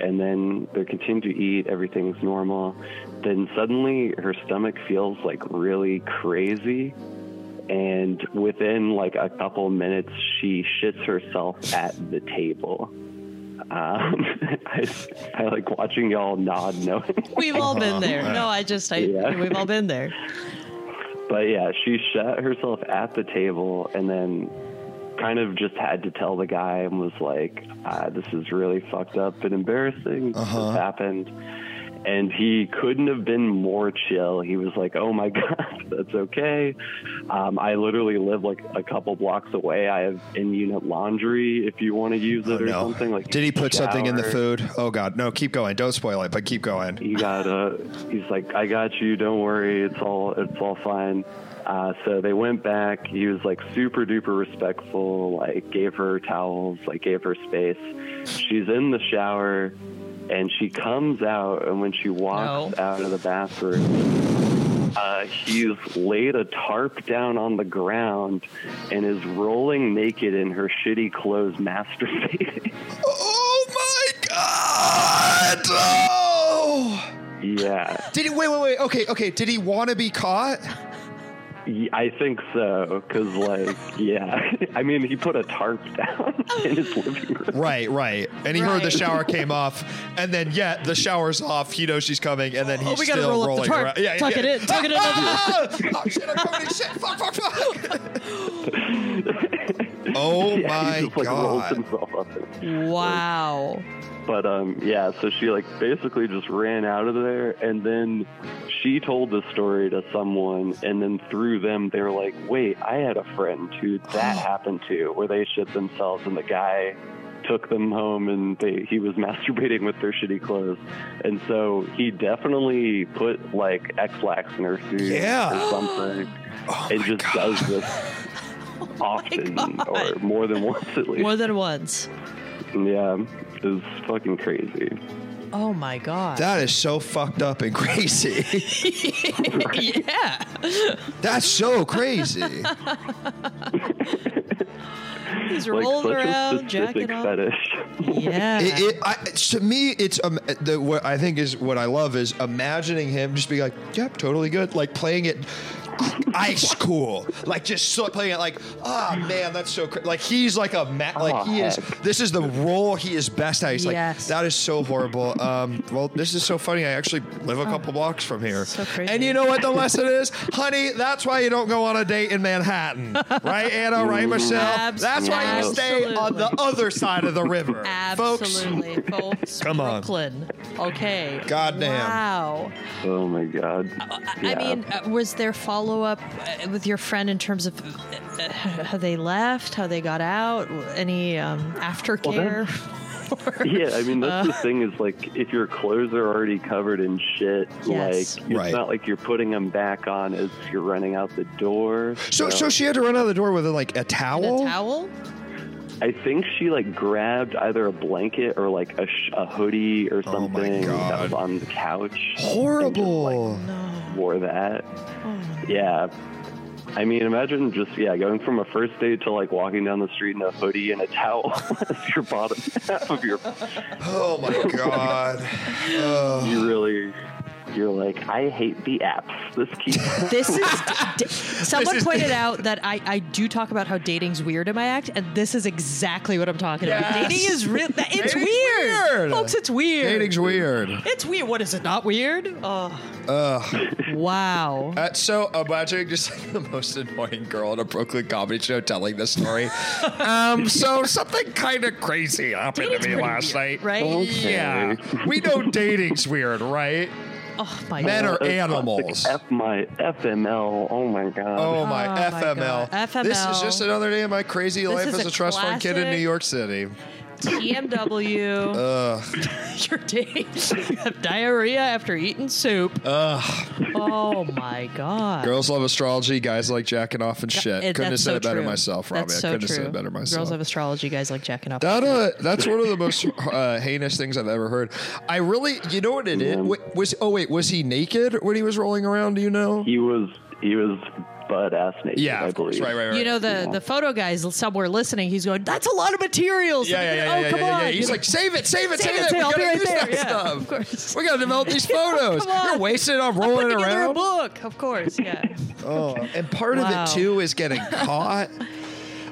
Speaker 3: and then they continue to eat everything's normal then suddenly her stomach feels like really crazy and within like a couple minutes she shits herself at the table
Speaker 5: *laughs*
Speaker 3: um, I, I like watching y'all nod
Speaker 5: *laughs*
Speaker 3: knowing
Speaker 2: We've all
Speaker 1: Uh-huh.
Speaker 2: been there. No, I just, I,
Speaker 3: Yeah.
Speaker 2: we've all been
Speaker 3: *laughs*
Speaker 2: there.
Speaker 3: But yeah, she shut herself at the table and then kind of just had to tell the guy and was like, ah, this is really fucked up and embarrassing.
Speaker 1: Uh-huh.
Speaker 3: This happened. And he couldn't have been more chill. He was like, oh my *laughs* God, that's okay. Um, I literally live like a couple blocks away. I have in unit laundry if you want to use it
Speaker 1: Oh,
Speaker 3: or
Speaker 1: no.
Speaker 3: something. Like,
Speaker 1: Did he put something in the
Speaker 3: shower."
Speaker 1: food? Oh, God. No, keep going. Don't spoil it, but keep going.
Speaker 3: you gotta he's like i got you don't worry it's all it's all fine uh, so they went back he was like super duper respectful like gave her towels like gave her space she's in the shower and she comes out and when she walks
Speaker 2: No.
Speaker 3: out of the bathroom *laughs* uh, he's laid a tarp down on the ground and is rolling naked in her shitty clothes *laughs* masturbating
Speaker 1: Oh, my God. Oh.
Speaker 3: yeah
Speaker 1: Did he, wait, wait, wait. Okay, okay. Did he want to be caught?
Speaker 3: Y- I think so, because, like, yeah. *laughs* I mean, he put a tarp down *laughs* in his living room.
Speaker 1: Right, right. And he heard the
Speaker 7: Right.
Speaker 1: shower came off, and then yeah, the shower's off. He knows she's coming, and then he's
Speaker 2: Oh, we gotta
Speaker 1: still
Speaker 2: roll up the
Speaker 1: rolling
Speaker 2: tarp.
Speaker 1: around. Yeah,
Speaker 2: Tuck
Speaker 1: yeah.
Speaker 2: it in, tuck it in under
Speaker 1: Ah! *laughs* oh shit! I'm coming! in. Shit! Fuck! Fuck! Fuck!
Speaker 3: *laughs*
Speaker 1: oh
Speaker 3: yeah, he
Speaker 1: my
Speaker 3: just, like, rolls
Speaker 1: god!
Speaker 3: himself up. in-
Speaker 2: Wow.
Speaker 3: But, um, yeah, so she, like, basically just ran out of there, and then she told the story to someone, and then through them, they were like, wait, I had a friend who that
Speaker 1: Oh.
Speaker 3: happened to, where they shit themselves, and the guy took them home and they he was *laughs* masturbating with their shitty clothes and so he definitely put like x-lax in her food
Speaker 1: Yeah.
Speaker 3: or something
Speaker 1: *gasps* Oh
Speaker 3: it
Speaker 1: my
Speaker 3: just
Speaker 1: god! Oh
Speaker 3: does this
Speaker 1: *laughs*
Speaker 3: often
Speaker 2: God.
Speaker 3: or more than *laughs* once at least.
Speaker 2: More than once.
Speaker 3: yeah, it's fucking crazy.
Speaker 2: Oh my God.
Speaker 1: That is so fucked up and crazy.
Speaker 2: *laughs*
Speaker 1: *laughs*
Speaker 2: yeah.
Speaker 1: That's so crazy.
Speaker 2: He's
Speaker 3: Like
Speaker 2: rolling
Speaker 3: such a
Speaker 2: around,
Speaker 3: specific
Speaker 2: jacking off.
Speaker 3: fetish.
Speaker 2: Yeah.
Speaker 1: *laughs* It, it, I, it's- to me, it's um, the, what I think is what I love is imagining him just being like, "Yep, totally good," like playing it
Speaker 2: *laughs*
Speaker 1: ice cool, like just so, playing it like, "Ah, man, that's so cra-. like he's like a ma- like he is. This is the role he is best at. He's
Speaker 2: Yes.
Speaker 1: like, that is so horrible. Um, well, this is so funny. I actually live a couple blocks from here,
Speaker 2: Oh, so crazy.
Speaker 1: and you know what the lesson
Speaker 2: *laughs*
Speaker 1: is, honey? That's why you don't go on a date in Manhattan, right, Anna? Right, Michelle? That's why you stay on the
Speaker 2: Absolutely.
Speaker 1: other side of the river, folks.
Speaker 2: Absolutely, folks.
Speaker 1: Come on.
Speaker 2: Brooklyn. Okay.
Speaker 1: Goddamn.
Speaker 2: Wow.
Speaker 3: oh my god.
Speaker 2: I mean, uh, was there follow up uh, with your friend in terms of uh, how they left, how they got out, any um, aftercare? *laughs*
Speaker 3: *laughs* yeah, I mean that's the
Speaker 2: uh,
Speaker 3: thing is like if your clothes are already covered in shit,
Speaker 2: Yes.
Speaker 3: like it's
Speaker 1: Right.
Speaker 3: not like you're putting them back on as you're running out the door.
Speaker 1: So, so she had to run out of the door with like a towel.
Speaker 2: A towel?
Speaker 3: I think she like grabbed either a blanket or like a, sh- a hoodie or
Speaker 1: Oh, my
Speaker 3: something that
Speaker 1: God.
Speaker 3: was on the couch.
Speaker 1: Horrible.
Speaker 3: And just, like, wore that. Yeah. I mean, imagine just yeah, going from a first date to like walking down the street in a hoodie and a towel as your bottom half of your. *laughs*
Speaker 1: oh my god. Oh.
Speaker 3: You really, you're like, I hate the apps. This keeps. *laughs*
Speaker 2: This is. d- someone pointed out that I, I do talk about how dating's weird in my act, and this is exactly what I'm talking about.
Speaker 1: Yes.
Speaker 2: Dating is real. It's
Speaker 1: Dating's
Speaker 2: weird.
Speaker 1: weird.
Speaker 2: folks. It's weird.
Speaker 1: Dating's weird.
Speaker 2: it's weird. What is it? Not weird? Oh,
Speaker 1: Ugh.
Speaker 2: wow.
Speaker 1: Uh, so imagine just like the most annoying girl at a Brooklyn comedy show telling the story. um, so something kind of crazy happened
Speaker 2: Dating's
Speaker 1: to me
Speaker 2: pretty
Speaker 1: last
Speaker 2: weird,
Speaker 1: night,
Speaker 2: right? Okay.
Speaker 1: Yeah, we know dating's weird, right?
Speaker 2: Oh my
Speaker 1: Men
Speaker 2: god.
Speaker 1: are animals.
Speaker 3: Animals. F my FML. Oh my god.
Speaker 1: Oh my
Speaker 2: Oh my
Speaker 1: FML.
Speaker 2: God.
Speaker 1: This is
Speaker 2: FML.
Speaker 1: just another day of my crazy life
Speaker 2: is
Speaker 1: as
Speaker 2: a
Speaker 1: a trust fund kid in
Speaker 2: classic.
Speaker 1: New York City.
Speaker 2: TMW.
Speaker 1: Ugh.
Speaker 2: *laughs* Your days have diarrhea after eating soup.
Speaker 1: Ugh.
Speaker 2: Oh my god.
Speaker 1: Girls love astrology. Guys like jacking off and shit.
Speaker 2: It-
Speaker 1: Couldn't have
Speaker 2: that's
Speaker 1: said
Speaker 2: so
Speaker 1: it better
Speaker 2: true.
Speaker 1: myself, Robbie.
Speaker 2: That's
Speaker 1: I
Speaker 2: so
Speaker 1: couldn't
Speaker 2: true.
Speaker 1: have said it better myself.
Speaker 2: Girls have astrology, guys like jacking up.
Speaker 1: That uh, that's one of the most *laughs* uh, heinous things I've ever heard. I really, you know what it is? Wa- Was oh wait, was he naked when he was rolling around? Do you know?
Speaker 3: He was he was butt ass naked.
Speaker 1: Yeah,
Speaker 3: I
Speaker 1: of course.
Speaker 3: believe.
Speaker 1: right, right, right.
Speaker 2: you know the the photo guys somewhere listening. He's going, "That's a lot of materials."
Speaker 1: yeah, yeah, yeah,
Speaker 2: oh
Speaker 1: yeah,
Speaker 2: come
Speaker 1: yeah,
Speaker 2: on!
Speaker 1: yeah. He's like, save it, save it,
Speaker 2: Save
Speaker 1: save, it.
Speaker 2: it,
Speaker 1: We
Speaker 2: I'll be
Speaker 1: gotta
Speaker 2: right
Speaker 1: use
Speaker 2: there.
Speaker 1: that
Speaker 2: Yeah,
Speaker 1: stuff.
Speaker 2: of course.
Speaker 1: We gotta develop
Speaker 2: *laughs*
Speaker 1: these photos.
Speaker 2: Come on.
Speaker 1: You're wasting it on
Speaker 2: Put
Speaker 1: rolling
Speaker 2: together a
Speaker 1: around.
Speaker 2: book, of course. Yeah,
Speaker 1: Oh, and part
Speaker 2: Wow.
Speaker 1: of it too is
Speaker 2: *laughs*
Speaker 1: getting caught.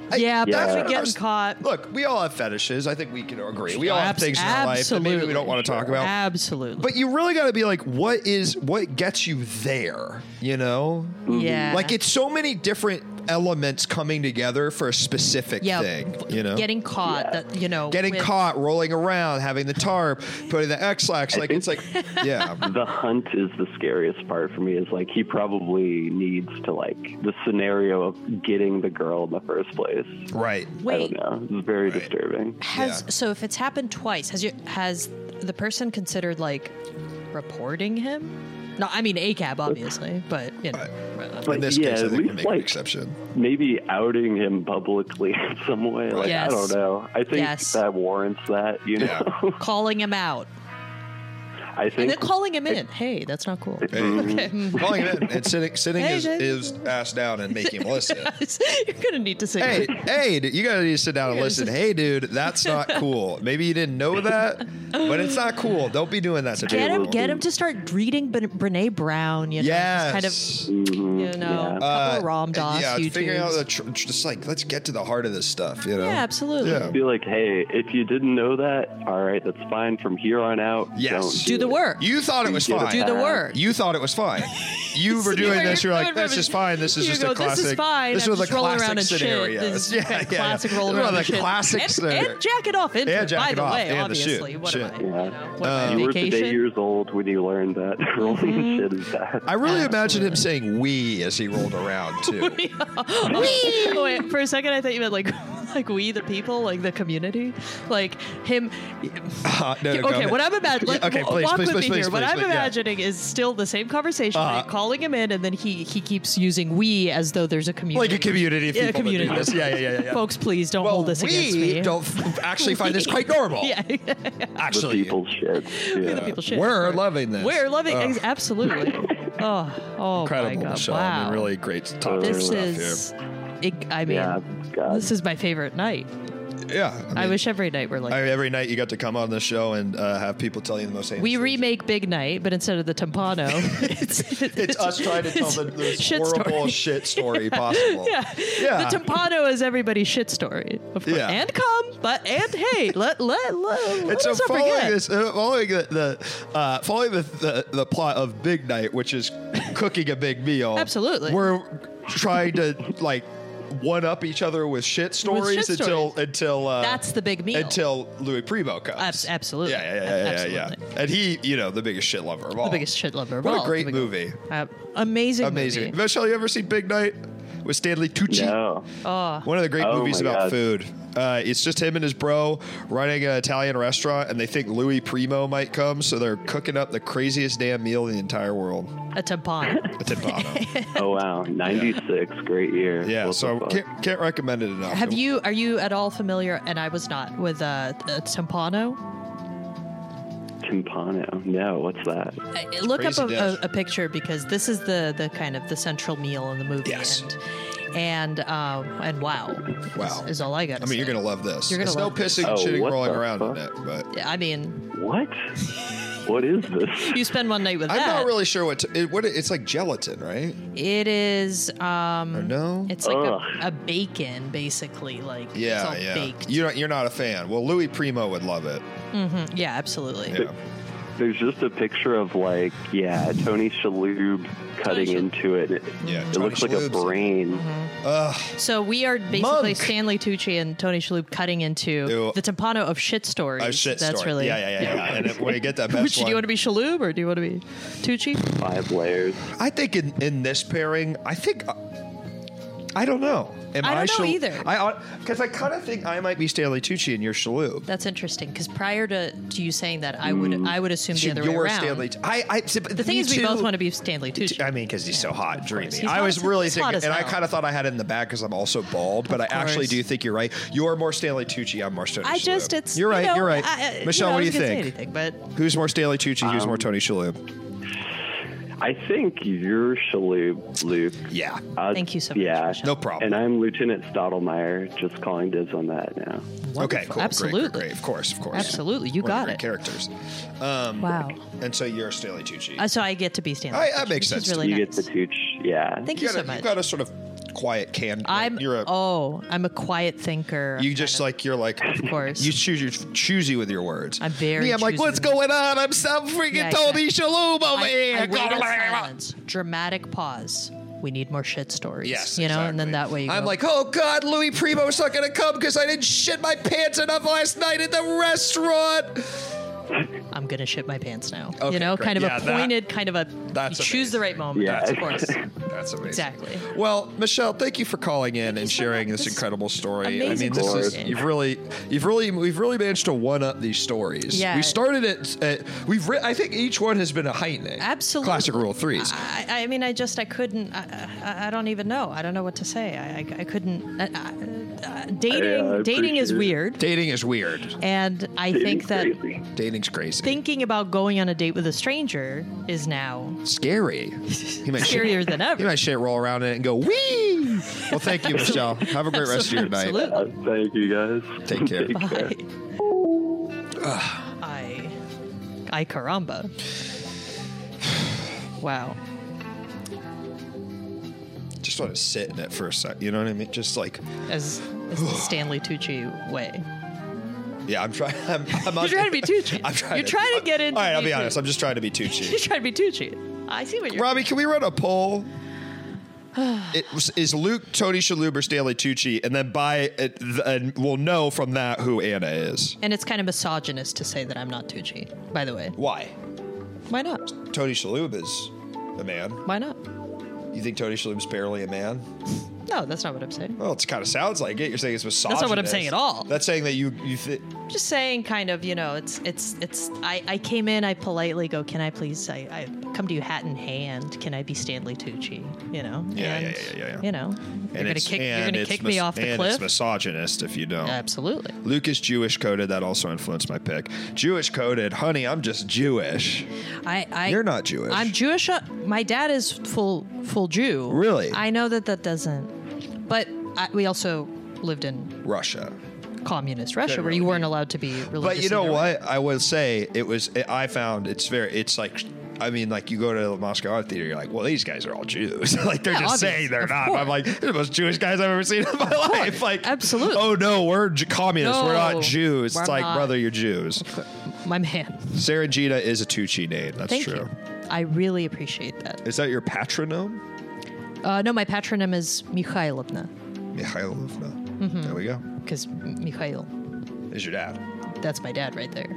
Speaker 1: I-
Speaker 2: yeah, but
Speaker 1: that's
Speaker 2: actually
Speaker 1: what I
Speaker 2: getting
Speaker 1: was-
Speaker 2: caught.
Speaker 1: Look, we all have fetishes. I think we can agree. We all have
Speaker 2: Abs-
Speaker 1: things in our life that maybe we
Speaker 2: absolutely.
Speaker 1: don't want to talk about.
Speaker 2: Absolutely.
Speaker 1: But you really got to be like, what is what gets you there? You know,
Speaker 2: yeah,
Speaker 1: like it's so many different elements coming together for a specific
Speaker 2: yeah,
Speaker 1: thing. You know,
Speaker 2: getting caught. That you know,
Speaker 1: Getting
Speaker 2: with-
Speaker 1: caught, rolling around, having the tarp, putting the X lax. Like
Speaker 3: *laughs*
Speaker 1: it's like, yeah,
Speaker 3: The hunt is the scariest part for me. Is like he probably needs to like the scenario of getting the girl in the first place.
Speaker 1: right.
Speaker 2: Wait,
Speaker 3: I don't know. It's very disturbing.
Speaker 2: has
Speaker 1: Yeah.
Speaker 2: so if it's happened twice, has you has the person considered like reporting him? No, I mean ACAB obviously, but you
Speaker 1: *laughs*
Speaker 2: know.
Speaker 1: In this
Speaker 3: yeah,
Speaker 1: case, I
Speaker 3: at
Speaker 1: think we
Speaker 3: least
Speaker 1: make an
Speaker 3: like
Speaker 1: exception.
Speaker 3: maybe outing him publicly *laughs* in some way. Like
Speaker 2: Yes.
Speaker 3: I don't know. I think
Speaker 2: Yes.
Speaker 3: that warrants that. You know. *laughs*
Speaker 1: Yeah.
Speaker 2: calling him out.
Speaker 3: I
Speaker 2: And
Speaker 3: think.
Speaker 2: then calling him in. Hey, that's not cool. *laughs*
Speaker 1: Hey, calling it in and sitting, sitting
Speaker 2: Hey,
Speaker 1: his,
Speaker 2: Jay.
Speaker 1: his ass down and making him
Speaker 2: *laughs*
Speaker 1: listen.
Speaker 2: You're gonna need to say
Speaker 1: hey, hey, dude, you gotta need to sit down and
Speaker 2: Yeah,
Speaker 1: listen. Hey, dude, that's not cool. Maybe you didn't know that, but it's not cool. Don't be doing that to
Speaker 2: Get him,
Speaker 1: people.
Speaker 2: get him to start reading Ben- Brene Brown. You know, just
Speaker 1: Yes. Uh,
Speaker 2: kind of,
Speaker 3: Mm-hmm.
Speaker 2: you know, a couple of Ram Dass
Speaker 1: yeah, figuring out
Speaker 2: YouTubes.
Speaker 1: the tr- just like let's get to the heart of this stuff. You know.
Speaker 2: yeah, absolutely.
Speaker 1: Yeah.
Speaker 3: be like, hey, if you didn't know that, all right, that's fine. From here on out,
Speaker 1: Yes.
Speaker 3: don't
Speaker 2: Do the
Speaker 3: it.
Speaker 2: work.
Speaker 1: You thought it was
Speaker 3: Get a
Speaker 1: fine.
Speaker 2: Do the work.
Speaker 1: You thought it was
Speaker 2: *laughs*
Speaker 1: fine. You were
Speaker 2: See
Speaker 1: doing
Speaker 2: where
Speaker 1: this.
Speaker 2: you're
Speaker 1: You're like,
Speaker 2: coming from
Speaker 1: this is
Speaker 2: is-
Speaker 1: fine. This is
Speaker 2: you
Speaker 1: just
Speaker 2: go,
Speaker 1: a
Speaker 2: "This is
Speaker 1: classic.
Speaker 2: fine.
Speaker 1: This
Speaker 2: I'm
Speaker 1: was a
Speaker 2: just rolling
Speaker 1: classic
Speaker 2: around in shit.
Speaker 1: scenario.
Speaker 2: This
Speaker 1: *laughs*
Speaker 2: is
Speaker 1: yeah,
Speaker 2: kind of
Speaker 1: yeah,
Speaker 2: classic
Speaker 1: yeah.
Speaker 2: rolling
Speaker 1: This is
Speaker 2: around
Speaker 1: one
Speaker 2: in
Speaker 1: of the
Speaker 2: shit.
Speaker 1: classic
Speaker 2: and,
Speaker 1: scenario.
Speaker 2: and jack it off into
Speaker 1: And
Speaker 2: it,
Speaker 1: jack
Speaker 2: by
Speaker 1: it
Speaker 2: the
Speaker 1: off,
Speaker 2: way,
Speaker 1: and the
Speaker 2: obviously.
Speaker 1: shit,
Speaker 2: What am I?
Speaker 1: shit.
Speaker 2: You know, what am I,
Speaker 3: Uh, You were
Speaker 2: vacation? Mm-hmm.
Speaker 3: today years old when you learned that *laughs* rolling shit is bad.
Speaker 1: I really imagine him saying "we" as he rolled around
Speaker 2: *laughs*
Speaker 1: too.
Speaker 2: Oh, wait, for a second I thought you meant like *laughs* like we the people, like the community, like him.
Speaker 1: Uh, *laughs* no, no, go
Speaker 2: okay,
Speaker 1: ahead.
Speaker 2: what I'm imagining.
Speaker 1: Yeah, okay, please,
Speaker 2: walk
Speaker 1: please,
Speaker 2: with
Speaker 1: please,
Speaker 2: me
Speaker 1: please,
Speaker 2: here. what
Speaker 1: please,
Speaker 2: I'm
Speaker 1: please, yeah.
Speaker 2: imagining is still the same conversation,
Speaker 1: Uh-huh.
Speaker 2: right? calling him in, and then he he keeps using we as though there's a community.
Speaker 1: like a community of
Speaker 2: Yeah,
Speaker 1: people. that do
Speaker 2: community.
Speaker 1: this. Yeah, yeah, yeah, yeah, yeah.
Speaker 2: Folks, please don't
Speaker 1: well,
Speaker 2: hold this
Speaker 1: we
Speaker 2: against me.
Speaker 1: don't f- actually find this quite normal.
Speaker 2: *laughs* yeah,
Speaker 3: The
Speaker 1: actually,
Speaker 3: people's shit.
Speaker 2: the
Speaker 3: Yeah.
Speaker 2: people shit.
Speaker 1: we're loving this.
Speaker 2: We're loving
Speaker 1: Oh,
Speaker 2: ex- absolutely. Oh, oh
Speaker 1: incredible
Speaker 2: my god!
Speaker 1: show.
Speaker 2: Wow,
Speaker 1: I mean, really great top tier
Speaker 2: this
Speaker 1: stuff
Speaker 2: is. It, I mean,
Speaker 3: Yeah, God.
Speaker 2: this is my favorite night.
Speaker 1: here. Yeah, I, mean,
Speaker 2: I wish every night were like.
Speaker 1: I mean, every night you got to come on the show and uh, have people tell you the most. heinous
Speaker 2: we
Speaker 1: things.
Speaker 2: remake Big Night, but instead of the timpano, it's,
Speaker 1: It's us trying to tell the, the
Speaker 2: *laughs* shit
Speaker 1: horrible
Speaker 2: story.
Speaker 1: shit
Speaker 2: *laughs*
Speaker 1: story possible.
Speaker 2: Yeah.
Speaker 1: *laughs* Yeah.
Speaker 2: *laughs* The Timpano is everybody's shit story. Of course.
Speaker 1: Yeah.
Speaker 2: And come, but
Speaker 1: *laughs*
Speaker 2: and hey, let let let, let
Speaker 1: And so
Speaker 2: us not
Speaker 1: following
Speaker 2: forget.
Speaker 1: this, uh, following the, the uh, following the, the the plot of Big Night, which is cooking a big meal.
Speaker 2: Absolutely.
Speaker 1: we're trying to like one up each other with shit stories
Speaker 2: shit
Speaker 1: until
Speaker 2: stories.
Speaker 1: until uh,
Speaker 2: That's the big meal.
Speaker 1: until Louis Primo comes.
Speaker 2: Abs- absolutely.
Speaker 1: Yeah, yeah, yeah, yeah, yeah,
Speaker 2: Absolutely.
Speaker 1: yeah. And he, you know, the biggest shit lover of all.
Speaker 2: the biggest shit lover of
Speaker 1: What a
Speaker 2: all.
Speaker 1: great
Speaker 2: The big-
Speaker 1: movie.
Speaker 2: Uh, amazing.
Speaker 1: Amazing.
Speaker 2: Movie.
Speaker 1: Michelle, you ever seen Big Night with Stanley Tucci?
Speaker 3: No.
Speaker 2: Oh,
Speaker 1: One of the great
Speaker 3: Oh
Speaker 1: movies
Speaker 3: my
Speaker 1: about
Speaker 3: God.
Speaker 1: food. Uh, it's just him and his bro running an Italian restaurant, and they think Louis Primo might come, so they're cooking up the craziest damn meal in the entire world.
Speaker 2: a timpano. *laughs*
Speaker 1: A timpano.
Speaker 3: Oh wow, '96, great year.
Speaker 1: yeah,
Speaker 3: What
Speaker 1: so
Speaker 3: the
Speaker 1: I
Speaker 3: fuck?
Speaker 1: can't, can't recommend it enough.
Speaker 2: Have you? Are you at all familiar? And I was not with uh, a timpano.
Speaker 3: Timpano. No, what's that?
Speaker 2: Uh, look up
Speaker 1: crazy
Speaker 2: a, a,
Speaker 1: dish.
Speaker 2: a picture because this is the the kind of the central meal in the movie.
Speaker 1: Yes.
Speaker 2: And and, um, and wow, is-
Speaker 1: Wow.
Speaker 2: is, all I got.
Speaker 1: I mean, you're gonna love this.
Speaker 2: You're gonna
Speaker 1: There's
Speaker 2: love
Speaker 1: no
Speaker 2: this.
Speaker 1: pissing, and
Speaker 3: Oh,
Speaker 1: shitting,
Speaker 3: what
Speaker 1: rolling
Speaker 3: the
Speaker 1: around
Speaker 2: *laughs*
Speaker 3: fuck?
Speaker 1: in it, but
Speaker 2: I mean,
Speaker 3: What? What is this?
Speaker 2: You spend one night with
Speaker 1: I'm
Speaker 2: that.
Speaker 1: not really sure what, to, it, what it- it's like gelatin, right?
Speaker 2: It is. Um,
Speaker 1: Or no?
Speaker 2: It's like a,
Speaker 3: Ugh.
Speaker 2: a bacon, basically. Like it's
Speaker 1: yeah,
Speaker 2: all
Speaker 1: yeah.
Speaker 2: baked.
Speaker 1: You don't, you're not a fan. Well, Louis Primo would love it.
Speaker 2: Mhm. Yeah, absolutely.
Speaker 1: Yeah.
Speaker 3: There's just a picture of like, yeah, Tony Shalhoub cutting
Speaker 2: Shalhoub.
Speaker 3: into it. It,
Speaker 1: Yeah,
Speaker 3: it
Speaker 1: Tony
Speaker 3: looks like a
Speaker 1: Shalhoub's-
Speaker 3: brain.
Speaker 2: Mm-hmm.
Speaker 1: Ugh.
Speaker 2: So we are basically
Speaker 1: Monk.
Speaker 2: Stanley Tucci and Tony Shalhoub cutting into
Speaker 1: Ew.
Speaker 2: the Timpano of shit stories.
Speaker 1: A shit
Speaker 2: That's
Speaker 1: story.
Speaker 2: really
Speaker 1: yeah, yeah, yeah, yeah. and it, when you get
Speaker 2: *laughs*
Speaker 1: that best
Speaker 2: Which do
Speaker 1: one,
Speaker 2: you want to be Shalhoub or do you want to be Tucci?
Speaker 3: Five layers.
Speaker 1: I think in, in this pairing, I think. uh, I don't know. Am
Speaker 2: I don't
Speaker 1: Shal-
Speaker 2: know either.
Speaker 1: I because I kind of think I might be Stanley Tucci and you're Shalhoub.
Speaker 2: That's interesting because prior to, to you saying that, I would I would assume the
Speaker 1: Mm. Should
Speaker 2: other way
Speaker 1: you're
Speaker 2: around.
Speaker 1: Stanley. T- I, I,
Speaker 2: the thing is, we both want to be Stanley Tucci.
Speaker 1: I mean, because he's so hot, and dreamy.
Speaker 2: course. He's
Speaker 1: I
Speaker 2: hot
Speaker 1: was
Speaker 2: as-
Speaker 1: really
Speaker 2: he's hot
Speaker 1: thinking,
Speaker 2: as
Speaker 1: and I
Speaker 2: hell.
Speaker 1: kind of thought I had it in the back because I'm also bald, but I actually
Speaker 2: course.
Speaker 1: do think you're right. You're more Stanley Tucci. I'm more Tony.
Speaker 2: I
Speaker 1: Shalhoub.
Speaker 2: just it's
Speaker 1: you're right.
Speaker 2: you know,
Speaker 1: you're right.
Speaker 2: I- I-
Speaker 1: Michelle,
Speaker 2: know, I
Speaker 1: what do you
Speaker 2: wasn't gonna
Speaker 1: think?
Speaker 2: say anything, but
Speaker 1: Who's more Stanley Tucci? Who's more Tony Shalhoub?
Speaker 3: I think you're Shalhoub, Luke.
Speaker 1: Yeah.
Speaker 3: Uh,
Speaker 2: Thank you so much,
Speaker 3: Yeah.
Speaker 2: Michelle.
Speaker 1: No problem.
Speaker 3: And I'm Lieutenant Stottlemyre, just calling dibs on that now.
Speaker 1: Okay, cool. Great,
Speaker 2: Absolutely.
Speaker 1: Great, great. Of course, of course.
Speaker 2: Absolutely. You
Speaker 1: One of
Speaker 2: got
Speaker 1: the
Speaker 2: it.
Speaker 1: great Characters. Um,
Speaker 2: Wow.
Speaker 1: And so you're Stanley Tucci.
Speaker 2: Uh, so I get to be Stanley.
Speaker 1: All right, that
Speaker 2: Tucci,
Speaker 1: makes
Speaker 2: which
Speaker 1: sense
Speaker 2: Is
Speaker 1: to
Speaker 2: really
Speaker 3: you
Speaker 2: nice.
Speaker 3: get the tooch. Yeah.
Speaker 2: Thank you,
Speaker 1: got
Speaker 2: so
Speaker 1: a,
Speaker 2: much.
Speaker 1: You've got a sort of quiet can.
Speaker 2: I'm
Speaker 1: You're a.
Speaker 2: oh, I'm a quiet thinker.
Speaker 1: you
Speaker 2: I'm
Speaker 1: just
Speaker 2: kind
Speaker 1: like you're like. Of *laughs*
Speaker 2: course.
Speaker 1: You choose your choosy with your words.
Speaker 2: I'm very
Speaker 1: Me, I'm like,
Speaker 2: choosy
Speaker 1: what's
Speaker 2: with my-
Speaker 1: going on? I'm some freaking
Speaker 2: Yeah,
Speaker 1: Tony
Speaker 2: exactly.
Speaker 1: Shalhoub over
Speaker 2: of-
Speaker 1: here.
Speaker 2: I, I wait in
Speaker 1: Blah, blah, blah.
Speaker 2: silence. Dramatic pause. We need more shit stories.
Speaker 1: Yes,
Speaker 2: you know, and then
Speaker 1: exactly.
Speaker 2: that way you
Speaker 1: I'm
Speaker 2: go,
Speaker 1: like, oh god, Louis Primo's not gonna come because I didn't shit my pants enough last night at the restaurant.
Speaker 2: I'm gonna shit my pants now.
Speaker 1: Okay,
Speaker 2: you know,
Speaker 1: great.
Speaker 2: kind of
Speaker 1: Yeah,
Speaker 2: a
Speaker 1: that-
Speaker 2: pointed, kind of a.
Speaker 1: That's
Speaker 2: you choose the
Speaker 1: amazing.
Speaker 2: right moment.
Speaker 3: Yeah.
Speaker 2: of
Speaker 3: *laughs*
Speaker 2: course.
Speaker 1: That's amazing.
Speaker 2: Exactly.
Speaker 1: Well, Michelle, thank you for calling in and
Speaker 2: so
Speaker 1: sharing
Speaker 2: much.
Speaker 1: this
Speaker 2: This is
Speaker 1: incredible story. I mean,
Speaker 2: amazing
Speaker 1: this is
Speaker 2: story.
Speaker 1: you've really, you've really, we've really managed to one up these stories.
Speaker 2: Yeah.
Speaker 1: we started at, at we've. Re- I think each one has been a heightening.
Speaker 2: Absolutely.
Speaker 1: classic rule of threes.
Speaker 2: I, I mean, I just, I couldn't, I, I, I don't even know. I don't know what to say. I, I, I couldn't. I, I, uh, dating,
Speaker 3: I
Speaker 2: dating is
Speaker 3: appreciate it.
Speaker 2: weird,
Speaker 1: Dating is weird.
Speaker 2: and I think that
Speaker 3: Crazy.
Speaker 1: Dating's crazy.
Speaker 2: thinking about going on a date with a stranger is now
Speaker 1: Scary. He
Speaker 2: *laughs*
Speaker 1: might shit-
Speaker 2: scarier than
Speaker 1: You
Speaker 2: ever.
Speaker 1: might shit roll around in it and go wee. Well, thank you, Michelle.
Speaker 2: *laughs*
Speaker 1: Have a great rest of your night.
Speaker 2: Absolutely.
Speaker 3: Uh, thank you guys. *laughs*
Speaker 1: Take care.
Speaker 2: Bye. I, I caramba. Wow.
Speaker 1: Just want to sit in it for a sec. You know what I mean? Just like,
Speaker 2: As, as the Stanley Tucci way.
Speaker 1: yeah, I'm trying. *laughs* I'm, I'm
Speaker 2: You're trying to be Tucci.
Speaker 1: *laughs* I'm trying.
Speaker 2: You're trying to get into
Speaker 1: All right, I'll be
Speaker 2: being
Speaker 1: honest.
Speaker 2: Tucci.
Speaker 1: I'm just trying to be too
Speaker 2: *laughs*
Speaker 1: cheap.
Speaker 2: You're trying to be Tucci. I see what you're.
Speaker 1: Robbie, can we run a poll?
Speaker 2: *sighs*
Speaker 1: It was, is Luke, Tony Shalhoub, or Stanley Tucci, and then by it, th- and we'll know from that who Anna is.
Speaker 2: and it's kind of misogynist to say that I'm not Tucci. By the way,
Speaker 1: Why?
Speaker 2: why not?
Speaker 1: Tony Shalhoub is a man.
Speaker 2: Why not?
Speaker 1: You think Tony Shalhoub's barely a man?
Speaker 2: No, that's not what I'm saying.
Speaker 1: Well, it kind of sounds like it. You're saying it's misogynist.
Speaker 2: not what I'm saying at all.
Speaker 1: That's saying that you you think
Speaker 2: I'm just saying, kind of, you know, it's it's it's. I I came in, I politely go, can I please? I, I come to you hat in hand. Can I be Stanley Tucci? You know.
Speaker 1: Yeah,
Speaker 2: and,
Speaker 1: yeah, yeah, yeah, yeah.
Speaker 2: You know, you're gonna kick you're gonna kick me off the
Speaker 1: and
Speaker 2: cliff.
Speaker 1: It's misogynist if you don't.
Speaker 2: Absolutely.
Speaker 1: Luke is Jewish coded. That also influenced my pick. Jewish coded, honey. I'm just Jewish.
Speaker 2: I, I
Speaker 1: You're not Jewish.
Speaker 2: I'm Jewish. uh, My dad is full full Jew.
Speaker 1: Really?
Speaker 2: I know that that doesn't. But I, we also lived in
Speaker 1: Russia.
Speaker 2: communist Russia,
Speaker 1: Could
Speaker 2: where you
Speaker 1: really
Speaker 2: weren't allowed to be religious.
Speaker 1: But you know
Speaker 2: either way.
Speaker 1: what? I would say it was. It, I found it's very. It's like. I mean, like you go to the Moscow Art Theater, you're like, well, these guys are all Jews. *laughs* like they're
Speaker 2: Yeah,
Speaker 1: just
Speaker 2: obvious.
Speaker 1: saying they're
Speaker 2: Of
Speaker 1: not. I'm
Speaker 2: course.
Speaker 1: like, they're the most Jewish guys I've ever seen in my life. Like,
Speaker 2: Absolutely.
Speaker 1: Oh no, we're J- communists. we're
Speaker 2: No,
Speaker 1: not Jews.
Speaker 2: we're
Speaker 1: it's like,
Speaker 2: not.
Speaker 1: brother, you're Jews.
Speaker 2: My man.
Speaker 1: Sarangina is a Tucci name. That's
Speaker 2: Thank
Speaker 1: true.
Speaker 2: you. I really appreciate that.
Speaker 1: Is that your patronym?
Speaker 2: Uh, no, my patronym is Mikhailovna
Speaker 1: Mikhailovna.
Speaker 2: Mm-hmm.
Speaker 1: There we go.
Speaker 2: because Mikhail.
Speaker 1: Is your dad?
Speaker 2: That's my dad right there.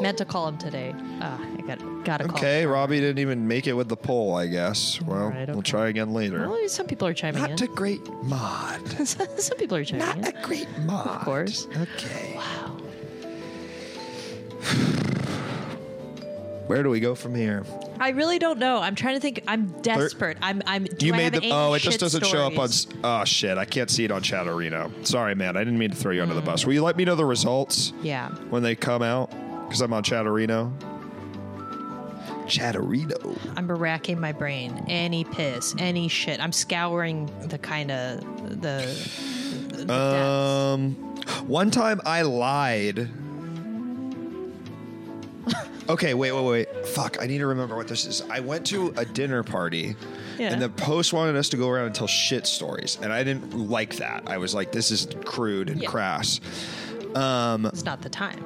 Speaker 2: Meant to call him today. Ah, I got got to call.
Speaker 1: Okay, Robbie didn't even make it with the poll. I guess. Well,
Speaker 2: right,
Speaker 1: we'll
Speaker 2: okay.
Speaker 1: try again later.
Speaker 2: Well, some people are chiming
Speaker 1: Not a
Speaker 2: in.
Speaker 1: great mod.
Speaker 2: *laughs* some people are chiming in.
Speaker 1: Not a great mod.
Speaker 2: Of course.
Speaker 1: Okay.
Speaker 2: Wow.
Speaker 1: Where do we go from here?
Speaker 2: I really don't know. I'm trying to think. I'm desperate. I'm. I'm. Do
Speaker 1: you
Speaker 2: I
Speaker 1: made the
Speaker 2: have any
Speaker 1: oh, it just
Speaker 2: shit
Speaker 1: doesn't show up on.
Speaker 2: stories?
Speaker 1: s- Oh shit, I can't see it on Chat Arena. Sorry, man, I didn't mean to throw you under the bus. Will you let me know the results?
Speaker 2: Yeah.
Speaker 1: When they come out, because I'm on Chat Arena. Chatterino.
Speaker 2: I'm racking my brain. Any piss. Any shit. I'm scouring the kind of the. the
Speaker 1: Uh,
Speaker 2: depths.
Speaker 1: Um, one time I lied Okay, wait, wait, wait. Fuck, I need to remember what this is. I went to a dinner party
Speaker 2: Yeah.
Speaker 1: and the host wanted us to go around and tell shit stories. And I didn't like that. I was like, this is crude and
Speaker 2: Yeah.
Speaker 1: crass. Um,
Speaker 2: It's not the time.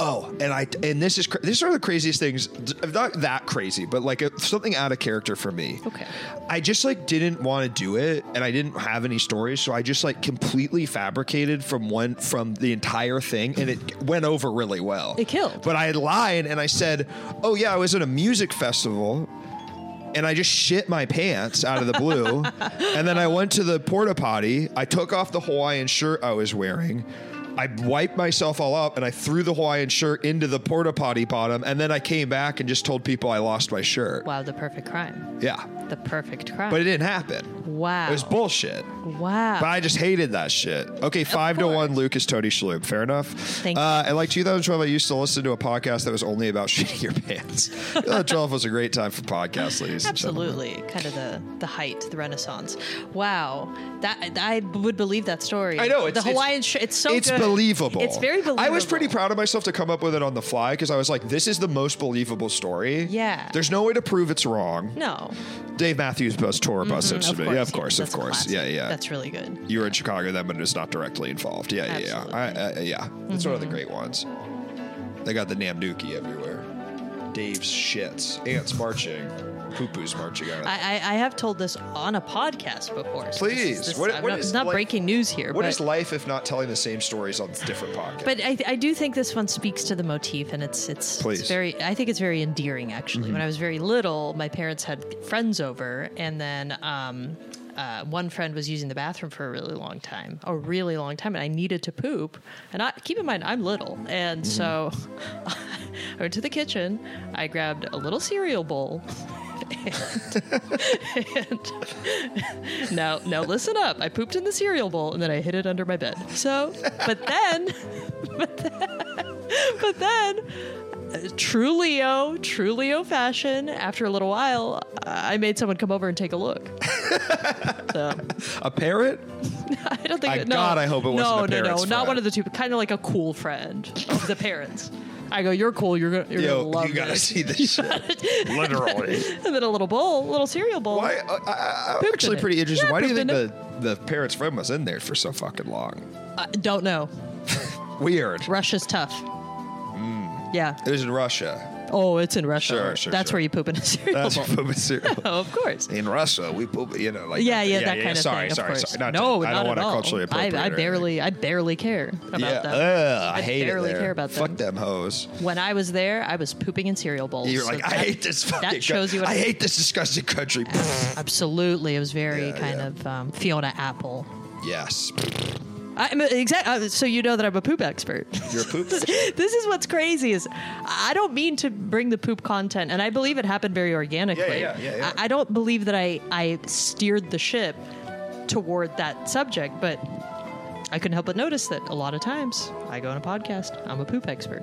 Speaker 1: oh, and I and this is cra- these are the craziest things. Not that crazy, but like a, something out of character for me.
Speaker 2: Okay.
Speaker 1: I just like didn't want to do it and I didn't have any stories so I just like completely fabricated from one from the entire thing and it went over really well.
Speaker 2: It killed.
Speaker 1: But I lied and I said, "Oh yeah, I was at a music festival." And I just shit my pants out of the
Speaker 2: *laughs*
Speaker 1: blue. and then I went to the porta potty. I took off the Hawaiian shirt I was wearing. I wiped myself all up and I threw the Hawaiian shirt into the porta potty bottom. And then I came back and just told people I lost my shirt.
Speaker 2: Wow, the perfect crime.
Speaker 1: Yeah.
Speaker 2: The perfect crime.
Speaker 1: But it didn't happen.
Speaker 2: wow.
Speaker 1: It was bullshit.
Speaker 2: wow.
Speaker 1: But I just hated that shit. Okay, five to
Speaker 2: course.
Speaker 1: one, Lucas Tony Schloop. Fair enough.
Speaker 2: Thank
Speaker 1: uh, And like 2012, I used to listen to a podcast that was only about *laughs* shitting your pants. *laughs* 2012 was a great time for podcasts, ladies and gentlemen.
Speaker 2: Absolutely, kind of the the height, the Renaissance. Wow, that I would believe that story.
Speaker 1: I know
Speaker 2: the
Speaker 1: it's it's-
Speaker 2: Hawaiian. It's, it's so
Speaker 1: it's
Speaker 2: good.
Speaker 1: believable.
Speaker 2: It's very believable.
Speaker 1: I was pretty proud of myself to come up with it on the fly because I was like, "This is the most believable story."
Speaker 2: Yeah.
Speaker 1: There's no way to prove it's wrong.
Speaker 2: No,
Speaker 1: Dave Matthews Bus Tour Bus
Speaker 2: Mm,
Speaker 1: Incident. Yeah, of course, of
Speaker 2: That's a
Speaker 1: course.
Speaker 2: classic.
Speaker 1: Yeah, yeah.
Speaker 2: That's really good.
Speaker 1: you were in Chicago then, but it's not directly involved. Yeah, yeah, yeah. I, I, yeah, it's one of
Speaker 2: Mm-hmm.
Speaker 1: the great ones. They got the Namduki everywhere. Dave's shits, ants marching, poo poo's marching out. of-
Speaker 2: I, I I have told this on a podcast before. so this
Speaker 1: Please,
Speaker 2: is- this-
Speaker 1: what-
Speaker 2: I'm
Speaker 1: what
Speaker 2: not,
Speaker 1: is
Speaker 2: not
Speaker 1: life-
Speaker 2: breaking news here?
Speaker 1: What
Speaker 2: but,
Speaker 1: is life if not telling the same stories on different podcasts?
Speaker 2: But I, I do think this one speaks to the motif, and it's it's,
Speaker 1: Please.
Speaker 2: it's very. I think it's very endearing, actually. When I was very little, my parents had friends over, and then um, uh, one friend was using the bathroom for a really long time, a really long time, and I needed to poop. And I keep in mind, I'm little, and so *laughs* I went to the kitchen. I grabbed a little cereal bowl. *laughs* and, *laughs* and *laughs* now, now listen up. I pooped in the cereal bowl and then I hid it under my bed. So, but then, *laughs* but then, uh, true Leo, true Leo fashion. After a little while, I made someone come over and take a look. *laughs* so
Speaker 1: a parrot?
Speaker 2: I don't think.
Speaker 1: My
Speaker 2: it- no,
Speaker 1: God, I hope it wasn't a
Speaker 2: No, no, no,
Speaker 1: parent's
Speaker 2: not
Speaker 1: friend.
Speaker 2: one of the two. But kind of like a cool friend of the parents. I go, you're cool. You're gonna, you're gonna
Speaker 1: Yo,
Speaker 2: love
Speaker 1: you gotta
Speaker 2: this.
Speaker 1: see this shit.
Speaker 3: *laughs*
Speaker 1: Literally.
Speaker 2: *laughs* And then a little bowl, a little cereal bowl.
Speaker 1: Why? uh, I, I, I'm
Speaker 2: Pooped
Speaker 1: actually
Speaker 2: in it.
Speaker 1: pretty interested.
Speaker 2: Yeah,
Speaker 1: Why do you
Speaker 2: pooped
Speaker 1: think
Speaker 2: in
Speaker 1: the, the parents' friend was in there for so fucking long?
Speaker 2: I don't know.
Speaker 1: Weird.
Speaker 2: Russia's tough. Yeah.
Speaker 1: It was in Russia.
Speaker 2: Oh, it's in Russia.
Speaker 1: Mm. Sure, sure,
Speaker 2: That's
Speaker 1: sure.
Speaker 2: where you poop in a *laughs* cereal
Speaker 1: That's *laughs*
Speaker 2: bowl.
Speaker 1: pooping cereal.
Speaker 2: Oh, of course.
Speaker 1: in Russia, we poop, you know, like
Speaker 2: Yeah, yeah, that kind of
Speaker 1: sorry,
Speaker 2: thing.
Speaker 1: Sorry,
Speaker 2: of course.
Speaker 1: sorry, Not
Speaker 2: no,
Speaker 1: to, I don't
Speaker 2: not
Speaker 1: want
Speaker 2: at
Speaker 1: to
Speaker 2: all.
Speaker 1: culturally appropriate.
Speaker 2: I, I
Speaker 1: or anything.
Speaker 2: barely, I barely care about
Speaker 1: yeah, uh,
Speaker 2: that.
Speaker 1: ugh, I, hate it
Speaker 2: barely
Speaker 1: there.
Speaker 2: care about that.
Speaker 1: Fuck them hoes.
Speaker 2: When I was there, I was pooping in cereal bowls.
Speaker 1: You're
Speaker 2: so
Speaker 1: like, I
Speaker 2: that-
Speaker 1: hate this fucking.
Speaker 2: That shows
Speaker 1: cou-
Speaker 2: you. What
Speaker 1: I hate this disgusting
Speaker 2: *laughs*
Speaker 1: country.
Speaker 2: Absolutely, it was very
Speaker 1: Yeah,
Speaker 2: kind
Speaker 1: yeah.
Speaker 2: of um, Fiona Apple.
Speaker 1: yes,
Speaker 2: I, I'm exactly. So you know that I'm a poop expert. *laughs*
Speaker 1: you're a poop.
Speaker 2: this is what's crazy is I don't mean to bring the poop content, and I believe it happened very organically.
Speaker 1: Yeah, yeah, yeah, yeah.
Speaker 2: I, I don't believe that I I steered the ship toward that subject, but I couldn't help but notice that a lot of times I go on a podcast, I'm a poop expert.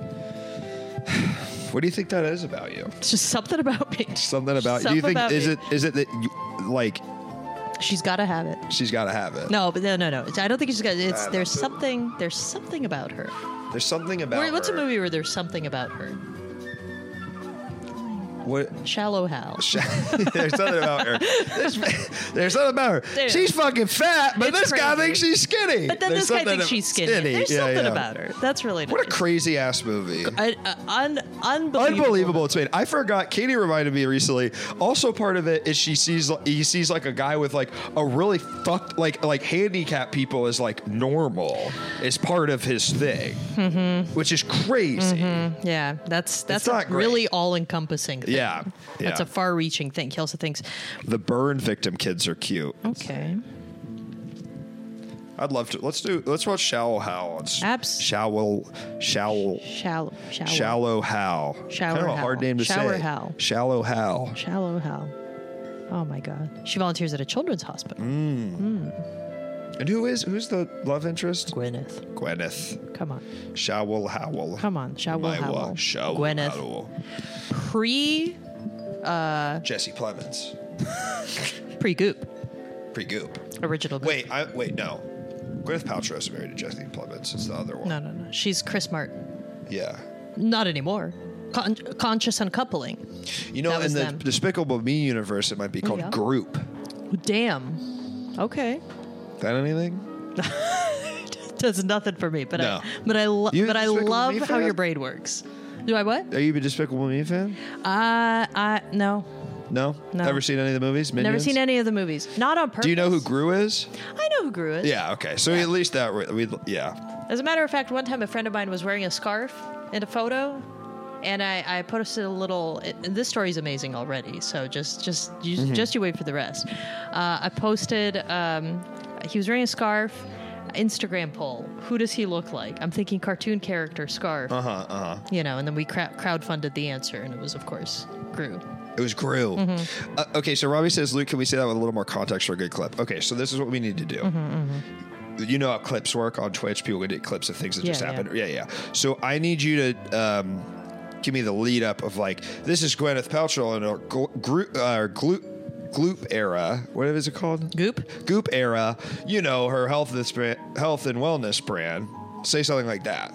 Speaker 1: what do you think that is about you?
Speaker 2: It's just something about me.
Speaker 1: Something about. do you
Speaker 2: Something
Speaker 1: think
Speaker 2: about
Speaker 1: is
Speaker 2: me.
Speaker 1: it is it that you, like
Speaker 2: She's got to have it.
Speaker 1: she's got to have it?
Speaker 2: No, but no, no, no. I don't think she's got. It's
Speaker 1: I
Speaker 2: there's
Speaker 1: love poop.
Speaker 2: something. There's something about her.
Speaker 1: there's something about.
Speaker 2: Where- what's
Speaker 1: her.
Speaker 2: a movie where there's something about her?
Speaker 1: What?
Speaker 2: Shallow Hal.
Speaker 1: *laughs* there's something about her. There's, there's something about her.
Speaker 2: Dude.
Speaker 1: She's fucking fat, but
Speaker 2: It's
Speaker 1: this guy
Speaker 2: crazy.
Speaker 1: thinks she's skinny.
Speaker 2: But then
Speaker 1: There's
Speaker 2: this guy
Speaker 1: something
Speaker 2: thinks
Speaker 1: ab-
Speaker 2: she's skinny. There's
Speaker 1: Yeah,
Speaker 2: something
Speaker 1: yeah.
Speaker 2: about her. That's really
Speaker 1: What a
Speaker 2: nice.
Speaker 1: crazy ass movie.
Speaker 2: I- uh, un- unbelievable.
Speaker 1: Unbelievable it's made. I forgot. Katie reminded me recently. Also, part of it is she sees he sees like a guy with like a really fucked like like handicapped people is like normal is part of his thing,
Speaker 2: Mm-hmm.
Speaker 1: which is crazy.
Speaker 2: Yeah, that's that's
Speaker 1: not
Speaker 2: a
Speaker 1: great.
Speaker 2: really all encompassing. thing.
Speaker 1: Yeah,
Speaker 2: That's
Speaker 1: yeah.
Speaker 2: a far reaching thing. He also thinks,
Speaker 1: The burn victim kids are cute.
Speaker 2: okay,
Speaker 1: I'd love to. Let's do. Let's watch Shallow Hal. on s-
Speaker 2: Abs-
Speaker 1: Shallow. Shallow.
Speaker 2: shallow,
Speaker 1: Shallow
Speaker 2: shallow,
Speaker 1: Hal.
Speaker 2: Shower
Speaker 1: kind of a
Speaker 2: Hal.
Speaker 1: hard name to
Speaker 2: Shower
Speaker 1: say.
Speaker 2: Hal.
Speaker 1: Shallow Hal.
Speaker 2: shallow hell. Oh my God. She volunteers at a children's hospital.
Speaker 1: Mm. And who is who's the love interest?
Speaker 2: Gwyneth,
Speaker 1: Gwyneth.
Speaker 2: come on,
Speaker 1: Shallow Howell.
Speaker 2: come on, shallow
Speaker 1: My
Speaker 2: hell.
Speaker 1: wa- Shallow
Speaker 2: Gwyneth,
Speaker 1: Howell.
Speaker 2: pre Uh.
Speaker 1: Jesse Plemons.
Speaker 2: pre goop
Speaker 1: Pre goop.
Speaker 2: original. Goop.
Speaker 1: Wait, I wait, no. Gwyneth Paltrow is married to Jesse Plemons. It's the other one.
Speaker 2: no, no, no. She's Chris Martin.
Speaker 1: Yeah.
Speaker 2: Not anymore. Con- conscious uncoupling.
Speaker 1: You know,
Speaker 2: That
Speaker 1: in
Speaker 2: was
Speaker 1: the
Speaker 2: them. Oh,
Speaker 1: Despicable Me universe, it might be called
Speaker 2: Yeah.
Speaker 1: Group.
Speaker 2: Damn. Okay.
Speaker 1: That anything?
Speaker 2: Does nothing for me, but
Speaker 1: No.
Speaker 2: I but I lo-
Speaker 1: You
Speaker 2: but I
Speaker 1: Despicable Me
Speaker 2: love how
Speaker 1: fan?
Speaker 2: your brain works. Do I what?
Speaker 1: Are you a Despicable Me fan?
Speaker 2: Uh, I no,
Speaker 1: No?
Speaker 2: No.
Speaker 1: Never seen any of the movies?
Speaker 2: never
Speaker 1: Minions?
Speaker 2: seen any of the movies. Not on purpose.
Speaker 1: Do you know who Gru is?
Speaker 2: I know who grew it.
Speaker 1: Yeah, okay. So at least that, we, we- yeah.
Speaker 2: As a matter of fact, one time a friend of mine was wearing a scarf in a photo, and I, I posted a little. and this story's amazing already, so just just you,
Speaker 1: Mm-hmm.
Speaker 2: just you wait for the rest. Uh, I posted. Um, he was wearing a scarf. Instagram poll: Who does he look like? I'm thinking cartoon character scarf.
Speaker 1: Uh huh, uh huh.
Speaker 2: You know, and then we crowd crowdfunded the answer, and it was of course Gru.
Speaker 1: It was Gru.
Speaker 2: Mm-hmm.
Speaker 1: Uh, okay, so Robbie says, Luke, can we say that with a little more context for a good clip? Okay, so this is what we need to do.
Speaker 2: Mm-hmm,
Speaker 1: You know how clips work on Twitch. People get clips of things that
Speaker 2: Yeah,
Speaker 1: just
Speaker 2: mm-hmm. yeah.
Speaker 1: happened. Yeah, yeah. So I need you to um, give me the lead up of like, this is Gwyneth Paltrow in our Gru- uh, Gloop, Gloop era. What is it called?
Speaker 2: Goop.
Speaker 1: Goop era. You know, her health, this brand, health and wellness brand. Say something like that.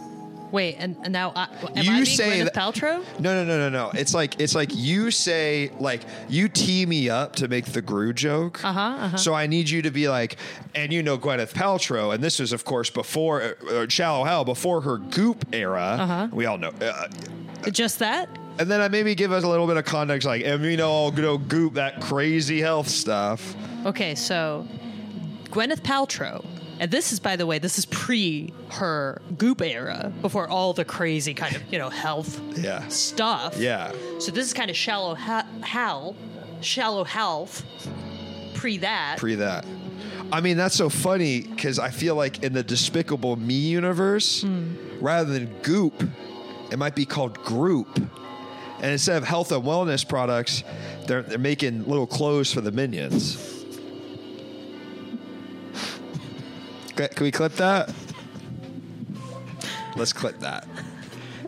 Speaker 2: Wait, and, and now I, am
Speaker 1: you
Speaker 2: I being
Speaker 1: say
Speaker 2: Gwyneth
Speaker 1: that-
Speaker 2: Paltrow?
Speaker 1: No, no, no, no, no. It's like it's like you say like you tee me up to make the Gru joke. Uh huh. So I need you to be like, and you know Gwyneth Paltrow, and this is of course before uh, uh, Shallow Hal, before her Goop era. Uh-huh. We all know. Uh,
Speaker 2: Just that?
Speaker 1: and then I maybe give us a little bit of context, like, and we know all good old Goop that crazy health stuff.
Speaker 2: Okay, so Gwyneth Paltrow, and this is, by the way, this is pre her goop era, before all the crazy kind of, you know, health
Speaker 1: Yeah.
Speaker 2: stuff.
Speaker 1: Yeah.
Speaker 2: So this is kind of shallow ha- hal, shallow health, pre that.
Speaker 1: Pre that. I mean, that's so funny because I feel like in the Despicable Me universe,
Speaker 2: Hmm.
Speaker 1: rather than Goop, it might be called Group. And instead of health and wellness products, they're, they're making little clothes for the minions. *laughs* Cl- Can we clip that? Let's clip that.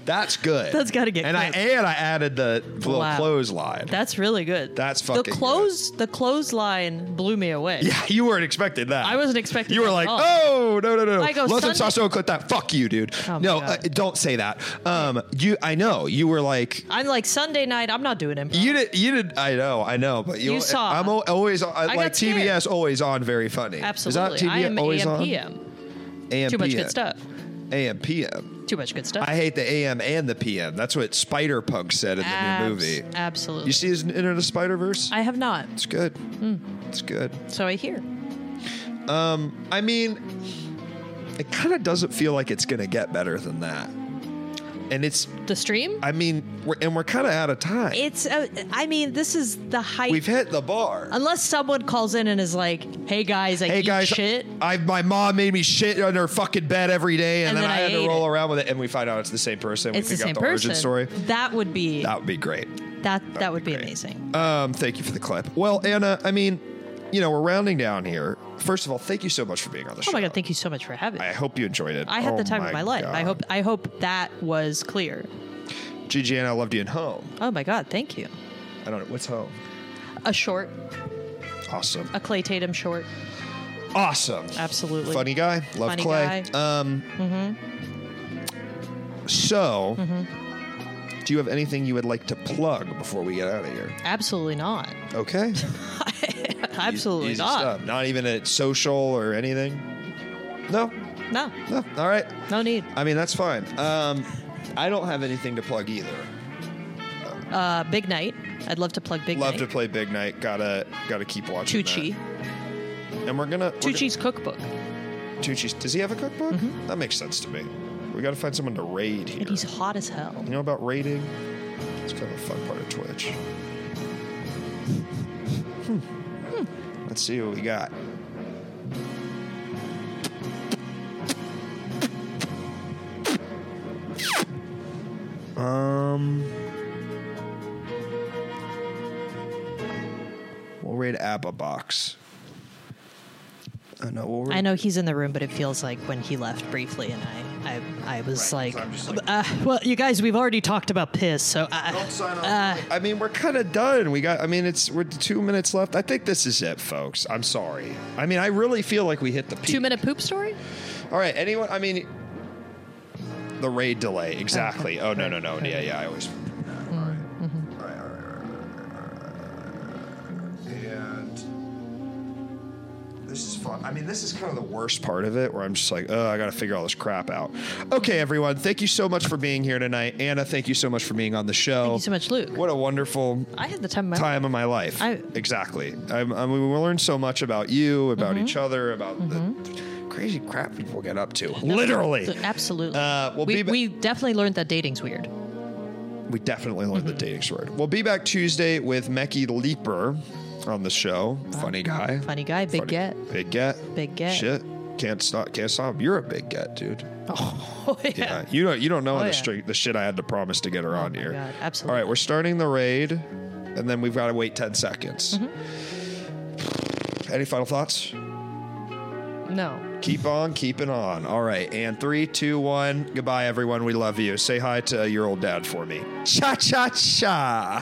Speaker 1: That's good.
Speaker 2: That's gotta get
Speaker 1: And I
Speaker 2: clipped.
Speaker 1: and I added the little
Speaker 2: Wow.
Speaker 1: clothesline.
Speaker 2: That's really good.
Speaker 1: That's
Speaker 2: the
Speaker 1: fucking
Speaker 2: clothes. The clothesline blew me away.
Speaker 1: Yeah, *laughs* you weren't expecting that.
Speaker 2: I wasn't expecting
Speaker 1: You were like,
Speaker 2: that at all.
Speaker 1: oh no no no.
Speaker 2: I go,
Speaker 1: Listen,
Speaker 2: Sunday-
Speaker 1: Sasso, clip that. Fuck you, dude.
Speaker 2: Oh, my
Speaker 1: no,
Speaker 2: God.
Speaker 1: uh, don't say that. Um, you, I know you were like.
Speaker 2: I'm like Sunday night. I'm not doing improv.
Speaker 1: You did. You did. I know. I know. But you,
Speaker 2: You saw.
Speaker 1: I'm al- always on,
Speaker 2: got
Speaker 1: like
Speaker 2: scared.
Speaker 1: TBS. Always on. Very funny. Is
Speaker 2: Absolutely.
Speaker 1: that TBS
Speaker 2: I am
Speaker 1: always on?
Speaker 2: AMPM.
Speaker 1: AM,
Speaker 2: Too much
Speaker 1: PM.
Speaker 2: good stuff.
Speaker 1: AM PM.
Speaker 2: Too much good stuff.
Speaker 1: I hate the AM and the PM. That's what Spider Punk said in the new movie.
Speaker 2: Abs- Absolutely.
Speaker 1: You see his Into the Spider Verse?
Speaker 2: I Hmm. have not.
Speaker 1: It's good. It's good.
Speaker 2: So I hear.
Speaker 1: I mean, it kind of doesn't feel like it's going to get better than that. And it's,
Speaker 2: The stream?
Speaker 1: I mean, we're, and we're kind of out of time.
Speaker 2: It's, uh, I mean, this is the height.
Speaker 1: We've hit the bar.
Speaker 2: Unless someone calls in and is like, hey guys, I
Speaker 1: hey
Speaker 2: eat
Speaker 1: guys,
Speaker 2: shit.
Speaker 1: I my mom made me shit on her fucking bed every day, and,
Speaker 2: And
Speaker 1: then,
Speaker 2: then
Speaker 1: I,
Speaker 2: I
Speaker 1: had to
Speaker 2: ate
Speaker 1: roll
Speaker 2: it.
Speaker 1: around with it, and we find out it's the same person.
Speaker 2: It's
Speaker 1: we
Speaker 2: the
Speaker 1: figure out
Speaker 2: same
Speaker 1: the
Speaker 2: person.
Speaker 1: origin story.
Speaker 2: That would be,
Speaker 1: That would be great.
Speaker 2: that, that would be
Speaker 1: great.
Speaker 2: amazing.
Speaker 1: Um, thank you for the clip. Well, Anna, I mean, you know, we're rounding down here. First of all, thank you so much for being on the show.
Speaker 2: Oh my God, thank you so much for having me.
Speaker 1: I hope you enjoyed it.
Speaker 2: I had
Speaker 1: Oh
Speaker 2: the time of my life. I
Speaker 1: God.
Speaker 2: hope I hope that was clear.
Speaker 1: Gigi Anna, I loved you in home.
Speaker 2: Oh my god, thank you.
Speaker 1: I don't know what's home.
Speaker 2: A short,
Speaker 1: Awesome.
Speaker 2: a Clay Tatum short.
Speaker 1: Awesome.
Speaker 2: Absolutely.
Speaker 1: Funny guy. Love
Speaker 2: Funny
Speaker 1: Clay. Um, So, do you have anything you would like to plug before we get out of here?
Speaker 2: Absolutely
Speaker 1: *laughs*
Speaker 2: not. *laughs*
Speaker 1: Okay.
Speaker 2: Absolutely
Speaker 1: Easy
Speaker 2: not.
Speaker 1: stuff. Not even at social or anything? No?
Speaker 2: No,
Speaker 1: No. All right.
Speaker 2: no need.
Speaker 1: I mean, that's fine. Um, I don't have anything to plug either.
Speaker 2: Uh, big night. I'd love to plug Big
Speaker 1: Love to
Speaker 2: Night.
Speaker 1: play Big Night. Gotta gotta keep watching. that.
Speaker 2: Tucci.
Speaker 1: And we're gonna we're
Speaker 2: Tucci's cookbook.
Speaker 1: gonna- Tucci's. Does he have a cookbook? That makes sense to me. We gotta find someone to raid here.
Speaker 2: And Mm-hmm. he's hot as hell.
Speaker 1: You know about rating? It's kind of a fun part of Twitch. Hmm. Let's see what we got. Um, we'll rate Abba Box. I know. We'll
Speaker 2: I
Speaker 1: rate
Speaker 2: know he's in the room, but it feels like when he left briefly, and I, I, I was
Speaker 1: Right, so I'm
Speaker 2: like,
Speaker 1: just like-
Speaker 2: uh, "Well, you guys, we've already talked about piss, so I,
Speaker 1: Don't sign off.
Speaker 2: uh,
Speaker 1: I mean, we're kind of done. We got. I mean, it's we're two minutes left. I think this is it, folks. I'm sorry. I mean, I really feel like we hit the peak.
Speaker 2: two minute poop story."
Speaker 1: All right. Anyone? I mean, the raid delay. Exactly. Oh no no no. Yeah yeah. I always. All right. All right, all right, all right, all right, all right, all right. And this is fun. I mean, this is kind of the worst part of it, where I'm just like, oh, I got to figure all this crap out. Okay, everyone, thank you so much for being here tonight. Anna, thank you so much for being on the show.
Speaker 2: Thank you so much, Luke.
Speaker 1: What a wonderful
Speaker 2: I had the time of my
Speaker 1: time of my life.
Speaker 2: I-
Speaker 1: exactly. I, I mean, we learned so much about you, about each
Speaker 2: Mm-hmm.
Speaker 1: other, about the crazy crap people get up to. Literally.
Speaker 2: Absolutely.
Speaker 1: Uh, we'll
Speaker 2: we,
Speaker 1: be ba-
Speaker 2: we definitely learned that dating's weird.
Speaker 1: We definitely learned
Speaker 2: Mm-hmm.
Speaker 1: the dating word. We'll be back Tuesday with Mecky Leaper on the show. Funny guy.
Speaker 2: Funny guy, big
Speaker 1: Funny-
Speaker 2: get. *laughs*
Speaker 1: Big get.
Speaker 2: Big get.
Speaker 1: Shit. Can't stop. Can't stop. him. You're a big get, dude.
Speaker 2: Oh, yeah.
Speaker 1: Yeah. You don't. You don't know
Speaker 2: Oh,
Speaker 1: the
Speaker 2: yeah. Oh
Speaker 1: stri- the shit I had to promise to get her on
Speaker 2: my
Speaker 1: here.
Speaker 2: God,
Speaker 1: All
Speaker 2: absolutely.
Speaker 1: right, we're starting the raid, and then we've got to wait ten seconds.
Speaker 2: Mm-hmm.
Speaker 1: Any final thoughts?
Speaker 2: No.
Speaker 1: Keep on keeping on. All right, and three, two, one. Goodbye, everyone. We love you. Say hi to your old dad for me. Cha cha cha.